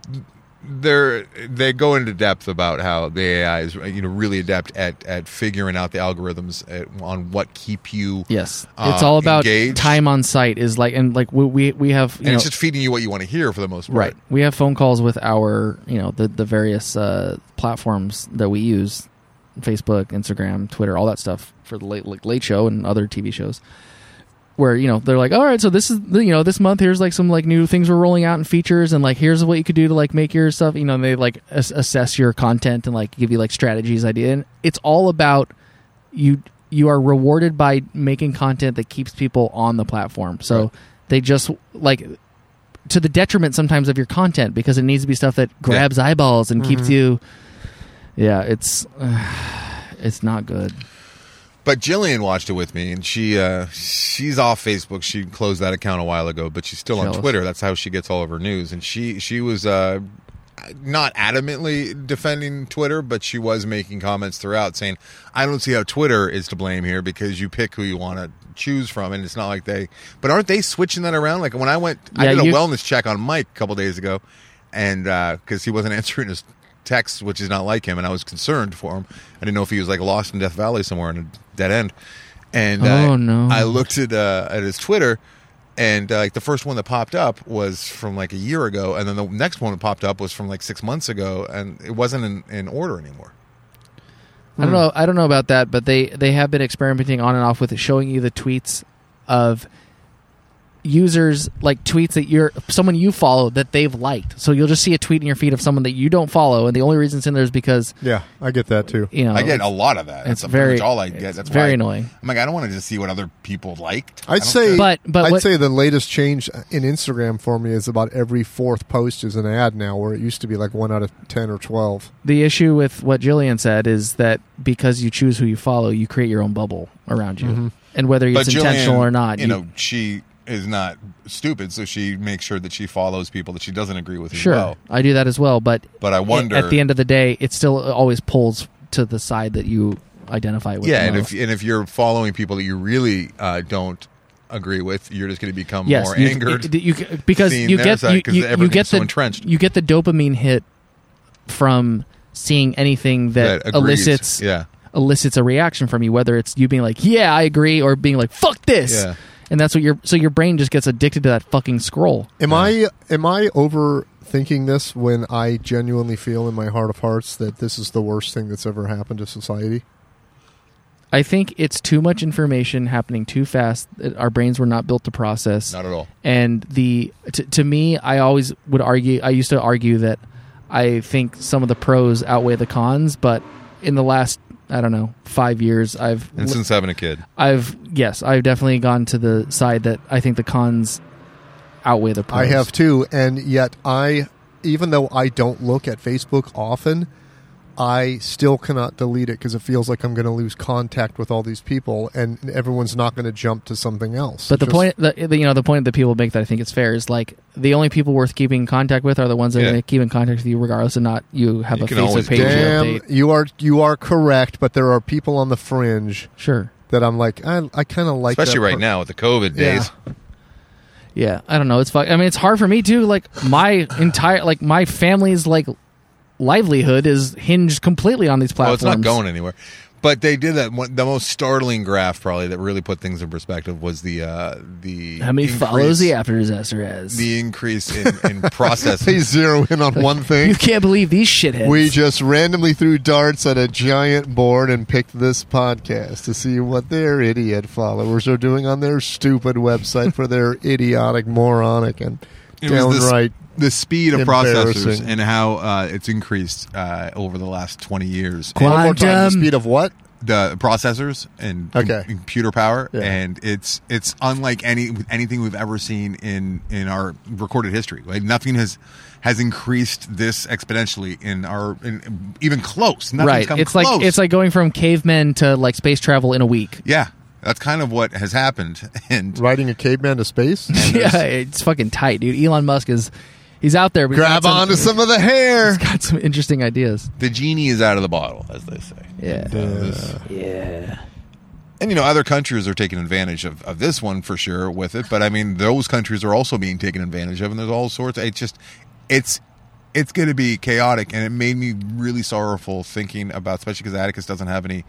[SPEAKER 5] they they go into depth about how the AI is you know really adept at at figuring out the algorithms at, on what keep you.
[SPEAKER 4] Yes,
[SPEAKER 5] uh,
[SPEAKER 4] it's all about
[SPEAKER 5] engaged.
[SPEAKER 4] time on site is like and like we we, we have you
[SPEAKER 5] And
[SPEAKER 4] know,
[SPEAKER 5] it's just feeding you what you want to hear for the most part.
[SPEAKER 4] Right. We have phone calls with our, you know, the the various uh, platforms that we use, Facebook, Instagram, Twitter, all that stuff for the late like, late show and other TV shows. Where you know they're like, all right, so this is the- you know this month here's like some like new things we're rolling out and features and like here's what you could do to like make your stuff you know and they like ass- assess your content and like give you like strategies idea and it's all about you you are rewarded by making content that keeps people on the platform. So they just like to the detriment sometimes of your content because it needs to be stuff that grabs eyeballs and keeps you. Yeah, it's it's not good.
[SPEAKER 5] But Jillian watched it with me, and she uh, she's off Facebook. She closed that account a while ago, but she's still
[SPEAKER 4] Jealous.
[SPEAKER 5] on Twitter. That's how she gets all of her news. And she she was uh, not adamantly defending Twitter, but she was making comments throughout saying, "I don't see how Twitter is to blame here because you pick who you want to choose from, and it's not like they." But aren't they switching that around? Like when I went, I
[SPEAKER 4] Yeah,
[SPEAKER 5] did a
[SPEAKER 4] you-
[SPEAKER 5] wellness check on Mike a couple days ago, and because he wasn't answering his texts, which is not like him, and I was concerned for him. I didn't know if he was like lost in Death Valley somewhere in a dead end. And
[SPEAKER 4] Oh,
[SPEAKER 5] I,
[SPEAKER 4] no.
[SPEAKER 5] I looked at uh, at his Twitter, and uh, like the first one that popped up was from like a year ago, and then the next one that popped up was from like six months ago, and it wasn't in, in order anymore.
[SPEAKER 4] I don't know. I don't know about that, but they they have been experimenting on and off with showing you the tweets of users like tweets that you're someone you follow that they've liked. So you'll just see a tweet in your feed of someone that you don't follow, and the only reason it's in there is because
[SPEAKER 6] Yeah, I get that too.
[SPEAKER 4] you know
[SPEAKER 5] I get a lot of that.
[SPEAKER 4] Oh, it's
[SPEAKER 5] That's
[SPEAKER 4] very-
[SPEAKER 5] very all I get.
[SPEAKER 4] it's
[SPEAKER 5] That's
[SPEAKER 4] very
[SPEAKER 5] why I-
[SPEAKER 4] annoying.
[SPEAKER 5] I'm like, I don't want to just see what other people liked. I
[SPEAKER 6] I'd
[SPEAKER 5] don't
[SPEAKER 6] say,
[SPEAKER 5] care.
[SPEAKER 4] But- but
[SPEAKER 6] I'd
[SPEAKER 4] what-
[SPEAKER 6] say the latest change in Instagram for me is about every fourth post is an ad now, where it used to be like one out of ten or twelve.
[SPEAKER 4] the issue with what Jillian said is that because you choose who you follow, you create your own bubble around you, and whether it's intentional
[SPEAKER 5] Mm-hmm. Jillian,
[SPEAKER 4] or not,
[SPEAKER 5] You, know, she is not stupid, so she makes sure that she follows people that she doesn't agree with. as
[SPEAKER 4] sure,
[SPEAKER 5] well.
[SPEAKER 4] I do that as well. But
[SPEAKER 5] But I wonder-
[SPEAKER 4] at the end of the day, it still always pulls to the side that you identify with.
[SPEAKER 5] yeah,
[SPEAKER 4] the
[SPEAKER 5] and
[SPEAKER 4] most.
[SPEAKER 5] if and if you're following people that you really uh, don't agree with, you're just going to become
[SPEAKER 4] yes,
[SPEAKER 5] more
[SPEAKER 4] you-
[SPEAKER 5] angered.
[SPEAKER 4] it- you- because
[SPEAKER 5] seeing
[SPEAKER 4] you
[SPEAKER 5] their
[SPEAKER 4] get
[SPEAKER 5] side,
[SPEAKER 4] you,
[SPEAKER 5] 'cause
[SPEAKER 4] you- you
[SPEAKER 5] everything's
[SPEAKER 4] get
[SPEAKER 5] so
[SPEAKER 4] the
[SPEAKER 5] entrenched.
[SPEAKER 4] you get the dopamine hit from seeing anything that,
[SPEAKER 5] that agrees.
[SPEAKER 4] elicits
[SPEAKER 5] yeah,
[SPEAKER 4] elicits a reaction from you, whether it's you being like, "Yeah, I agree," or being like, "Fuck this,"
[SPEAKER 5] Yeah.
[SPEAKER 4] and that's what your so your brain just gets addicted to that fucking scroll.
[SPEAKER 6] Am I am I overthinking this when I genuinely feel in my heart of hearts that this is the worst thing that's ever happened to society?
[SPEAKER 4] I think it's too much information happening too fast. that Our brains were not built to process.
[SPEAKER 5] not at all.
[SPEAKER 4] and the to, to me i always would argue i used to argue that i think some of the pros outweigh the cons but in the last i don't know five years i've
[SPEAKER 5] And since having a kid,
[SPEAKER 4] i've yes i've definitely gone to the side that i think the cons outweigh the pros
[SPEAKER 6] I have too, and yet I, even though I don't look at Facebook often, I still cannot delete it because it feels like I'm going to lose contact with all these people, and everyone's not going to jump to something else.
[SPEAKER 4] but the
[SPEAKER 6] Just-
[SPEAKER 4] point the, the- you know the point that people make that i think it's fair is like the only people worth keeping in contact with are the ones that
[SPEAKER 5] Yeah.
[SPEAKER 4] are going to keep in contact with you regardless of not you have
[SPEAKER 5] You
[SPEAKER 4] a
[SPEAKER 5] can
[SPEAKER 4] facebook
[SPEAKER 5] always
[SPEAKER 4] page
[SPEAKER 6] damn,
[SPEAKER 4] update
[SPEAKER 6] you are you are correct, but there are people on the fringe
[SPEAKER 4] sure
[SPEAKER 6] that I'm like, I, I kind of like,
[SPEAKER 5] especially
[SPEAKER 6] that
[SPEAKER 5] right
[SPEAKER 6] per-
[SPEAKER 5] now with the COVID
[SPEAKER 6] Yeah.
[SPEAKER 5] days,
[SPEAKER 4] Yeah, I don't know. It's fuck. I mean, it's hard for me too. Like my entire, like my family's like livelihood is hinged completely on these
[SPEAKER 5] well,
[SPEAKER 4] platforms.
[SPEAKER 5] Oh, it's not going anywhere. But they did that. One, the most startling graph, probably, that really put things in perspective was the uh, the
[SPEAKER 4] How many
[SPEAKER 5] increase-
[SPEAKER 4] follows the after disaster has?
[SPEAKER 5] the increase in, in processing.
[SPEAKER 6] They zero in on one
[SPEAKER 4] you
[SPEAKER 6] thing.
[SPEAKER 4] can't believe these shitheads.
[SPEAKER 6] We just randomly threw darts at a giant board and picked this podcast to see what their idiot followers are doing on their stupid website for their idiotic, moronic, and
[SPEAKER 5] It was the s-
[SPEAKER 6] downright.
[SPEAKER 5] the speed of processors
[SPEAKER 6] embarrassing.
[SPEAKER 5] and how uh, it's increased uh, over the last 20 years.
[SPEAKER 4] Quantum.
[SPEAKER 6] One more time, the speed of what?
[SPEAKER 5] the processors and com-
[SPEAKER 6] Okay.
[SPEAKER 5] computer power,
[SPEAKER 6] Yeah.
[SPEAKER 5] and it's it's unlike any anything we've ever seen in in our recorded history. Like nothing has has increased this exponentially in our in, even close. Nothing's
[SPEAKER 4] right.
[SPEAKER 5] come
[SPEAKER 4] It's
[SPEAKER 5] close.
[SPEAKER 4] like it's like going from cavemen to like space travel in a week.
[SPEAKER 5] yeah, that's kind of what has happened, and
[SPEAKER 6] Riding a caveman to space?
[SPEAKER 4] yeah, it's fucking tight, dude. Elon Musk is he's out there. but he's
[SPEAKER 6] Grab
[SPEAKER 4] got
[SPEAKER 6] onto some of the hair.
[SPEAKER 4] Got some interesting ideas.
[SPEAKER 5] the genie is out of the bottle, as they say.
[SPEAKER 4] Yeah.
[SPEAKER 5] And you know, other countries are taking advantage of, of this one for sure with it, but I mean, those countries are also being taken advantage of, and there's all sorts. It's just, it's, it's going to be chaotic, and it made me really sorrowful thinking about, especially because Atticus doesn't have any,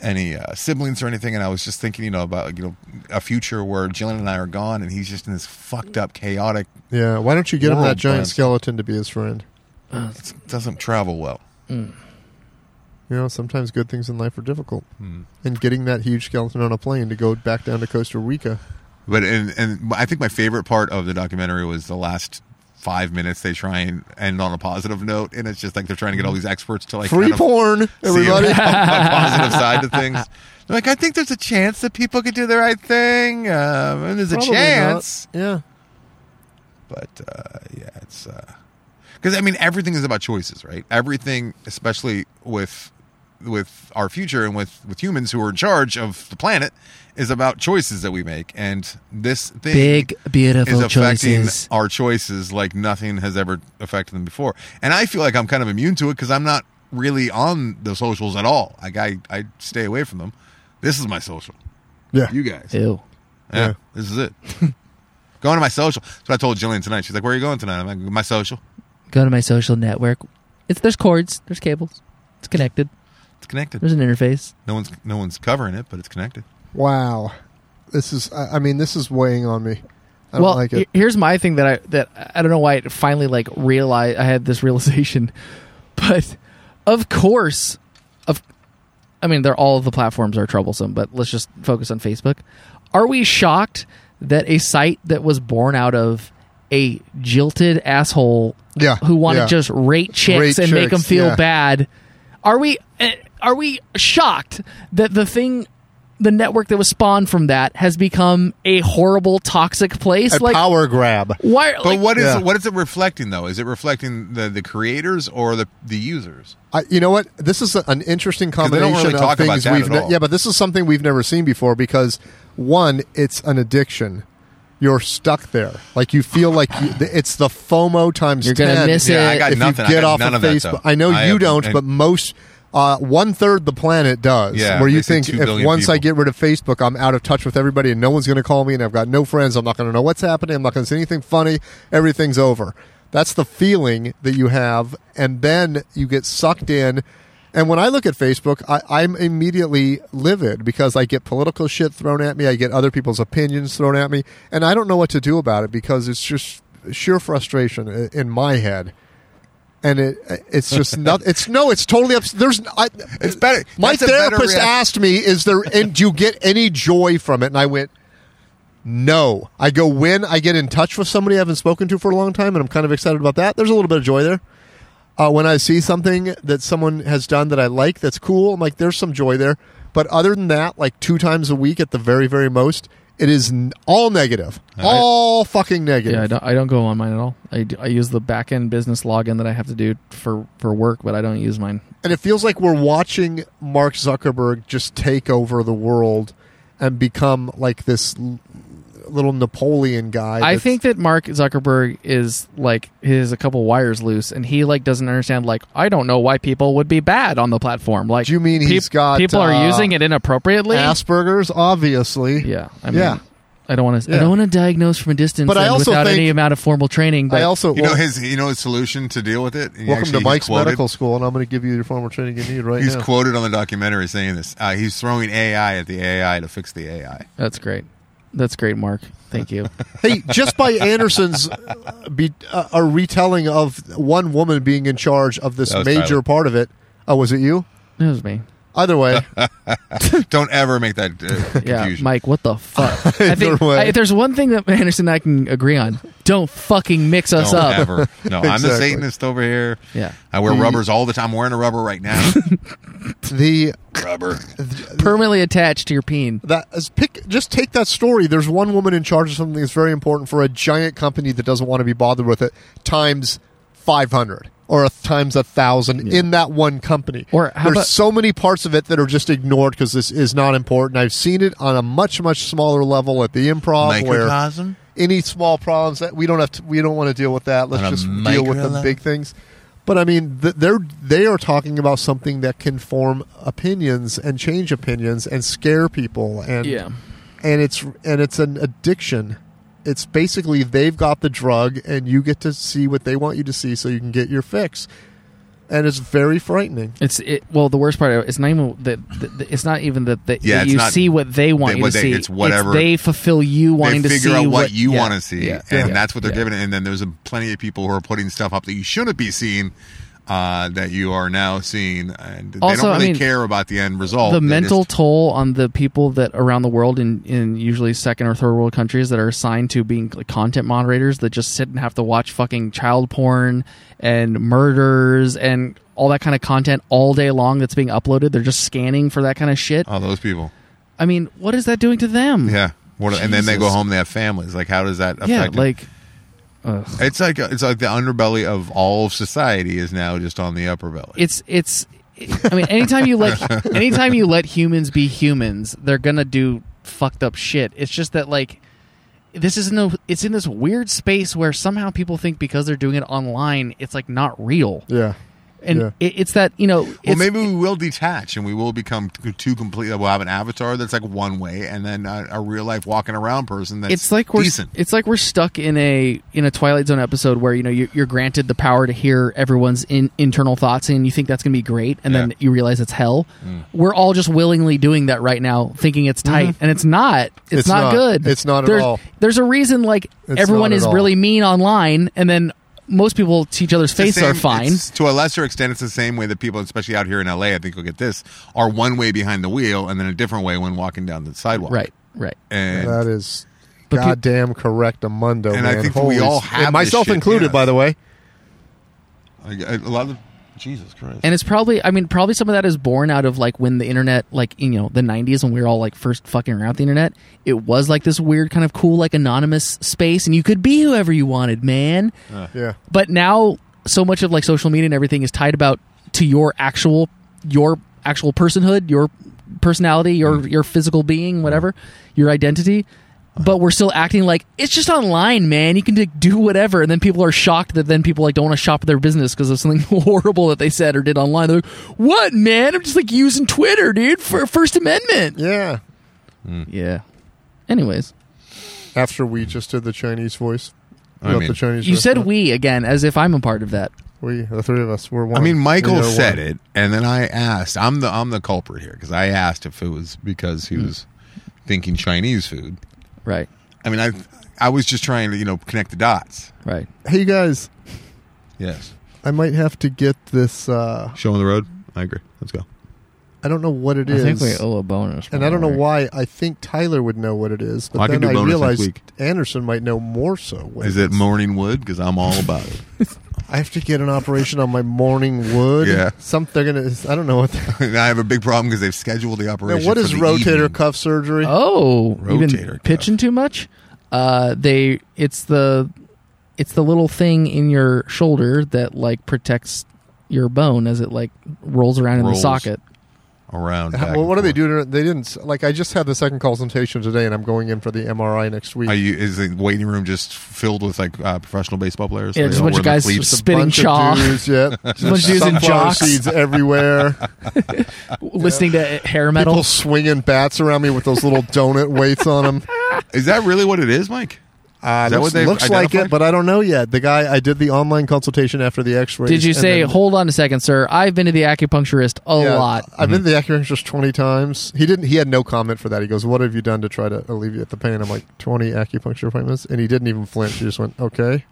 [SPEAKER 5] any uh, siblings or anything, and I was just thinking, you know, about you know, a future where Jillian and I are gone, and he's just in this fucked up, chaotic.
[SPEAKER 6] Yeah, why don't you get him
[SPEAKER 5] World
[SPEAKER 6] that giant
[SPEAKER 5] plans.
[SPEAKER 6] skeleton to be his friend?
[SPEAKER 5] It doesn't travel well.
[SPEAKER 6] You know, sometimes good things in life are difficult.
[SPEAKER 5] Hmm.
[SPEAKER 6] And getting that huge skeleton on a plane to go back down to Costa Rica.
[SPEAKER 5] But and and I think my favorite part of the documentary was the last five minutes. They try and end on a positive note, and it's just like they're trying to get all these experts to like
[SPEAKER 6] Free
[SPEAKER 5] kind of
[SPEAKER 6] porn,
[SPEAKER 5] see
[SPEAKER 6] everybody.
[SPEAKER 5] the positive side to things. Like, I think there's a chance that people could do the right thing, um, and there's a
[SPEAKER 6] Probably not.
[SPEAKER 5] chance.
[SPEAKER 6] Yeah.
[SPEAKER 5] But uh, yeah, it's because I mean everything is about choices, right? Everything, especially with with our future and with with humans who are in charge of the planet, is about choices that we make, and this thing
[SPEAKER 4] Big,
[SPEAKER 5] is
[SPEAKER 4] beautiful
[SPEAKER 5] affecting
[SPEAKER 4] choices.
[SPEAKER 5] our choices like nothing has ever affected them before. And I feel like I'm kind of immune to it because I'm not really on the socials at all. Like I, I stay away from them. This is my social.
[SPEAKER 6] Yeah.
[SPEAKER 5] You guys.
[SPEAKER 4] Ew.
[SPEAKER 5] Yeah,
[SPEAKER 6] Yeah.
[SPEAKER 5] this is it. going to my social. That's what I told Jillian tonight. She's like, "Where are you going tonight?" I'm like, "My social.
[SPEAKER 4] Go to my social network. It's there's cords, there's cables. It's connected.
[SPEAKER 5] It's connected.
[SPEAKER 4] There's an interface.
[SPEAKER 5] No one's no one's covering it, but it's connected."
[SPEAKER 6] Wow. This is. I I mean, this is weighing on me. I don't
[SPEAKER 4] well,
[SPEAKER 6] like
[SPEAKER 4] he-
[SPEAKER 6] it.
[SPEAKER 4] here's my thing that I that I don't know why I finally like realized I had this realization, but of course, of I mean, they're all of the platforms are troublesome, but let's just focus on Facebook. Are we shocked that a site that was born out of a jilted asshole
[SPEAKER 6] Yeah,
[SPEAKER 4] who wanted
[SPEAKER 6] yeah.
[SPEAKER 4] to just rate chicks
[SPEAKER 6] Rate
[SPEAKER 4] and make them
[SPEAKER 6] chicks,
[SPEAKER 4] feel
[SPEAKER 6] yeah.
[SPEAKER 4] bad? Are we eh, are we shocked that the thing the network that was spawned from that has become a horrible toxic place
[SPEAKER 6] A
[SPEAKER 4] like
[SPEAKER 6] power grab.
[SPEAKER 4] why
[SPEAKER 5] But
[SPEAKER 4] like,
[SPEAKER 5] what is
[SPEAKER 6] Yeah.
[SPEAKER 5] what is it reflecting though? Is it reflecting the the creators or the the users?
[SPEAKER 6] I, you know what? This is a- an interesting
[SPEAKER 5] they don't
[SPEAKER 6] combination
[SPEAKER 5] really
[SPEAKER 6] of
[SPEAKER 5] talk about
[SPEAKER 6] things
[SPEAKER 5] that
[SPEAKER 6] we've.
[SPEAKER 5] at
[SPEAKER 6] ne-
[SPEAKER 5] all.
[SPEAKER 6] yeah, but this is something we've never seen before because one, it's an addiction. You're stuck there. Like you feel like you, it's the FOMO times.
[SPEAKER 4] You're gonna
[SPEAKER 6] 10
[SPEAKER 4] miss it.
[SPEAKER 5] Yeah, I got
[SPEAKER 6] if
[SPEAKER 5] nothing.
[SPEAKER 6] you get
[SPEAKER 5] I got
[SPEAKER 6] off
[SPEAKER 5] none of
[SPEAKER 6] of
[SPEAKER 5] that,
[SPEAKER 6] Facebook.
[SPEAKER 5] though.
[SPEAKER 6] I know
[SPEAKER 5] I
[SPEAKER 6] you
[SPEAKER 5] have-
[SPEAKER 6] don't,
[SPEAKER 5] and-
[SPEAKER 6] but most. Uh, one third the planet does.
[SPEAKER 5] Yeah,
[SPEAKER 6] where
[SPEAKER 5] they
[SPEAKER 6] you
[SPEAKER 5] say
[SPEAKER 6] think
[SPEAKER 5] two
[SPEAKER 6] if
[SPEAKER 5] billion
[SPEAKER 6] once I
[SPEAKER 5] people.
[SPEAKER 6] get rid of Facebook, I'm out of touch with everybody, and no one's going to call me, and I've got no friends. I'm not going to know what's happening. I'm not going to see anything funny. Everything's over. That's the feeling that you have, and then you get sucked in. And when I look at Facebook, I, I'm immediately livid because I get political shit thrown at me. I get other people's opinions thrown at me, and I don't know what to do about it because it's just sheer frustration i- in my head and it it's just not. It's no. It's totally up. There's. I,
[SPEAKER 5] It's better-
[SPEAKER 6] My
[SPEAKER 5] that's a better
[SPEAKER 6] therapist
[SPEAKER 5] react-
[SPEAKER 6] asked me, "Is there? And do you get any joy from it?" And I went, "No." I go when I get in touch with somebody I haven't spoken to for a long time, and I'm kind of excited about that. There's a little bit of joy there. Uh, when I see something that someone has done that I like, that's cool. I'm like, there's some joy there. But other than that, like two times a week at the very, very most, it is n- all negative, all fucking negative.
[SPEAKER 4] yeah, I don't, I don't go on mine at all. I, do- I use the back end business login that I have to do for, for work, but I don't use mine.
[SPEAKER 6] And it feels like we're watching Mark Zuckerberg just take over the world and become like this l- little Napoleon guy.
[SPEAKER 4] I
[SPEAKER 6] that's-
[SPEAKER 4] think that Mark Zuckerberg is like his a couple wires loose, and he like doesn't understand. Like I don't know why people would be bad on the platform. Like
[SPEAKER 6] Do you mean he's got,
[SPEAKER 4] people are
[SPEAKER 6] uh,
[SPEAKER 4] using it inappropriately?
[SPEAKER 6] Asperger's, obviously.
[SPEAKER 4] yeah, I mean,
[SPEAKER 6] Yeah.
[SPEAKER 4] I don't want to.
[SPEAKER 6] Yeah.
[SPEAKER 4] I don't want to diagnose from a distance,
[SPEAKER 6] But I
[SPEAKER 4] and
[SPEAKER 6] also
[SPEAKER 4] without
[SPEAKER 6] think-
[SPEAKER 4] any amount of formal training. But
[SPEAKER 6] I also
[SPEAKER 5] You
[SPEAKER 6] well,
[SPEAKER 5] know his you know his solution to deal with it. He
[SPEAKER 6] welcome
[SPEAKER 5] actually-
[SPEAKER 6] to
[SPEAKER 5] he's
[SPEAKER 6] Mike's
[SPEAKER 5] quoted-
[SPEAKER 6] medical school, and I'm going to give you your formal training you need right
[SPEAKER 5] He's
[SPEAKER 6] now.
[SPEAKER 5] quoted on the documentary saying this. Uh, he's throwing AI at the AI to fix the AI.
[SPEAKER 4] that's great. That's great, Mark. Thank you.
[SPEAKER 6] hey, just by Anderson's uh, be, uh, a retelling of one woman being in charge of this
[SPEAKER 5] That was
[SPEAKER 6] major
[SPEAKER 5] Tyler.
[SPEAKER 6] part of it. Oh, was it you?
[SPEAKER 4] that was me.
[SPEAKER 6] Either way,
[SPEAKER 5] Don't ever make that uh,
[SPEAKER 4] Yeah,
[SPEAKER 5] confusion.
[SPEAKER 4] Mike, what the fuck? I think
[SPEAKER 6] way.
[SPEAKER 4] I, if there's one thing that Anderson and I can agree on, don't fucking mix us
[SPEAKER 5] Don't
[SPEAKER 4] up.
[SPEAKER 5] ever. No, I'm the
[SPEAKER 6] Exactly.
[SPEAKER 5] Satanist over here.
[SPEAKER 4] Yeah. Mm-hmm.
[SPEAKER 5] I wear rubbers all the time. I'm wearing a rubber right now.
[SPEAKER 6] the
[SPEAKER 5] rubber.
[SPEAKER 4] Permanently attached to your peen.
[SPEAKER 6] that is pick just take that story there's one woman in charge of something that's very important for a giant company that doesn't want to be bothered with it times 500 or a, times a thousand in that one company
[SPEAKER 4] Or how
[SPEAKER 6] there's
[SPEAKER 4] about-
[SPEAKER 6] so many parts of it that are just ignored because this is not important i've seen it on a much much smaller level at the improv where
[SPEAKER 5] Microcosm.
[SPEAKER 6] any small problems that we don't have to, we don't want to deal with that let's
[SPEAKER 5] On a
[SPEAKER 6] just deal with the
[SPEAKER 5] micro
[SPEAKER 6] big things but i mean th- they're they are talking about something that can form opinions and change opinions and scare people and
[SPEAKER 4] Yeah.
[SPEAKER 6] and it's and it's an addiction it's basically they've got the drug and you get to see what they want you to see so you can get your fix and it's very frightening
[SPEAKER 4] It's it. Well, the worst part of it, it's not even that. that- It's not even that, that
[SPEAKER 5] Yeah, it's
[SPEAKER 4] you
[SPEAKER 5] not-
[SPEAKER 4] see what they want
[SPEAKER 5] they-
[SPEAKER 4] you
[SPEAKER 5] what
[SPEAKER 4] to
[SPEAKER 5] they-
[SPEAKER 4] see.
[SPEAKER 5] it's whatever-
[SPEAKER 4] they fulfill you wanting
[SPEAKER 5] they
[SPEAKER 4] to see
[SPEAKER 5] figure out what, you
[SPEAKER 4] yeah,
[SPEAKER 5] want to see,
[SPEAKER 4] yeah,
[SPEAKER 5] and
[SPEAKER 4] yeah,
[SPEAKER 5] that's what they're
[SPEAKER 4] yeah.
[SPEAKER 5] giving it. And then there's a, plenty of people who are putting stuff up that you shouldn't be seeing. Uh, that you are now seeing, and they
[SPEAKER 4] Also, I
[SPEAKER 5] don't really
[SPEAKER 4] mean,
[SPEAKER 5] care about the end result.
[SPEAKER 4] The
[SPEAKER 5] They
[SPEAKER 4] mental
[SPEAKER 5] just-
[SPEAKER 4] toll on the people that around the world in, in usually second or third world countries that are assigned to being like, content moderators that just sit and have to watch fucking child porn and murders and all that kind of content all day long that's being uploaded. They're just scanning for that kind of shit.
[SPEAKER 5] oh, those people.
[SPEAKER 4] I mean, what is that doing to them?
[SPEAKER 5] Yeah. What, and then they go
[SPEAKER 4] Jesus.
[SPEAKER 5] home. They have families. Like, how does that affect?
[SPEAKER 4] yeah,
[SPEAKER 5] it?
[SPEAKER 4] like ugh.
[SPEAKER 5] it's like it's like the underbelly of all of society is now just on the upper belly.
[SPEAKER 4] it's it's i mean anytime you let anytime you let humans be humans they're gonna do fucked up shit it's just that like this is no it's in this weird space where somehow people think because they're doing it online it's like not real
[SPEAKER 6] Yeah.
[SPEAKER 4] and
[SPEAKER 6] yeah.
[SPEAKER 4] it, it's that you know
[SPEAKER 5] well,
[SPEAKER 4] it's,
[SPEAKER 5] maybe we will detach and we will become t- two complete. We'll have an avatar that's like one way, and then a, a real life walking around person that's
[SPEAKER 4] it's like we're
[SPEAKER 5] decent.
[SPEAKER 4] it's like we're stuck in a in a Twilight Zone episode where you know you're, you're granted the power to hear everyone's in, internal thoughts and you think that's gonna be great and then
[SPEAKER 5] Yeah.
[SPEAKER 4] you realize it's hell. We're all just willingly doing that right now, thinking it's tight and it's not. It's,
[SPEAKER 6] It's
[SPEAKER 4] not,
[SPEAKER 6] not.
[SPEAKER 4] good.
[SPEAKER 6] It's not at
[SPEAKER 4] there's,
[SPEAKER 6] all.
[SPEAKER 4] There's a reason like
[SPEAKER 6] It's
[SPEAKER 4] everyone
[SPEAKER 6] not at
[SPEAKER 4] is
[SPEAKER 6] all.
[SPEAKER 4] really mean online and then most people to each other's face
[SPEAKER 5] the
[SPEAKER 4] are
[SPEAKER 5] same-
[SPEAKER 4] fine.
[SPEAKER 5] it's- to a lesser extent, it's the same way that people, especially out here in LA, I think you'll get this, are one way behind the wheel and then a different way when walking down the sidewalk.
[SPEAKER 4] Right, right.
[SPEAKER 5] And
[SPEAKER 6] that is
[SPEAKER 4] But pe-
[SPEAKER 6] goddamn correct, Amundo.
[SPEAKER 5] And
[SPEAKER 6] man.
[SPEAKER 5] I think we
[SPEAKER 6] Holy
[SPEAKER 5] all
[SPEAKER 6] s-
[SPEAKER 5] have
[SPEAKER 6] and
[SPEAKER 5] this
[SPEAKER 6] myself
[SPEAKER 5] shit
[SPEAKER 6] included,
[SPEAKER 5] in us.
[SPEAKER 6] by the way.
[SPEAKER 5] a, a lot of Jesus Christ.
[SPEAKER 4] and it's probably i mean probably some of that is born out of like when the internet like you know the 90s when we were all like first fucking around with the internet it was like this weird kind of cool like anonymous space and you could be whoever you wanted man
[SPEAKER 6] Yeah.
[SPEAKER 4] but now so much of like social media and everything is tied about to your actual your actual personhood your personality your your physical being whatever your identity but we're still acting like it's just online man you can like, do whatever and then people are shocked that then people like don't want to shop at their business because of something horrible that they said or did online they're like what man i'm just like using twitter dude for first amendment
[SPEAKER 6] Yeah.
[SPEAKER 4] yeah anyways
[SPEAKER 6] After we just did the Chinese voice.
[SPEAKER 5] I
[SPEAKER 6] About
[SPEAKER 5] mean-
[SPEAKER 6] the Chinese
[SPEAKER 4] you said
[SPEAKER 6] restaurant.
[SPEAKER 4] we again as if i'm a part of that
[SPEAKER 6] we the three of us were
[SPEAKER 5] I
[SPEAKER 6] one.
[SPEAKER 5] mean, Michael
[SPEAKER 6] We are
[SPEAKER 5] said
[SPEAKER 6] one.
[SPEAKER 5] it, and then I asked. I'm the I'm the culprit here because I asked if it was because he was thinking Chinese food.
[SPEAKER 4] right
[SPEAKER 5] I mean, I I was just trying to you know connect the dots.
[SPEAKER 4] right
[SPEAKER 6] Hey guys,
[SPEAKER 5] Yes,
[SPEAKER 6] I might have to get this. uh
[SPEAKER 5] show on the road. I agree. Let's go.
[SPEAKER 6] I don't know what it
[SPEAKER 4] i
[SPEAKER 6] is,
[SPEAKER 4] think we owe a bonus
[SPEAKER 6] and I don't know why. I think Tyler would know what it is, but
[SPEAKER 5] Well, I can do
[SPEAKER 6] then I
[SPEAKER 5] bonus next
[SPEAKER 6] realized
[SPEAKER 5] week.
[SPEAKER 6] Anderson might know more. So what
[SPEAKER 5] Is it morning wood? Because I'm all about it.
[SPEAKER 6] I have to get an operation on my morning wood.
[SPEAKER 5] Yeah.
[SPEAKER 6] some they're gonna. I don't know what. they're-
[SPEAKER 5] And I have a big problem because they've scheduled the
[SPEAKER 6] Now,
[SPEAKER 5] operation.
[SPEAKER 6] what
[SPEAKER 5] for
[SPEAKER 6] is
[SPEAKER 5] the
[SPEAKER 6] rotator
[SPEAKER 5] evening.
[SPEAKER 6] cuff surgery?
[SPEAKER 4] Oh, you've
[SPEAKER 5] Rotator
[SPEAKER 4] been
[SPEAKER 5] cuff.
[SPEAKER 4] pitching too much. Uh, they it's the it's the little thing in your shoulder that like protects your bone as it like rolls around in the
[SPEAKER 5] Rolls.
[SPEAKER 4] socket.
[SPEAKER 5] around? back
[SPEAKER 6] well,
[SPEAKER 5] and
[SPEAKER 6] what do they
[SPEAKER 5] forth.
[SPEAKER 6] do? to- They didn't. Like I just had the second consultation today, and I'm going in for the MRI next week.
[SPEAKER 5] Are you is the waiting room just filled with like uh, professional baseball players?
[SPEAKER 4] Yeah,
[SPEAKER 5] They
[SPEAKER 4] just a
[SPEAKER 5] all
[SPEAKER 4] bunch
[SPEAKER 5] wear
[SPEAKER 4] of
[SPEAKER 5] the
[SPEAKER 4] guys
[SPEAKER 5] cleats?
[SPEAKER 4] spitting
[SPEAKER 6] Bunch of
[SPEAKER 4] chaw,
[SPEAKER 6] dudes, yeah.
[SPEAKER 4] bunch of dudes in
[SPEAKER 6] Sunflower
[SPEAKER 4] jocks.
[SPEAKER 6] seeds everywhere.
[SPEAKER 4] listening to uh, hair metal.
[SPEAKER 6] People swinging bats around me with those little donut weights on them.
[SPEAKER 5] Is that really what it is, Mike?
[SPEAKER 6] Uh,
[SPEAKER 5] Is that
[SPEAKER 6] looks
[SPEAKER 5] what they've
[SPEAKER 6] looks like it,
[SPEAKER 5] identified?
[SPEAKER 6] but I don't know yet. The guy I did the online consultation after the X-ray.
[SPEAKER 4] Did you say, "Hold on a second, sir. I've been to the acupuncturist a lot."
[SPEAKER 6] I've been to the acupuncturist twenty times. He didn't. He had no comment for that. He goes, "What have you done to try to alleviate the pain?" I'm like, 20 acupuncture appointments," and he didn't even flinch. He just went, "Okay."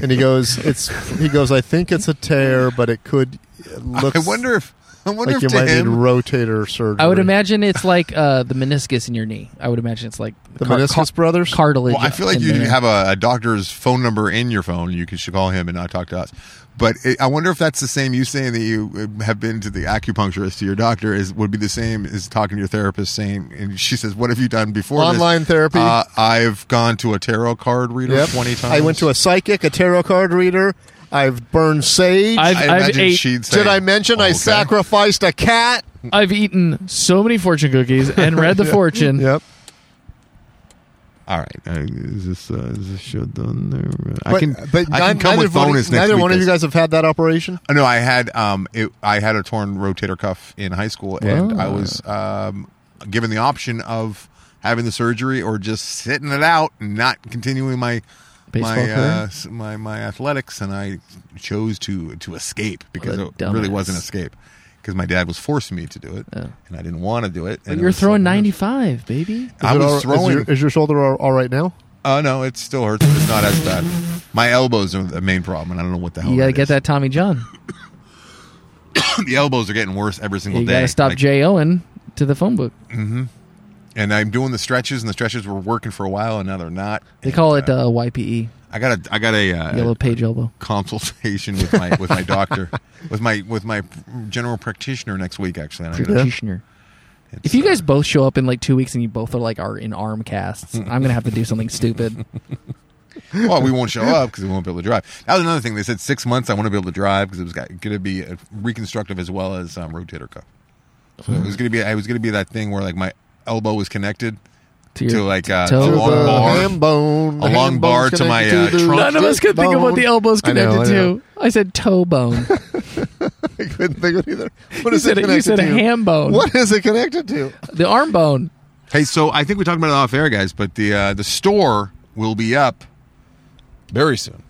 [SPEAKER 6] and he goes, "It's." He goes, "I think it's a tear, but it could." It looks
[SPEAKER 5] I wonder if I wonder
[SPEAKER 6] like you
[SPEAKER 5] if to
[SPEAKER 6] might
[SPEAKER 5] him
[SPEAKER 6] need rotator surgery.
[SPEAKER 4] I would imagine it's like uh, the meniscus in your knee. I would imagine it's like
[SPEAKER 6] the
[SPEAKER 4] car-
[SPEAKER 6] meniscus
[SPEAKER 4] car-
[SPEAKER 6] brothers.
[SPEAKER 4] cartilage.
[SPEAKER 5] Well, I feel like
[SPEAKER 4] in
[SPEAKER 5] you
[SPEAKER 4] there.
[SPEAKER 5] have a, a doctor's phone number in your phone. You can should call him and not talk to us. But it, I wonder if that's the same. You saying that you uh, have been to the acupuncturist to your doctor is would be the same as talking to your therapist. Saying, and she says, "What have you done before?" this?"
[SPEAKER 6] Online therapy.
[SPEAKER 5] Uh, I've gone to a tarot card reader
[SPEAKER 6] Yep.
[SPEAKER 5] twenty times.
[SPEAKER 6] I went to a psychic, a tarot card reader. I've burned sage.
[SPEAKER 4] I've-
[SPEAKER 5] I imagine
[SPEAKER 4] ate-
[SPEAKER 5] she'd say,
[SPEAKER 6] Did I mention I
[SPEAKER 5] "Okay."
[SPEAKER 6] sacrificed a cat?
[SPEAKER 4] I've eaten so many fortune cookies and read the fortune.
[SPEAKER 6] Yep.
[SPEAKER 5] All right. Uh, is this uh, is this show done? Or, I
[SPEAKER 6] But,
[SPEAKER 5] can.
[SPEAKER 6] but
[SPEAKER 5] I
[SPEAKER 6] ni-
[SPEAKER 5] can come
[SPEAKER 6] neither
[SPEAKER 5] with
[SPEAKER 6] one-
[SPEAKER 5] bonus next
[SPEAKER 6] Neither
[SPEAKER 5] week
[SPEAKER 6] one of
[SPEAKER 5] as-
[SPEAKER 6] you guys have had that operation.
[SPEAKER 5] Uh, No, I had um, it, I had a torn rotator cuff in high school, and
[SPEAKER 4] Wow.
[SPEAKER 5] I was um, given the option of having the surgery or just sitting it out and not continuing my
[SPEAKER 4] Baseball
[SPEAKER 5] my,
[SPEAKER 4] career?
[SPEAKER 5] uh, s- my my athletics, and I chose to to escape because
[SPEAKER 4] a
[SPEAKER 5] it really
[SPEAKER 4] dumbass.
[SPEAKER 5] wasn't escape because my dad was forcing me to do it, and I didn't want to do it.
[SPEAKER 4] But
[SPEAKER 5] and it
[SPEAKER 4] you're
[SPEAKER 5] was
[SPEAKER 4] throwing
[SPEAKER 5] something else.
[SPEAKER 4] 95, baby.
[SPEAKER 5] I
[SPEAKER 6] Is it
[SPEAKER 5] was
[SPEAKER 6] all- is
[SPEAKER 5] throwing.
[SPEAKER 6] your- Is your, shoulder all, all right now?
[SPEAKER 5] uh, no, it still hurts, but it's not as bad. My elbows are the main problem, and I don't know what the hell.
[SPEAKER 4] You got to get
[SPEAKER 5] is.
[SPEAKER 4] that Tommy John.
[SPEAKER 5] the elbows are getting worse every single
[SPEAKER 4] You
[SPEAKER 5] day.
[SPEAKER 4] got to stop
[SPEAKER 5] Like,
[SPEAKER 4] Jay Owen to the phone book.
[SPEAKER 5] and I'm doing the stretches, and the stretches were working for a while, and now they're not.
[SPEAKER 4] They
[SPEAKER 5] And,
[SPEAKER 4] call
[SPEAKER 5] uh,
[SPEAKER 4] it uh, YPE,
[SPEAKER 5] I got a I got a uh,
[SPEAKER 4] yellow page elbow.
[SPEAKER 5] consultation with my with my doctor, with my with my general practitioner next week. Actually, and I gotta,
[SPEAKER 4] Practitioner. If you
[SPEAKER 5] uh,
[SPEAKER 4] guys both show up in like two weeks and you both are like are in arm casts, I'm gonna have to do something stupid.
[SPEAKER 5] well, we won't show up because we won't be able to drive. That was another thing. They said six months. I want to be able to drive because it was going to be uh, reconstructive as well as um, rotator cuff. So it was going to be. It was going to be that thing where like my elbow was connected
[SPEAKER 4] To
[SPEAKER 5] to,
[SPEAKER 4] your
[SPEAKER 5] like uh, a
[SPEAKER 4] toe?
[SPEAKER 6] To
[SPEAKER 5] long
[SPEAKER 6] the
[SPEAKER 5] bar.
[SPEAKER 6] ham bone.
[SPEAKER 5] A
[SPEAKER 6] The
[SPEAKER 5] long
[SPEAKER 6] ham
[SPEAKER 5] bar
[SPEAKER 6] bone's
[SPEAKER 5] to my,
[SPEAKER 6] connected
[SPEAKER 5] uh,
[SPEAKER 6] the
[SPEAKER 5] trunk.
[SPEAKER 4] None of us could think of what the
[SPEAKER 6] bone.
[SPEAKER 4] elbow's
[SPEAKER 6] I know,
[SPEAKER 4] connected
[SPEAKER 6] I know.
[SPEAKER 4] to. I said toe bone.
[SPEAKER 6] I couldn't think of it either. What
[SPEAKER 4] You
[SPEAKER 6] is
[SPEAKER 4] said
[SPEAKER 6] it
[SPEAKER 4] a- you
[SPEAKER 6] connected
[SPEAKER 4] said a
[SPEAKER 6] to?
[SPEAKER 4] ham bone.
[SPEAKER 6] What is it connected to?
[SPEAKER 4] the arm bone.
[SPEAKER 5] Hey, so I think we talked about it off air, guys, but the uh, the store will be up very soon.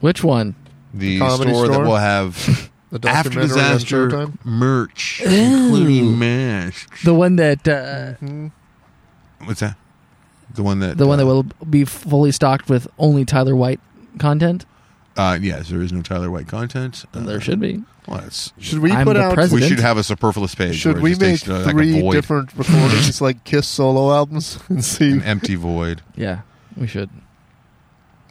[SPEAKER 4] Which one?
[SPEAKER 5] The,
[SPEAKER 6] comedy
[SPEAKER 5] store, that
[SPEAKER 6] store?
[SPEAKER 5] will have
[SPEAKER 6] The
[SPEAKER 5] after
[SPEAKER 6] documentary on
[SPEAKER 5] disaster
[SPEAKER 6] Showtime?
[SPEAKER 5] merch, including masks.
[SPEAKER 4] The one that uh,
[SPEAKER 5] What's that? The one that
[SPEAKER 4] the one
[SPEAKER 5] uh,
[SPEAKER 4] that will be fully stocked with only Tyler White content.
[SPEAKER 5] Uh, yes, there is no Tyler White content. Uh,
[SPEAKER 4] There should be.
[SPEAKER 5] well, it's-
[SPEAKER 6] Should we
[SPEAKER 4] I'm
[SPEAKER 6] put
[SPEAKER 4] the
[SPEAKER 6] out?
[SPEAKER 4] president.
[SPEAKER 5] we should have a superfluous page.
[SPEAKER 6] Should
[SPEAKER 5] where it
[SPEAKER 6] we
[SPEAKER 5] just
[SPEAKER 6] make
[SPEAKER 5] takes, uh, like a
[SPEAKER 6] three
[SPEAKER 5] void,
[SPEAKER 6] different recordings, like Kiss solo albums, and see?
[SPEAKER 5] an empty void?
[SPEAKER 4] Yeah, we should.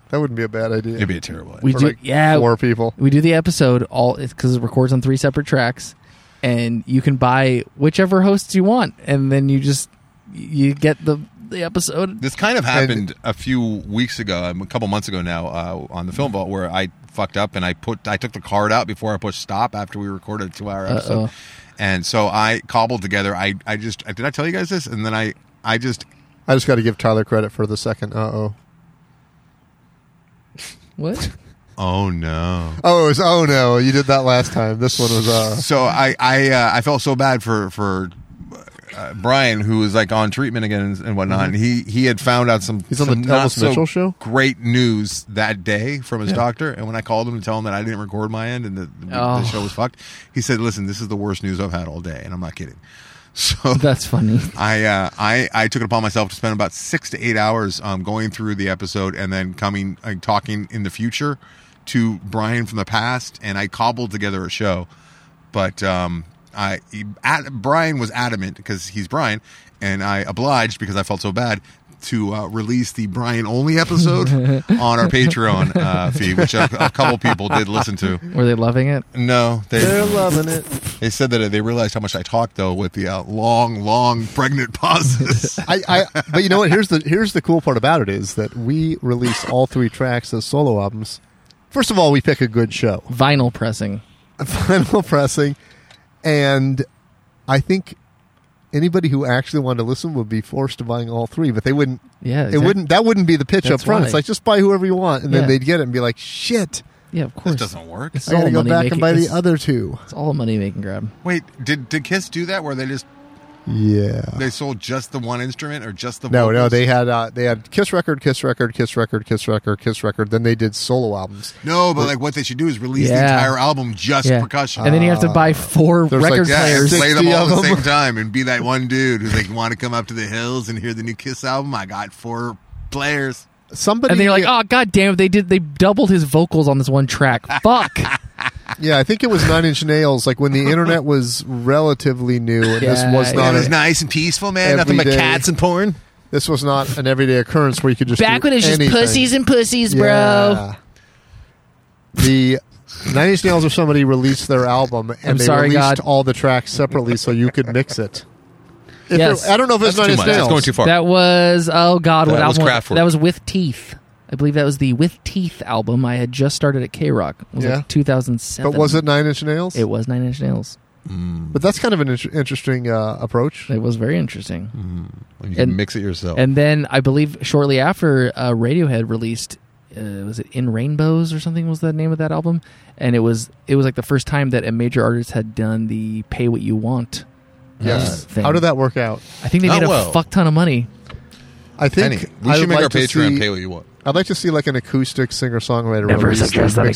[SPEAKER 6] That wouldn't be a bad idea.
[SPEAKER 5] It'd be a terrible. idea.
[SPEAKER 4] We
[SPEAKER 6] For
[SPEAKER 4] do.
[SPEAKER 6] like
[SPEAKER 4] yeah,
[SPEAKER 6] four people.
[SPEAKER 4] we do the episode all because it records on three separate tracks, and you can buy whichever hosts you want, and then you just you get the the episode.
[SPEAKER 5] This kind of happened a few weeks ago, um, a couple months ago now, uh, on the film vault where I fucked up and I put I took the card out before I pushed stop after we recorded a two hour episode,
[SPEAKER 4] Uh-oh.
[SPEAKER 5] and so I cobbled together. I I just did I tell you guys this, and then I I just
[SPEAKER 6] I just got to give Tyler credit for the second. Uh oh.
[SPEAKER 4] What?
[SPEAKER 5] oh no.
[SPEAKER 6] Oh, it was oh no. You did that last time. This one was uh.
[SPEAKER 5] So I I uh, I felt so bad for for. Uh, Brian, who was like on treatment again and- and whatnot, and he he had found out some
[SPEAKER 6] He's on the
[SPEAKER 5] some
[SPEAKER 6] Elvis
[SPEAKER 5] not so
[SPEAKER 6] Mitchell show?
[SPEAKER 5] great news that day from his
[SPEAKER 6] Yeah.
[SPEAKER 5] doctor. And when I called him to tell him that I didn't record my end and the, the,
[SPEAKER 4] Oh.
[SPEAKER 5] the show was fucked, he said, "Listen, this is the worst news I've had all day," and I'm not kidding. So
[SPEAKER 4] That's funny.
[SPEAKER 5] I uh, I I took it upon myself to spend about six to eight hours um, going through the episode and then coming like, talking in the future to Brian from the past, and I cobbled together a show. But um, I he- ad, Brian was adamant because he's Brian, and I obliged because I felt so bad. To uh, release the Brian only episode on our Patreon uh, feed, which a, a couple people did listen to.
[SPEAKER 4] Were they loving it?
[SPEAKER 5] No, they
[SPEAKER 6] They're loving it.
[SPEAKER 5] they said that they realized how much I talked though with the uh, long, long pregnant pauses.
[SPEAKER 6] I, I but you know what? Here's the here's the cool part about it is that we release all three tracks as solo albums. First of all, we pick a good show,
[SPEAKER 4] Vinyl pressing.
[SPEAKER 6] final pressing, and I think anybody who actually wanted to listen would be forced to buying all three, but they wouldn't.
[SPEAKER 4] Yeah,
[SPEAKER 6] It
[SPEAKER 4] exact-
[SPEAKER 6] wouldn't. That wouldn't be the pitch
[SPEAKER 4] That's
[SPEAKER 6] up front.
[SPEAKER 4] why.
[SPEAKER 6] It's like just buy whoever you want, and
[SPEAKER 4] Yeah.
[SPEAKER 6] then they'd get it and be like, "Shit,
[SPEAKER 4] Yeah, of course.
[SPEAKER 5] This doesn't work.
[SPEAKER 4] It's
[SPEAKER 6] I gotta
[SPEAKER 4] all
[SPEAKER 6] go
[SPEAKER 4] money
[SPEAKER 6] back
[SPEAKER 4] making-
[SPEAKER 6] and buy the
[SPEAKER 4] it's-
[SPEAKER 6] other two.
[SPEAKER 4] It's all a money making grab.
[SPEAKER 5] Wait, did did Kiss do that where they just
[SPEAKER 6] Yeah.
[SPEAKER 5] they sold just the one instrument or just the
[SPEAKER 6] No, no,
[SPEAKER 5] vocals?
[SPEAKER 6] they had uh, they had Kiss record, Kiss record, Kiss record, Kiss record, Kiss record. Then they did solo albums.
[SPEAKER 5] no, but like what they should do is release
[SPEAKER 4] Yeah.
[SPEAKER 5] the entire album just
[SPEAKER 4] Yeah.
[SPEAKER 5] percussion. Ah.
[SPEAKER 4] And then you have to buy four
[SPEAKER 6] There's
[SPEAKER 4] record
[SPEAKER 6] like-
[SPEAKER 5] yeah, and
[SPEAKER 4] players.
[SPEAKER 5] play them
[SPEAKER 6] 60
[SPEAKER 5] all at
[SPEAKER 6] of
[SPEAKER 5] the same
[SPEAKER 6] them.
[SPEAKER 5] time and be that one dude who's like, want to come up to the hills and hear the new Kiss album? I got four players.
[SPEAKER 6] Somebody
[SPEAKER 4] and then you're like, oh god damn, it, they did they doubled his vocals on this one track. Fuck.
[SPEAKER 6] Yeah, I think it was Nine Inch Nails, like when the internet was relatively new, and
[SPEAKER 4] Yeah,
[SPEAKER 6] this was
[SPEAKER 4] yeah.
[SPEAKER 5] It
[SPEAKER 6] not
[SPEAKER 5] was
[SPEAKER 6] a-
[SPEAKER 5] nice and peaceful, man.
[SPEAKER 6] Every
[SPEAKER 5] Nothing but
[SPEAKER 6] day.
[SPEAKER 5] cats and porn.
[SPEAKER 6] this was not an everyday occurrence where you could just
[SPEAKER 4] Back
[SPEAKER 6] do
[SPEAKER 4] when it was just
[SPEAKER 6] anything.
[SPEAKER 4] pussies and pussies, bro.
[SPEAKER 6] Yeah. The Nine Inch Nails or somebody released their album, and
[SPEAKER 4] I'm
[SPEAKER 6] they
[SPEAKER 4] sorry,
[SPEAKER 6] released
[SPEAKER 4] God.
[SPEAKER 6] all the tracks separately so you could mix it. If
[SPEAKER 4] Yes.
[SPEAKER 6] it- I don't know if it's
[SPEAKER 5] That's
[SPEAKER 6] Nine
[SPEAKER 5] too
[SPEAKER 6] Inch
[SPEAKER 5] much.
[SPEAKER 6] Nails.
[SPEAKER 5] That's going too far.
[SPEAKER 4] That was oh god, what
[SPEAKER 5] That was
[SPEAKER 4] album
[SPEAKER 5] Kraftwerk.
[SPEAKER 4] that was with teeth. I believe that was the with teeth album. I had just started at K Rock. It was
[SPEAKER 6] Yeah.
[SPEAKER 4] like 2007.
[SPEAKER 6] but was it Nine Inch Nails?
[SPEAKER 4] It was Nine Inch Nails.
[SPEAKER 6] but that's kind of an inter- interesting uh, approach.
[SPEAKER 4] It was very interesting.
[SPEAKER 5] Mm. You
[SPEAKER 4] And-
[SPEAKER 5] mix it yourself.
[SPEAKER 4] And then I believe shortly after uh, Radiohead released, uh, was it In Rainbows or something? Was the name of that album? And it was it was like the first time that a major artist had done the "Pay What You Want." uh,
[SPEAKER 6] Yes.
[SPEAKER 4] thing.
[SPEAKER 6] How did that work out?
[SPEAKER 4] I think they
[SPEAKER 5] Not
[SPEAKER 4] made a
[SPEAKER 5] well.
[SPEAKER 4] fuck ton of money.
[SPEAKER 6] I think
[SPEAKER 5] Penny, we
[SPEAKER 6] I
[SPEAKER 5] should
[SPEAKER 6] would
[SPEAKER 5] make
[SPEAKER 6] like
[SPEAKER 5] our
[SPEAKER 6] to
[SPEAKER 5] Patreon
[SPEAKER 6] see-
[SPEAKER 5] pay what you want.
[SPEAKER 6] I'd like to see like an acoustic singer songwriter.
[SPEAKER 4] Never suggest that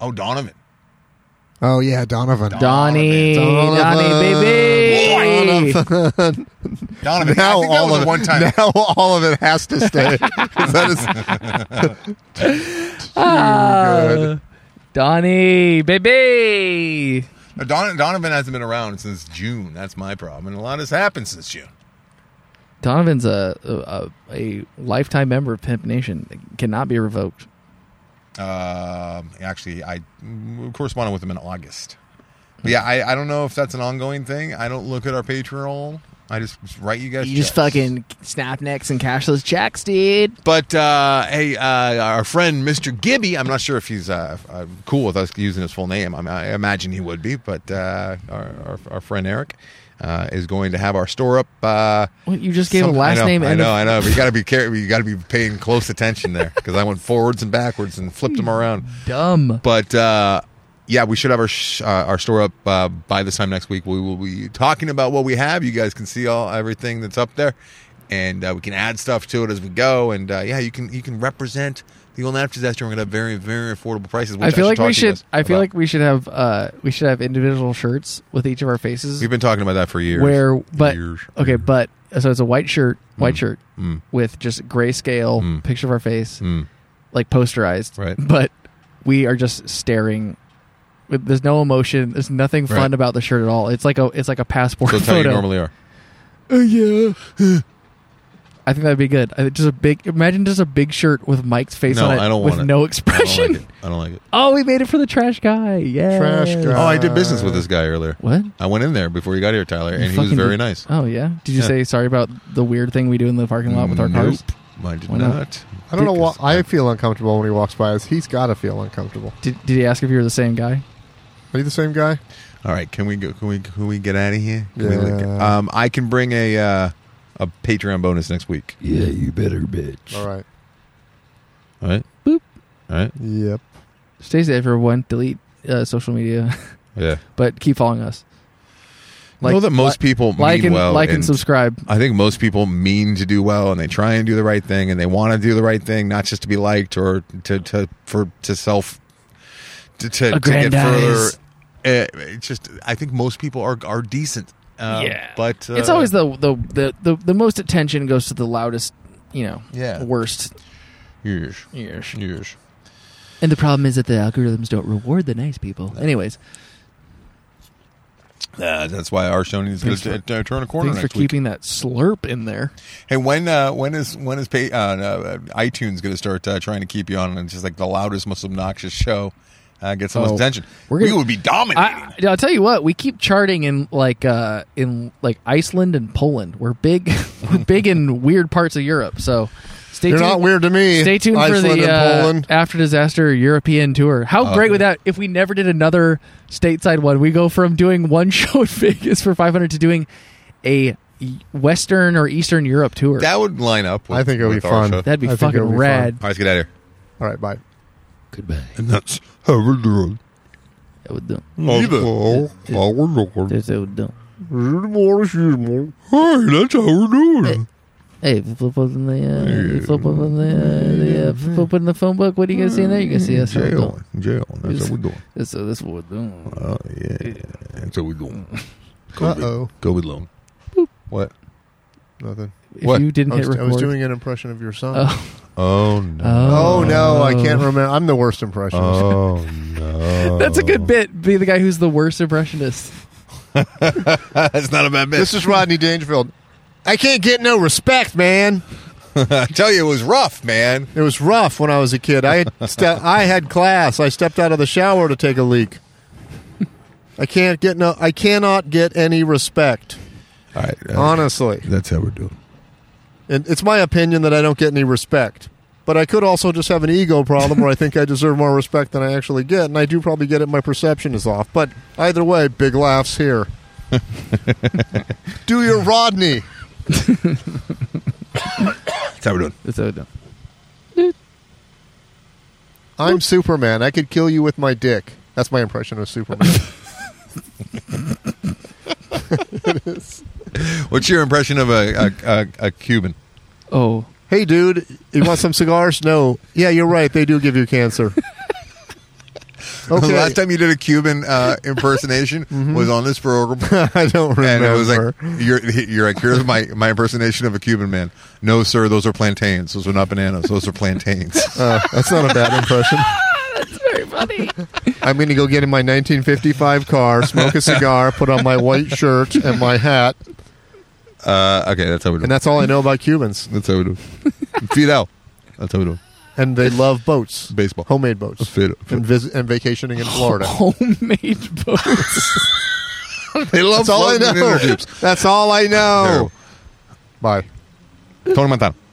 [SPEAKER 5] Oh, Donovan.
[SPEAKER 6] Oh yeah, Donovan.
[SPEAKER 4] Donnie,
[SPEAKER 6] Donovan.
[SPEAKER 4] Donnie, baby.
[SPEAKER 6] Donovan.
[SPEAKER 5] Donovan.
[SPEAKER 6] Now
[SPEAKER 5] I think that
[SPEAKER 6] all
[SPEAKER 5] was
[SPEAKER 6] of
[SPEAKER 5] one time.
[SPEAKER 6] it, now all of it has to stay. 'Cause that is
[SPEAKER 4] Ah,
[SPEAKER 6] good.
[SPEAKER 4] Donnie, baby.
[SPEAKER 5] No, Don, Donovan hasn't been around since June. That's my problem, and a lot has happened since June.
[SPEAKER 4] Donovan's a a, a a lifetime member of Pimp Nation. It cannot be revoked.
[SPEAKER 5] Um actually, I mm, corresponded with him in August. But yeah, I, I don't know if that's an ongoing thing. I don't look at our Patreon. I just write you guys.
[SPEAKER 4] You just
[SPEAKER 5] checks.
[SPEAKER 4] fucking snap necks and cash those checks, dude.
[SPEAKER 5] But uh, hey, uh, our friend Mr. Gibby, I'm not sure if he's uh, uh, cool with us using his full name. I, mean, I imagine he would be, but uh, our, our, our friend Eric uh, is going to have our store up. Uh,
[SPEAKER 4] What, you just gave
[SPEAKER 5] some-
[SPEAKER 4] a last
[SPEAKER 5] I know,
[SPEAKER 4] name.
[SPEAKER 5] I
[SPEAKER 4] and
[SPEAKER 5] know,
[SPEAKER 4] a-
[SPEAKER 5] I know. But you got to be careful. You got to be paying close attention there because I went forwards and backwards and flipped them around.
[SPEAKER 4] Dumb.
[SPEAKER 5] But uh, yeah, we should have our sh- uh, our store up uh, by this time next week. We will be talking about what we have. You guys can see all everything that's up there, and uh, we can add stuff to it as we go. And uh, yeah, you can you can represent the old after disaster. We're gonna have very very affordable prices. Which
[SPEAKER 4] I feel like
[SPEAKER 5] talk
[SPEAKER 4] we
[SPEAKER 5] to you
[SPEAKER 4] should.
[SPEAKER 5] guys
[SPEAKER 4] I feel
[SPEAKER 5] about.
[SPEAKER 4] like we should have. Uh, we should have individual shirts with each of our faces.
[SPEAKER 5] we've been talking about that for years.
[SPEAKER 4] where, but
[SPEAKER 5] Years.
[SPEAKER 4] okay, but so it's a white shirt, white shirt
[SPEAKER 5] Mm.
[SPEAKER 4] with just grayscale
[SPEAKER 5] Mm.
[SPEAKER 4] picture of our face,
[SPEAKER 5] Mm.
[SPEAKER 4] like posterized.
[SPEAKER 5] Right.
[SPEAKER 4] But we are just staring. With- There's no emotion. There's nothing fun
[SPEAKER 5] Right.
[SPEAKER 4] about the shirt at all. It's like a. It's like a passport
[SPEAKER 5] So that's how you
[SPEAKER 4] photo.
[SPEAKER 5] normally are.
[SPEAKER 4] Oh yeah. I think that'd be good. I- Just a big. Imagine just a big shirt with Mike's face
[SPEAKER 5] No,
[SPEAKER 4] on it
[SPEAKER 5] I don't
[SPEAKER 4] with
[SPEAKER 5] want it.
[SPEAKER 4] no
[SPEAKER 5] I don't
[SPEAKER 4] expression.
[SPEAKER 5] like it. I don't like it.
[SPEAKER 4] Oh, we made it for the trash guy. Yeah.
[SPEAKER 6] Trash guy.
[SPEAKER 5] Oh, I did business with this guy earlier.
[SPEAKER 4] What?
[SPEAKER 5] I went in there before you got here, Tyler, and he was
[SPEAKER 4] Uh, fucking
[SPEAKER 5] very
[SPEAKER 4] did-
[SPEAKER 5] nice.
[SPEAKER 4] Oh yeah. Did you
[SPEAKER 5] Yeah.
[SPEAKER 4] say sorry about the weird thing we do in the parking lot with our cars?
[SPEAKER 5] Nope, I did
[SPEAKER 4] Why
[SPEAKER 5] not.
[SPEAKER 4] not?
[SPEAKER 6] I don't know why
[SPEAKER 5] Because
[SPEAKER 6] I feel uncomfortable when he walks by us. He's got to feel uncomfortable.
[SPEAKER 4] Did, did he ask if you were the same guy?
[SPEAKER 6] Are you the same guy?
[SPEAKER 5] All right, can we go? Can we? Can we get out of here? Can we
[SPEAKER 6] Yeah.
[SPEAKER 5] look- um, I can bring a uh, a Patreon bonus next week.
[SPEAKER 1] Yeah, you better, bitch.
[SPEAKER 6] All right.
[SPEAKER 5] All right.
[SPEAKER 4] Boop.
[SPEAKER 5] All right.
[SPEAKER 6] Yep.
[SPEAKER 4] Stay safe, everyone. Delete uh, social media,
[SPEAKER 5] Yeah.
[SPEAKER 4] but keep following us.
[SPEAKER 5] I know that most people
[SPEAKER 4] li- like
[SPEAKER 5] mean
[SPEAKER 4] and
[SPEAKER 5] well.
[SPEAKER 4] like and subscribe.
[SPEAKER 5] I think most people mean to do well, and they try and do the right thing, and they want to do the right thing, not just to be liked or to to for to self to to, to get further.
[SPEAKER 4] Aggrandize.
[SPEAKER 5] Eh, It's just I think most people are are decent. Uh,
[SPEAKER 4] Yeah.
[SPEAKER 5] but uh,
[SPEAKER 4] it's always the, the the the the most attention goes to the loudest, you know,
[SPEAKER 5] Yeah.
[SPEAKER 4] worst
[SPEAKER 5] Yes.
[SPEAKER 4] ears.
[SPEAKER 5] Yes.
[SPEAKER 4] And the problem is that the algorithms don't reward the nice people. Anyways,
[SPEAKER 5] Uh, that's why our show needs to
[SPEAKER 4] Thanks for-
[SPEAKER 5] t- uh, turn a corner
[SPEAKER 4] thanks for
[SPEAKER 5] next week.
[SPEAKER 4] keeping that slurp in there.
[SPEAKER 5] Hey, when uh, when is when is pay, uh, uh, iTunes going to start uh, trying to keep you on and just like the loudest, most obnoxious show uh, get someone's
[SPEAKER 4] Oh,
[SPEAKER 5] attention?
[SPEAKER 4] we're
[SPEAKER 5] we
[SPEAKER 4] gonna-
[SPEAKER 5] would be dominating.
[SPEAKER 4] I, I'll tell you what, we keep charting in like uh in like Iceland and Poland. We're big we're big in weird parts of Europe. So stay
[SPEAKER 6] You're
[SPEAKER 4] tuned.
[SPEAKER 6] not weird to me.
[SPEAKER 4] Stay tuned
[SPEAKER 6] Iceland
[SPEAKER 4] for the
[SPEAKER 6] and
[SPEAKER 4] uh,
[SPEAKER 6] Poland.
[SPEAKER 4] after disaster European tour. How
[SPEAKER 5] Oh,
[SPEAKER 4] great would
[SPEAKER 5] yeah.
[SPEAKER 4] that if we never did another stateside one? We go from doing one show in Vegas for 500 to doing a Western or Eastern Europe tour.
[SPEAKER 5] that would line up. With,
[SPEAKER 6] I think it would
[SPEAKER 5] with
[SPEAKER 6] be
[SPEAKER 5] our
[SPEAKER 6] fun.
[SPEAKER 5] show. All
[SPEAKER 4] That'd be
[SPEAKER 6] I think
[SPEAKER 4] fucking
[SPEAKER 6] it'll be fun.
[SPEAKER 4] rad.
[SPEAKER 5] right, let's get out of here.
[SPEAKER 6] All right. Bye.
[SPEAKER 1] Goodbye.
[SPEAKER 5] And that's how we're doing.
[SPEAKER 4] That would do.
[SPEAKER 5] That's how we're doing.
[SPEAKER 4] That would do.
[SPEAKER 5] Hey, that's how we're doing.
[SPEAKER 4] Hey, flip open the, uh, flip open the, uh, the uh, flip open the phone book. What are you gonna see in there? You can see us.
[SPEAKER 5] Jail, jail. That's how we're doing.
[SPEAKER 4] This, uh, this what we're doing.
[SPEAKER 5] Oh yeah, that's how we're doing.
[SPEAKER 6] Uh oh.
[SPEAKER 5] COVID loan. What?
[SPEAKER 6] Nothing.
[SPEAKER 4] If
[SPEAKER 5] What?
[SPEAKER 4] you didn't
[SPEAKER 6] I was,
[SPEAKER 4] hit
[SPEAKER 6] I
[SPEAKER 4] record,
[SPEAKER 6] was doing an impression of your song.
[SPEAKER 4] Oh.
[SPEAKER 5] Oh no.
[SPEAKER 6] Oh, no, I
[SPEAKER 4] Oh.
[SPEAKER 6] can't remember. I'm the worst impressionist.
[SPEAKER 5] Oh no.
[SPEAKER 4] That's a good bit. Be the guy who's the worst impressionist.
[SPEAKER 5] That's not a bad bit.
[SPEAKER 6] this is Rodney Dangerfield. I can't get no respect, man.
[SPEAKER 5] I tell you, it was rough, man.
[SPEAKER 6] It was rough when I was a kid. I had ste- I had class. I stepped out of the shower to take a leak. I can't get no. I cannot get any respect.
[SPEAKER 5] All right. uh,
[SPEAKER 6] Honestly,
[SPEAKER 5] That's how we're doing.
[SPEAKER 6] and it's my opinion that I don't get any respect. But I could also just have an ego problem where I think I deserve more respect than I actually get, and I do probably get it. My perception is off. But either way, big laughs here. do your Rodney.
[SPEAKER 5] That's how we're doing.
[SPEAKER 4] That's how we're doing.
[SPEAKER 6] I'm Superman. I could kill you with my dick. That's my impression of Superman.
[SPEAKER 5] What's your impression of a a, a, a Cuban?
[SPEAKER 4] Oh,
[SPEAKER 6] hey, dude, you want some cigars? No. Yeah, you're right. They do give you cancer.
[SPEAKER 5] The
[SPEAKER 6] Okay.
[SPEAKER 5] last time you did a Cuban uh, impersonation was on this program,
[SPEAKER 6] I don't
[SPEAKER 5] and
[SPEAKER 6] remember.
[SPEAKER 5] it was like you're you're like here's my my impersonation of a Cuban man. No, sir, those are plantains. Those are not bananas. Those are plantains.
[SPEAKER 6] Uh, that's not a bad impression.
[SPEAKER 4] very funny.
[SPEAKER 6] I'm going to go get in my 1955 car, smoke a cigar, put on my white shirt and my hat,
[SPEAKER 5] Uh, okay, that's how we do. it.
[SPEAKER 6] And that's all I know about Cubans.
[SPEAKER 5] That's how we do. it. Fidel. That's how we do. it.
[SPEAKER 6] And they love boats,
[SPEAKER 5] Baseball.
[SPEAKER 6] homemade boats,
[SPEAKER 5] Fidel.
[SPEAKER 6] and, vis- and vacationing in Florida.
[SPEAKER 4] Homemade boats.
[SPEAKER 5] They love
[SPEAKER 6] That's all I
[SPEAKER 5] floating in
[SPEAKER 6] know.
[SPEAKER 5] their jeeps.
[SPEAKER 6] That's all I know.
[SPEAKER 5] Terrible.
[SPEAKER 6] Bye.
[SPEAKER 5] Oh. Tony Montana.